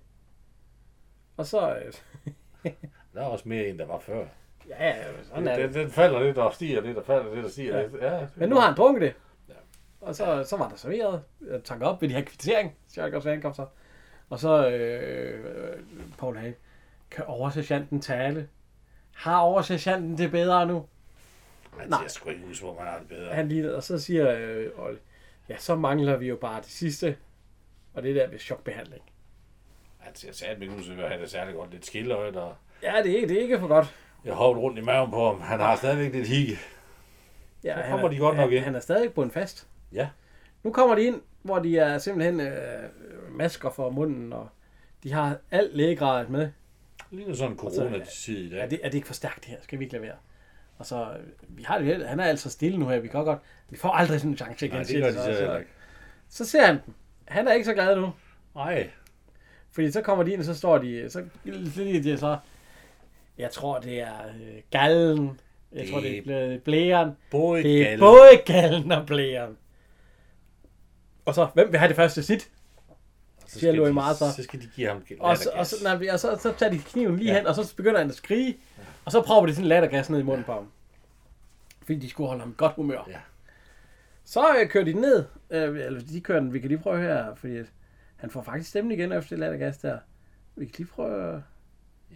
A: Og så... Øh,
B: Der er også mere end der var før.
A: ja, ja, sådan er det.
B: Den, den falder lidt og stiger lidt og falder lidt og stiger
A: Ja.
B: lidt. Ja.
A: Men nu har han drukket det. Og så, så var der serveret. Jeg tanker op ved de her kvittering. Sjælgaard Svane kom så. Og så øh, øh, Paul Hage. Kan oversergeanten tale? Har oversergeanten det bedre nu?
B: Han
A: Nej.
B: siger sgu ikke huske, hvor man har det bedre.
A: Han ligner, og så siger øh, Olle, ja, så mangler vi jo bare det sidste. Og det der ved chokbehandling.
B: Han siger satme ikke huske, at han er særlig godt. Lidt skildøjet og...
A: Ja, det er ikke, det er ikke for godt.
B: Jeg hoppede rundt i maven på ham. Han har stadigvæk lidt higge.
A: Ja,
B: Så
A: han
B: kommer
A: er-
B: de godt nok
A: han,
B: ind.
A: Han er stadig på en fast.
B: Ja.
A: Nu kommer de ind, hvor de er simpelthen øh, masker for munden, og de har alt lægegrad med.
B: Lige sådan en coronatid i
A: er
B: dag.
A: det, er det ikke for stærkt det her? Skal vi ikke lade være? Og så, øh, vi har det, jo- han er altså stille nu her, vi kan godt, vi får aldrig sådan en chance igen.
B: Nej, det
A: siger
B: gør de
A: så,
B: så
A: så-
B: heller ikke.
A: Så ser han dem. Han er ikke så glad nu,
B: Nej,
A: fordi så kommer de ind, og så står de, øh, så lige de så, jeg tror det er øh, gallen, jeg
B: Det-
A: tror det er blæ- blæren,
B: både
A: det er
B: galde-
A: både gallen og blæren. Og så, hvem vil have det første sit?
B: Så
A: siger
B: skal
A: Louis
B: de-
A: Martha.
B: Så skal de give ham
A: Og så, og, så, nej, og så, så tager de kniven lige ja. hen, og så begynder han at skrige, og så propper de sådan en lattergas ned i munden på ham. Fordi de skulle holde ham i godt humør.
B: Ja.
A: Så øh, kører de den ned, øh, eller de kører den, vi kan lige prøve her, fordi at han får faktisk stemmen igen efter det lattergas der. Vi kan lige prøve at høre,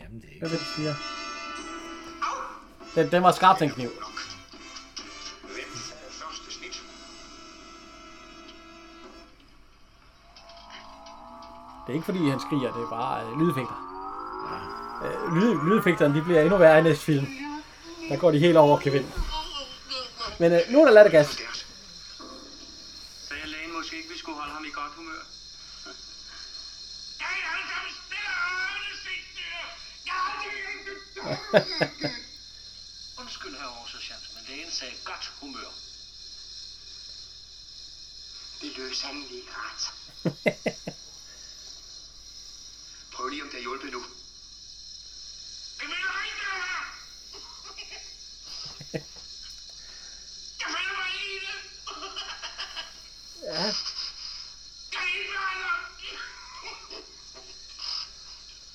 B: Jamen, det er ikke...
A: hvad det siger. Den, den var skarp, den kniv.
C: Nok. Hvem får første snit?
A: Det er ikke fordi, han skriger, det er bare øh, lydeffekter. Øh, lyd, lydeffekterne, de bliver endnu værre i næste film. Der går de helt over Kevin. Men øh, nu er der lattergas.
C: Stærkt. Sagde lægen måske ikke, vi skulle holde ham i godt humør. Jeg er altså Undskyld, herre Aarhus men lægen sagde godt humør.
E: Det lød sandelig ikke ret.
C: Prøv lige, om det har hjulpet nu. Det mener jeg ikke, det her! Jeg finder mig i det!
A: Ja.
C: Jeg er ikke være der!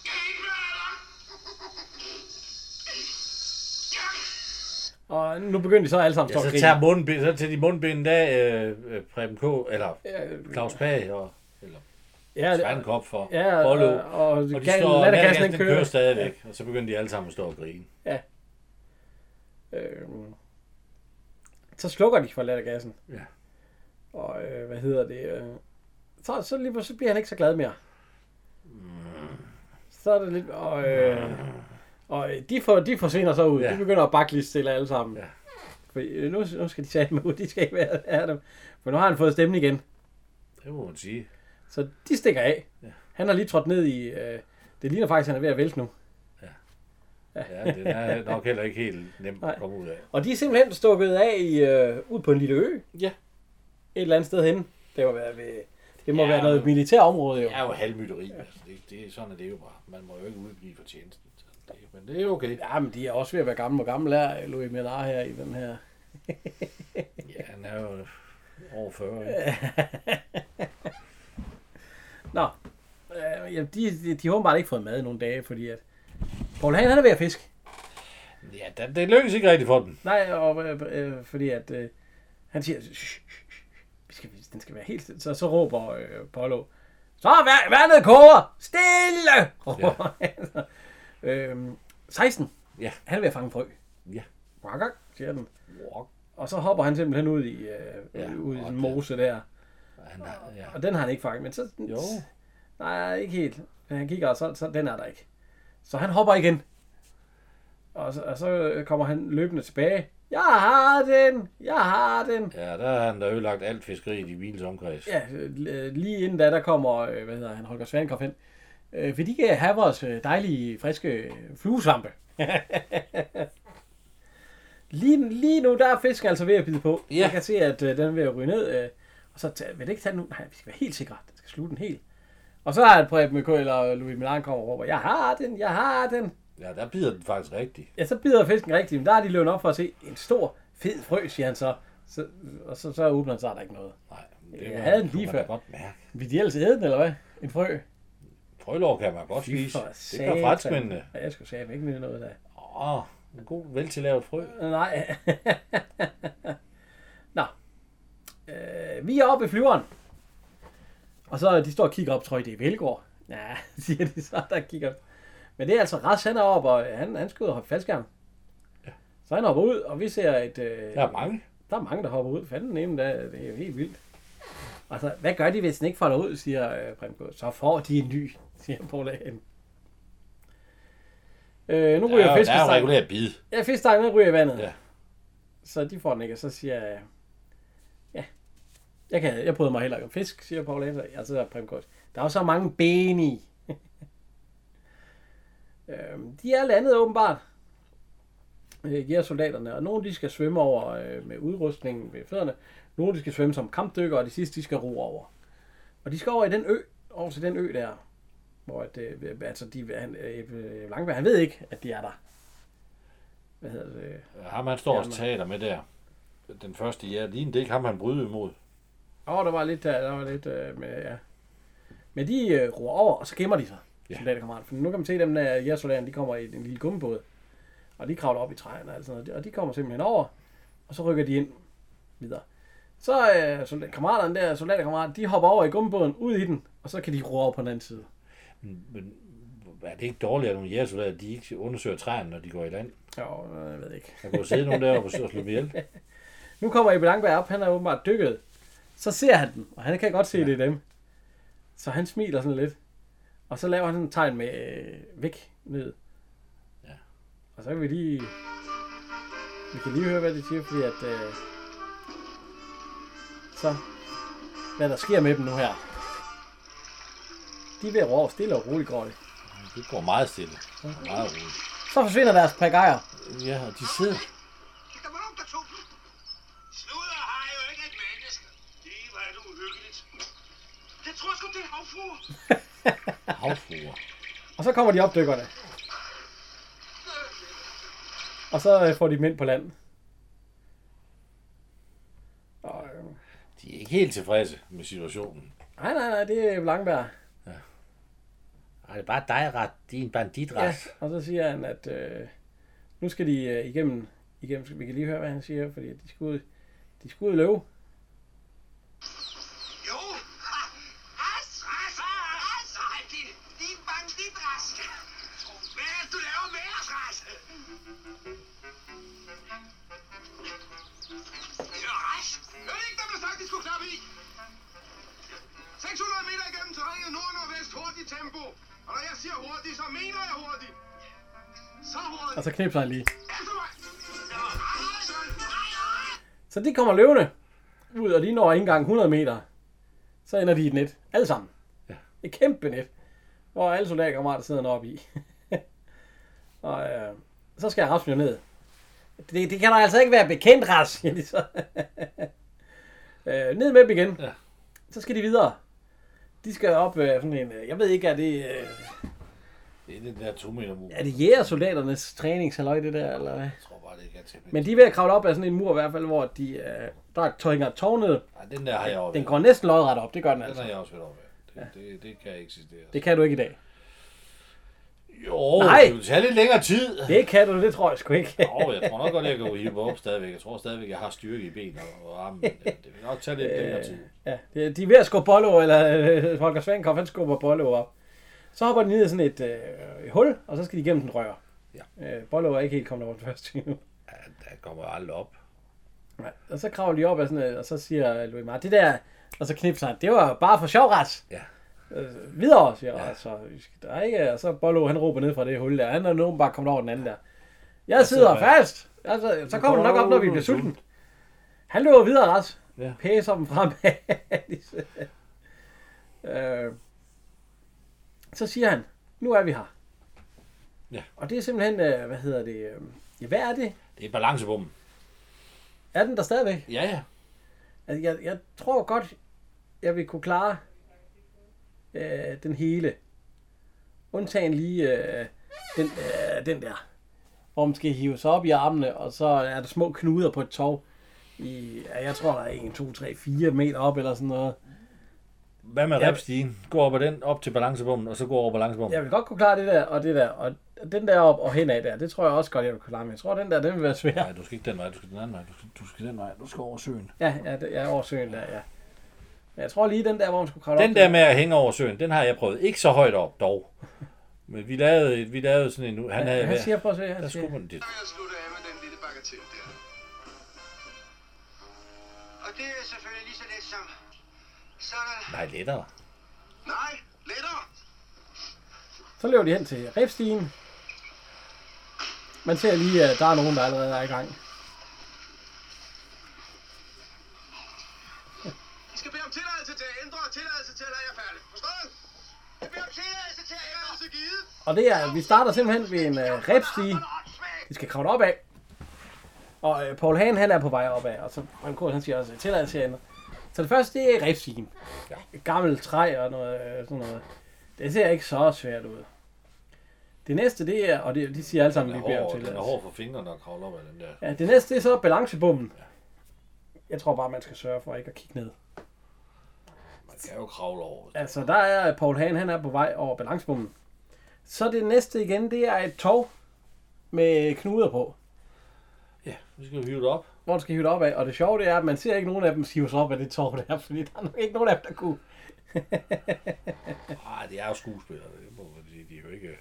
C: Jeg er ikke være der!
A: Og nu begynder de så alle sammen at
B: Ja,
A: stå og
B: så
A: grine.
B: tager mundbind, så tager de mundbinden af øh, øh, Preben K, eller
A: Ja,
B: Claus Pag, og, eller
A: Øh, Ja, det-
B: Svandkop for
A: ja, og,
B: Bollo.
A: og, og, og
B: Og de
A: gal-
B: står, og
A: lattergassen,
B: den
A: den
B: kører
A: kører.
B: stadigvæk, og så begynder de alle sammen at stå og grine.
A: Øhm, så slukker de for lattergassen.
B: Ja.
A: Og øh, hvad hedder det? Øh, så, så, lige, pludselig- så bliver han ikke så glad mere.
B: Mm.
A: Så er det lidt... Og, øh, og øh, de, for, de forsvinder så ud.
B: Ja.
A: Ja. De begynder at bakke lige stille alle sammen.
B: Ja.
A: Ja. For, øh, nu, nu skal de tage med ud. De skal ikke være af dem. For nu har han fået stemmen igen.
B: Det må man sige.
A: Så de stikker af. Ja. Han har lige trådt ned i... Øh, det ligner faktisk, at han er ved at vælte nu.
B: Ja, det er nok heller ikke helt nemt at komme ud af.
A: Og de er simpelthen stukket af i, øh, ud på en lille ø.
B: Ja.
A: Et eller andet sted henne. Det må være, ved, det må
B: Ja,
A: ja, være noget
B: men-
A: militær område jo.
B: Det er jo halvmytteri. Altså, det, det, er- sådan er det jo bare. Man må jo ikke udblive for tjenesten. Så det- Men det er okay.
A: Ja, men de er også ved at være gamle. Hvor gammel er Louis Millard her i den her?
B: Ja, han er jo over 40. ikke?
A: Nå, øh, jamen, de, de, de har åbenbart ikke fået mad i nogle dage, fordi at... Paul Hagen, han er ved at fiske.
B: Ja, det, det lykkes ikke rigtig for dem.
A: Nej, og, øh, øh, fordi at øh, han siger, "Shh, shh, shh, vi skal, den skal være helt stille. Så, så råber øh, Polo, så vær, vandet koger, stille! Råber han. øhm, 16,
B: Ja.
A: han er ved at fange frø.
B: Ja.
A: Rakker, siger den.
B: Wow.
A: Og så hopper han simpelthen ud i, øh,
B: Ja,
A: ja, ud i
B: og
A: sådan en
B: det-
A: mose der.
B: Han er, ja.
A: Og den har han ikke fanget, men så...
B: Jo.
A: Nej, ikke helt. Men han kigger, og så, så den er der ikke. Så han hopper igen. Og så, og så kommer han løbende tilbage. Jeg har den! Jeg har den!
B: Ja, der har han da ødelagt alt fiskeri i Wiens omkreds.
A: Ja, øh, lige inden da, der kommer, øh, hvad hedder han, Holger Svankov hen. Øh, Vil de ikke have vores øh, dejlige, friske øh, fluesvampe? lige, lige nu, der er fisken altså ved at bide på.
B: Ja.
A: Jeg kan se, at øh, den er ved at ryge ned. øh, Og så tage, vil det ikke tage den nu? Nej, vi skal være helt sikre. Den skal slutte den helt. Og så er Preben McK eller Louis Milan kommer og råber, jeg har den, jeg har den.
B: Ja, der bider den faktisk rigtigt.
A: Ja, så bider fisken rigtigt, men der er de løbet op for at se en stor, fed frø, siger han så. så og så, så åbner han, så er der ikke noget.
B: Nej, det
A: Jeg
B: var-
A: havde den
B: kunne
A: lige
B: man da
A: før.
B: godt mærke.
A: Vil de ellers æde den, eller hvad? En frø?
B: Frølov kan man godt spise.
A: For
B: Det gør
A: satan.
B: franskmændene.
A: Ja, jeg skulle sige, ikke med noget der.
B: Åh, en god, veltillavet frø.
A: Nej. Nå. Øh, vi er oppe i flyveren. Og så de står og kigger op, tror I det er Velgaard? Ja, siger de så, der kigger op. Men det er altså Ras, han er oppe, og han, han skal ud og hoppe faldskærm. Så han hopper ud, og vi ser et... Øh,
B: Der er mange.
A: Der er mange, der hopper ud. Fanden nemt, det er jo helt vildt. Altså, hvad gør de, hvis den ikke falder ud, siger øh, Preben K. Så får de en ny, siger Paul Hagen. Øh, nu
B: Der
A: ryger
B: er, jo- der er jo
A: fiskestangen.
B: regulær bid.
A: Ja, fiskestangen den ryger i vandet.
B: Ja.
A: Så de får den ikke, og så siger jeg, ja, jeg, kan, jeg bryder mig heller ikke om fisk, siger Paul Hagen. Ja, så er Preben K. Der er jo så mange ben i. Øhm, de er landet åbenbart. Øh, jægersoldaterne, og nogle de skal svømme over øh, med udrustningen ved fødderne, nogle de skal svømme som kampdykker, og de sidste de skal ro over. Og de skal over i den ø, over til den ø der, hvor at, øh, altså de, han, øh, Langberg, han ved ikke, at de er der. Hvad hedder det?
B: Ham han står og
A: Jamen.
B: taler med der. Den første, ja, lignede det ikke ham, han brydede imod.
A: Åh, oh, der var lidt, der, der var lidt øh, med, ja. Men de øh, roer over, og så gemmer de sig,
B: Ja.
A: ja. soldaterkammerater. For nu kan man se dem, der jægersoldaterne, de kommer i en lille gummibåd. Og de kravler op i træerne og alt sådan noget. Og de kommer simpelthen over, og så rykker de ind videre. Så øh, soldat, kammeraterne der, soldaterkammerater, de hopper over i gummibåden, ud i den, og så kan de ro over på den anden side.
B: Men er det ikke dårligt, at nogle jægersoldater, de ikke undersøger træerne, når de går i land?
A: Jo, øh, jeg ved ikke.
B: Der kunne jo sidde nogen deroppe og slå dem ihjel.
A: Nu kommer Ebbe Langberg op, han er åbenbart dykket. Så ser han den, og han kan godt se, ja. det er dem. Så han smiler sådan lidt. Og så laver han sådan en tegn med øh, væk ned.
B: Ja.
A: Og så kan vi lige... Vi kan lige høre, hvad det siger, fordi at... Øh, så... Hvad der sker med dem nu her. De er ved at råbe stille og roligt går det.
B: Det går meget stille. Og Meget roligt.
A: Så forsvinder deres pagajer.
B: Ja, og de sidder.
C: Der var nogen, der tog dem. Hm. Sludder har jo ikke et menneske. Det var det uhyggeligt. Jeg tror sgu, det er havfruer.
B: Havfruer.
A: Og så kommer de opdykkerne. Og så øh, får de dem ind på land. Og, øh,
B: De er ikke helt tilfredse med situationen.
A: nej, nej, nej, det er Langberg.
B: Ej, det er bare dig ret, din banditret. Ja.
A: Og så siger han, at øh, nu skal de øh, igennem, igennem... Vi kan lige høre, hvad han siger, fordi de skal ud, de skal ud i løve.
C: Jo. As, as, as, ej, din, din banditrask. Hvad er det, du laver med os, Rasse? Ja, Ras. Hørte I ikke, der blev sagt, de skulle klappe i?
D: 600 meter igennem terrænet, nord og vest, hurtigt tempo. Og når jeg siger hurtigt, så mener jeg hurtigt. Så hurtigt.
A: Og så knipser han lige.
D: Altså, vej.
C: Ja, Ras.
A: Så de kommer løvende ud, og de når ikke engang 100 meter. så ender de i et net. Alle sammen.
B: Ja.
A: Et kæmpe net, hvor alle soldaterkammerater sidder deroppe i. og øh, så skal Rasmus jo ned. Det, det kan der altså ikke være bekendt, Ras, siger de så. øh, ned med dem igen.
B: Ja.
A: Så skal de videre. De skal op øh, sådan en, øh, jeg ved ikke, er det, øh,
B: Det er den der to meter mur.
A: er det jægersoldaternes træningshalløj, det der, eller hvad?
B: Jeg tror bare, det ikke er til.
A: Men de er ved at kravle op af sådan en mur i hvert fald, hvor de, øh, der er tøjninger tårnet.
B: Ej, den der har jeg også
A: Den
B: den,
A: går næsten lodret op, det gør den
B: den
A: altså.
B: har jeg også været over. Det, ja. det, det, kan ikke eksistere.
A: Det kan du ikke i dag.
B: Jo,
A: Nej.
B: det vil tage lidt længere tid.
A: Det kan du, det tror jeg sgu ikke.
B: Åh, jeg tror nok godt, jeg kan hive mig op stadigvæk. Jeg tror stadigvæk, jeg har styrke i ben og, og armen. Det, det vil nok tage lidt længere tid.
A: Ja, de de er ved at skubbe Bollo, eller øh, Holger Svankov, han skubber Bollo op. Så hopper de ned i sådan et øh, hul, og så skal de igennem den rør. Ja. Øh, Bollo er ikke helt kommet over den første endnu.
B: Ja, der kommer jeg aldrig op.
A: Nej. Og så kravler de op, og, sådan, øh, og så siger Louis Mar, det der, og så knipser han, det var bare for sjov, Ras.
B: Ja.
A: Øh, videre, siger ja. så, der er ikke, og så Bollo, han råber ned fra det hul der, han er nogen bare kommet over den anden der. Jeg sidder
B: sidder
A: fast! Altså, så kommer du nok op, når vi bliver sulten. Han løber videre, Ras.
B: Ja.
A: Pæser dem fremad. øh, så siger han, nu er vi her.
B: Ja.
A: Og det er simpelthen, øh, hvad hedder det, øh, ja, hvad er det?
B: Det er balancebommen.
A: Er den der stadigvæk?
B: Ja, ja.
A: Altså, jeg, jeg tror godt, jeg vil kunne klare øh, den hele. Undtagen lige øh, den, øh, den der. Hvor man skal hive sig op i armene, og så er der små knuder på et tov. I, ja, jeg tror, der er 1, 2, 3, 4 meter op eller sådan noget.
B: Hvad med
A: Ja.
B: repstigen? Gå op ad den, op til balancebommen, og så gå over balancebommen.
A: Jeg vil godt kunne klare det der og det der. Og den der op og henad der, det tror jeg også godt, jeg vil kunne klare. Men jeg tror, den der, den vil være svær.
B: Nej, du skal ikke den vej, du skal den anden vej. Du skal, du skal den vej, du skal over søen.
A: Ja, ja, det- ja over søen der, ja. Men jeg tror lige den der, hvor man skulle kravle
B: Den
A: op.
B: der med at hænge over søen, den har jeg prøvet. Ikke så højt op, dog. Men vi lavede, et- vi lavede sådan en... Han havde
A: Han
B: været...
A: siger, prøv at se,
B: Der
A: han siger,
B: skulle man det.
C: Så vil jeg slutte af med den lille bagatell der.
E: Og det er selvfølgelig lige så let som...
C: Sådan.
B: Nej, lettere.
C: Nej, lettere.
A: Så løber de hen til Ripstigen. Man ser lige, at der er nogen, der allerede er i gang.
C: I skal bede om tilladelse til at ændre og tilladelse til at lade jer færdig. Forstået? Jeg beder om tilladelse til at ændre. Tilladelse givet.
A: Og det er, vi starter simpelthen ved en øh, Ripstige.
C: Åndssvagt.
A: De skal kravle op af. Og øh, Paul Hahn, han er på vej opad. Og så Frank Kort, han siger også, tilladelse herinde. Så det første, det er Ripstigen.
B: Ja.
A: Et gammelt træ og noget, øh, sådan noget. Det ser ikke så svært ud. Det næste, det er, og det, de siger alle sammen,
B: Den
A: vi
B: er
A: beder om
B: hård, den er
A: tilladelse.
B: hård for fingrene at kravle op ad den der.
A: Ja, det næste, det er så balancebommen. Jeg tror bare, man skal sørge for ikke at kigge ned.
B: Man kan jo kravle over.
A: Altså, der er Paul Hagen, han er på vej over balancebommen. Så det næste igen, det er et tog med knuder på,
B: Ja, vi skal jo hive det op.
A: hvor du skal hive dig op af. Og det sjove det er, at man ser ikke nogen af dem hive sig op af det tog der, fordi der er nok ikke nogen af dem, der kunne.
B: Ah, det er jo skuespillere, det må man sige. De er jo ikke...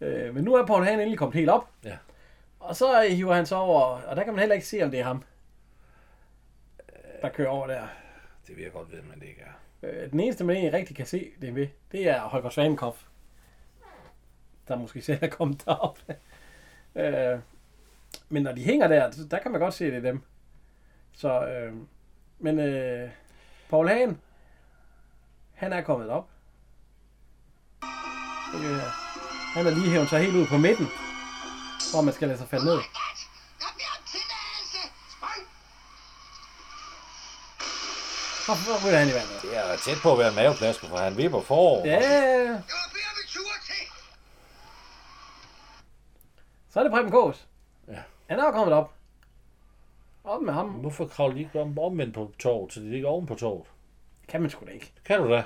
A: Øh, men nu er Paul Hagen endelig kommet helt op.
B: Ja.
A: Og så hiver han sig over, og der kan man heller ikke se, om det er ham, der kører over der.
B: Det vil jeg godt vide, men det ikke er.
A: Øh, den eneste, man egentlig rigtig kan se det ved, det er Holger Svankov. Der måske selv er kommet derop. øh, men når de hænger der, så- der kan man godt se, det er dem. Så, øh, men øh, Paul Hagen, han er kommet op. Det kan vi her. Han er lige hævet sig helt ud på midten, hvor man skal lade sig falde ned.
E: Kat! Der bliver tilladelse! Spring!
A: Så ryger han i vandet.
B: Det er tæt på at være en maveplasker, for han vipper forover.
A: Ja,
C: Jeg vil bede om en tur til.
A: så er det Preben Kås.
B: Ja.
A: Han er jo kommet op. Op med ham.
B: Hvorfor kravler de ikke om, omvendt på toget, så de ligger oven på toget?
A: Kan man sgu da ikke.
B: Kan du da?
A: Øh,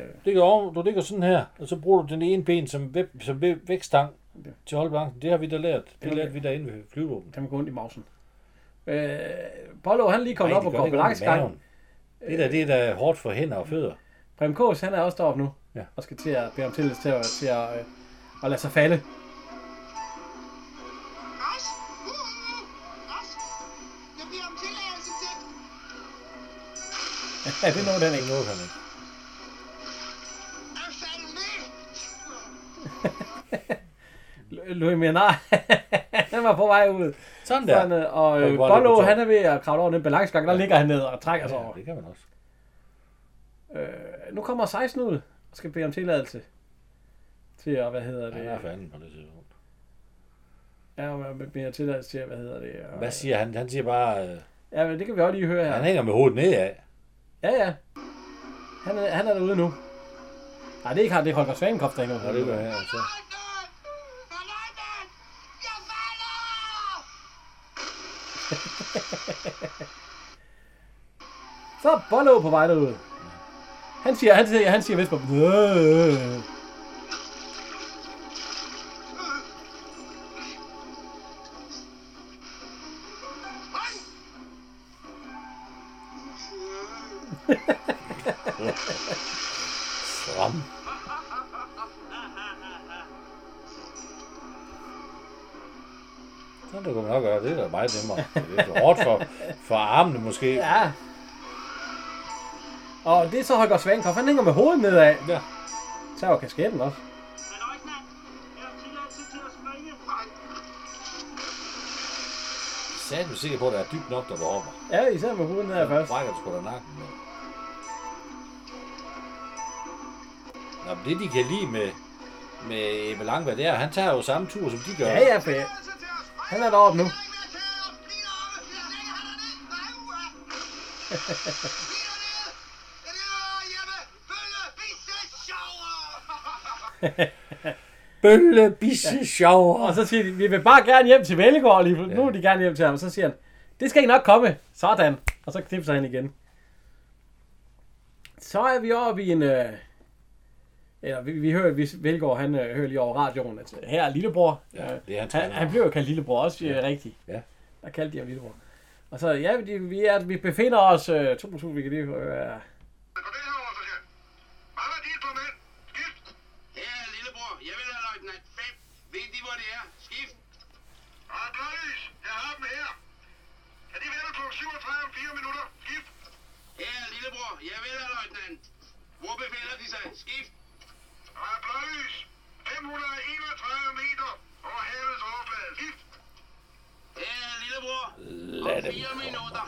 B: Du ligger, oven, du ligger sådan her, og så bruger du den ene ben som, væb, som væb, vækstang til holdbalancen. Det har vi da lært. Det
A: Det-
B: lærte vi da inde ved flyvåbnet.
A: kan man gå ondt i mausen. Øh, Polo, han er lige kommet
B: Nej,
A: op og
B: det gør
A: går
B: ikke ondt i
A: balancegang.
B: maven. Det er da det, der er hårdt for hænder og fødder.
A: Prem Kås, han er også deroppe nu.
B: Ja.
A: Og skal til at bede om tilladelse til at, til at, øh, at lade sig falde.
E: Rask! Uh,
C: Uh-huh.
E: rask! Jeg beder om tilladelse til...
A: Ja, det nåede han
B: Det
A: ikke.
B: nåede han ikke.
E: At falde ned!
A: L- Louis Mianar, han var på vej ud.
B: Sådan der.
A: Sådan, øh, og
B: Så
A: øh,
B: går han ned på
A: Bollo,
B: toppen.
A: han er ved at kravle over den balancegang. Der ligger han ned og trækker sig
B: Ja,
A: over.
B: det kan man også.
A: Øh, nu kommer 16 ud og skal bede om tilladelse til at, hvad hedder
B: Han er
A: det?
B: fanden på det tidspunkt.
A: Ja, og bede om tilladelse til, at, hvad hedder det? Og,
B: Hvad siger han? Han siger bare, øh,
A: Ja, men det kan vi også lige høre her.
B: han hænger med hovedet nedad.
A: Ja, ja. Han er, han er derude nu. Nej, det er ikke ham, det er Holger Svanenkopf, der ikke
B: Og det gør her, så.
A: Så er Bollo på vej derude. Han siger, han siger, han siger vist på... Øh.
B: Stram. Sådan det kunne man nok gøre. Det er da meget nemmere. Det er for hårdt for, for armene måske.
A: Ja. Og det er så Holger Svanenkopf, han hænger med hovedet nedad.
B: Ja.
A: Tager jo kasketten også.
B: Sagde du sikker på, at der er dybt nok, der var over.
A: Ja, især med hovedet nedad først.
B: Brækker du sgu da nakken med. Nå, men det de kan lide med, med Ebbe Langberg, det er, at han tager jo samme tur, som de gør.
A: Ja, ja, for Altså, jeg- han er deroppe nu.
B: Bølle, bisse, sjov.
A: Og så siger de, vi vil bare gerne hjem til Vellegård lige pludselig. Nu vil de gerne hjem til ham. Så siger han, det skal I nok komme. Sådan. Og så knipser han igen. Så er vi oppe i en... Øh... Eller vi, vi hører, vi Vellegård, han øh, hører lige over radioen, at øh, her er lillebror.
B: Ja, det er hans
A: han,
B: træner.
A: han blev jo kaldt lillebror, også ja. rigtigt.
B: Ja.
A: Der kaldte de ham lillebror. Og så, ja, vi, vi, er, vi befinder os... Øh, 2000, vi kan lige høre... Øh,
C: Kom ind herover, så skal. Hvad var dit på mand? Skift. Ja, lillebror. Jeg vil have løjtnant 5. Ved de, hvor det er? Skift. Og Drøys, jeg har dem her. Kan de være der kl. 37 om 4 minutter? Skift. Ja, lillebror. Jeg vil have løjtnant. Hvor befinder de sig? Skift. Og Drøys, 531 meter over havets overflade. Skift. Ja, lillebror.
B: Lad
C: Om
B: dem
C: 4
B: komme.
C: minutter.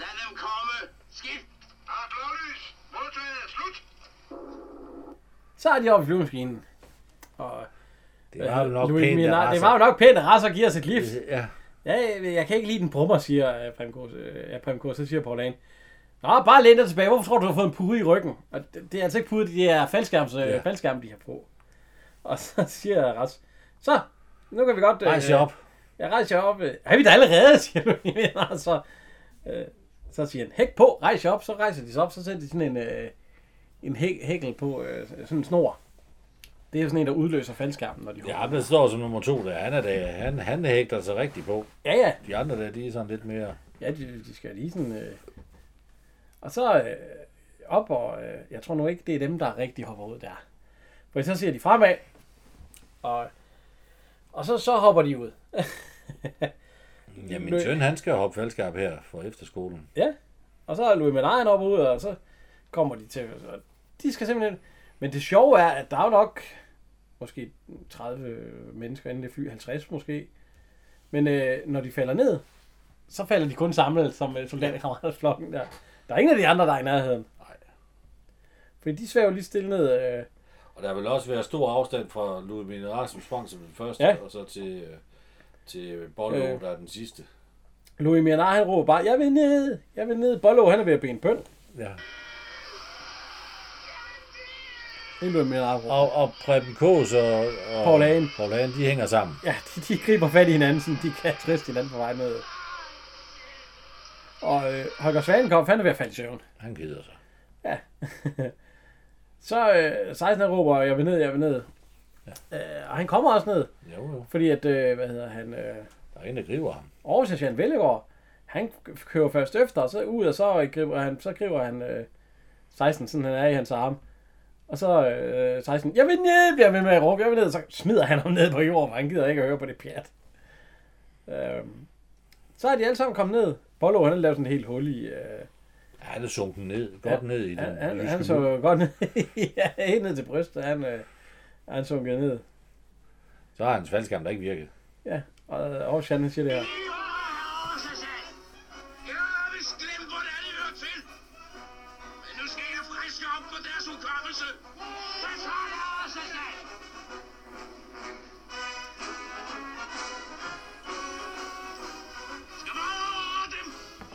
C: Lad dem komme. Skift. Og blålys. Modtaget. Slut.
A: så er de oppe i flyvemaskinen. Og,
B: Det var jo nok
A: Louis
B: pænt,
A: Minard-
B: at
A: det var jo nok pænt, at Rasser giver sit liv.
B: Rasmus- Ja.
A: Ja, jeg, jeg kan ikke lide den brummer, siger øh, Prem Kås, øh, ja, Prem Kås, så siger Paul Hagen. Nå, bare læn dig tilbage. Hvorfor tror du, du har fået en pude i ryggen? Og det, det er altså ikke pude, det er faldskærms, øh,
B: Ja.
A: faldskærm, de har på. Og så siger Ras, så, nu kan vi godt... Øh,
B: Rejs jer op.
A: Jeg rejser jer op. Øh, er vi der allerede, siger du. Jamen, altså, øh, så siger han, hæk på, rejs jer op. Så rejser de sig op, så sætter de sådan en, øh, en hæk, hækkel på, øh, sådan en snor. Det er sådan en, der udløser faldskærmen, når de hopper.
B: Ja, men står som nummer to der. Han, er der. han, han hægter sig rigtig på.
A: ja, ja.
B: De andre der, de er sådan lidt mere...
A: Ja, de, de skal lige sådan... Øh... Og så øh, op, og øh, jeg tror nu ikke, det er dem, der rigtig hopper ud der. For så ser de fremad, og, og så, så hopper de ud.
B: Ja, min søn, han skal hoppe faldskab her fra efterskolen.
A: ja, og så er Louis Medajen oppe ud, og så kommer de til... Og de skal simpelthen... Men det sjove er, at der er jo nok måske 30 mennesker inden det fly, 50 måske. Men øh, når de falder ned, så falder de kun samlet som øh, soldaterkammeratflokken der. Der er ingen af de andre, der er i nærheden.
B: Nej.
A: Fordi de svæver lige stille ned. Øh,
B: Og der vil også være stor afstand fra Ludvig Rasmus Frank som den første,
A: Ja.
B: og så til, øh, til Bollo,
A: Øh.
B: der er den sidste.
A: Louis Mianar, han råber bare, jeg vil ned, jeg vil ned. Bollo, han er ved at bede en bøn.
B: Ja.
A: Det er Louis Mianar, råber.
B: Og, og Preben Kås og, og
A: Poul Hagen.
B: Paul Hagen, de hænger sammen.
A: Ja, de, de griber fat i hinanden, sådan de kan triste hinanden på vej ned. Og øh, Holger Svanenkopf, han er ved at falde i søvn.
B: Han keder sig.
A: Ja. så øh, 16 han råber, jeg vil ned, jeg vil ned. Ja. Øh, og han kommer også ned,
B: Jo, jo.
A: fordi at, øh, hvad hedder han, øh,
B: Der er en, der griber ham.
A: Aarhus Sergeant Vellegaard, han k- kører først efter, og så ud, og så griber han, så griber han øh, 16, sådan han er i hans arm. Og så øh, 16, jeg vil ned, bliver ved med at råbe, jeg vil ned, og så smider han ham ned på jorden, for han gider ikke at høre på det pjat. Øhm, så er de alle sammen kommet ned. Bollo, han har lavet sådan et helt hul i... Øh,
B: Ja, han er sunket ned, godt ned i den
A: han, han,
B: jyske
A: han
B: mur.
A: så godt ned, ja, helt ned til brystet, han, øh, han sunkede ned.
B: Så har hans faldskærm, der ikke virket.
A: Ja, og øh, Aarhus han siger det her.
C: Jeg har vist glemt, hvordan det hører til. Men nu skal jeg frem mennesker op for deres hukommelse. Pas holder os af dag. Skal man over dem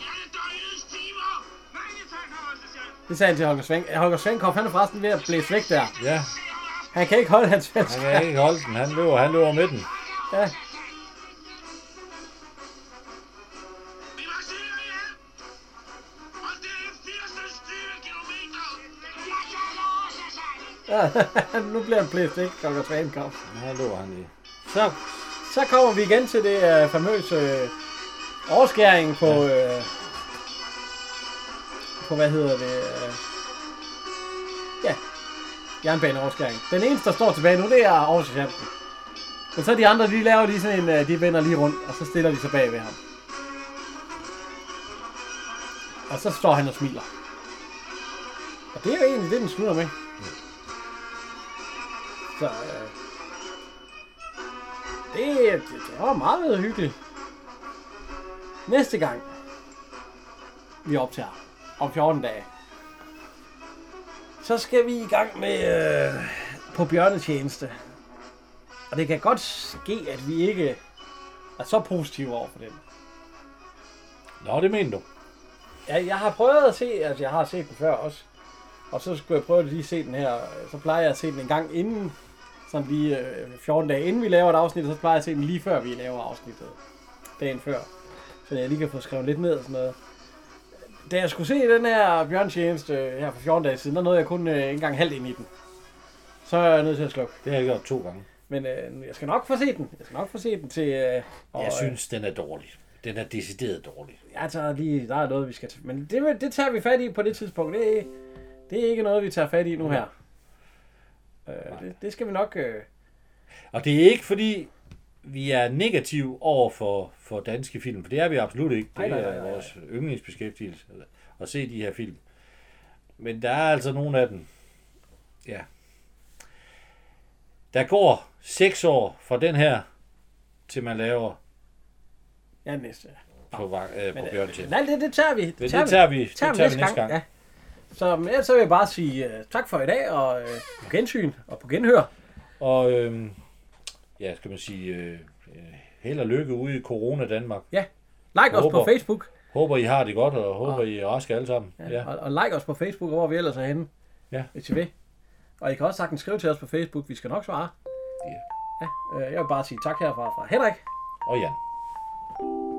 C: i alle døgnets timer? Mange tak, Holger
A: Det sagde han til Holger Svend. Holger Svend kom fandme forresten ved at blæse væk der.
B: Ja,
A: Han kan ikke holde hans svensk.
B: han kan ikke holde den. Han løber, han løber med den.
A: Ja.
C: Vi marcherer ihjel! Og det er 80 kilometer! Ja, ja, låser
A: ja.
C: sig!
A: nu bliver han blæst væk, Holger Svend kom.
B: Her løber han lige.
A: Så, så kommer vi igen til det øh, famøse øh, overskæring på... Øh, på hvad hedder det? Øh, ja, jernbaneoverskæring. Den eneste, der står tilbage nu, det er Aarhus Sergeanten. Men så de andre, de laver lige sådan en, øh, de vender lige rundt, og så stiller de sig bag ved ham. Og så står han og smiler. Og det er jo egentlig det, den slutter med. Så, øh, det, det, det var meget hyggeligt. Næste gang, vi optager om 14 dage, så skal vi i gang med øh, på bjørnetjeneste. Og det kan godt ske, at vi ikke er så positive over for den.
B: Nå, det mener du.
A: Jeg, jeg har prøvet at se, altså jeg har set den før også. Og så skulle jeg prøve at lige se den her. Så plejer jeg at se den en gang inden. Sådan lige øh, 14 dage inden vi laver et afsnit, og så plejer jeg at se den lige før vi laver afsnittet. Dagen før. Så jeg lige kan få skrevet lidt ned og sådan noget. Da jeg skulle se den her Bjørn Tjeneste øh, her for 14 dage siden, der nåede jeg kun øh, en gang halvt ind i den. Så er jeg nødt til at slukke.
B: Det har jeg gjort to gange.
A: Men øh, jeg skal nok få set den. Jeg skal nok få set den til... Øh, og,
B: Jeg
A: øh,
B: synes, den er dårlig. Den er decideret dårlig.
A: Jeg tager lige, der er noget, vi skal tage. Men det, det tager vi fat i på det tidspunkt. Det, er- det er ikke noget, vi tager fat
B: Mm.
A: i nu her. Øh, det, det skal vi nok... Øh,
B: Og det er ikke fordi, vi er negativ over for, for danske film, for det er vi absolut ikke. Det
A: Nej, nej, nej, nej,
B: er
A: nej.
B: vores yndlingsbeskæftigelse at se de her film. Men der er altså nogle af dem. Ja. Der går seks år fra den her, til man laver
A: ja, næste.
B: på, vang- øh, på Bjørn
A: Men alt det, det tager vi.
B: det tager vi- det tager vi
A: næste
B: næste gang.
A: Ja. Så, men ellers så vil jeg bare sige øh, tak for i dag, og øh, på gensyn og på genhør.
B: Og øhm, ja, skal man sige, øh, øh, held og lykke ude i Corona Danmark.
A: Ja. Like os på
B: Håber.
A: Facebook.
B: Håber, I har det godt, og håber, I er raske alle sammen. Ja.
A: Ja. Og, og like os på Facebook, hvor vi ellers er henne.
B: Ja.
A: Hvis I vil. Og I kan også sagtens skrive til os på Facebook. Vi skal nok svare.
B: Ja.
A: Ja,
B: Oh,
A: øh, jeg vil bare sige tak herfra fra Henrik.
B: Og Jan.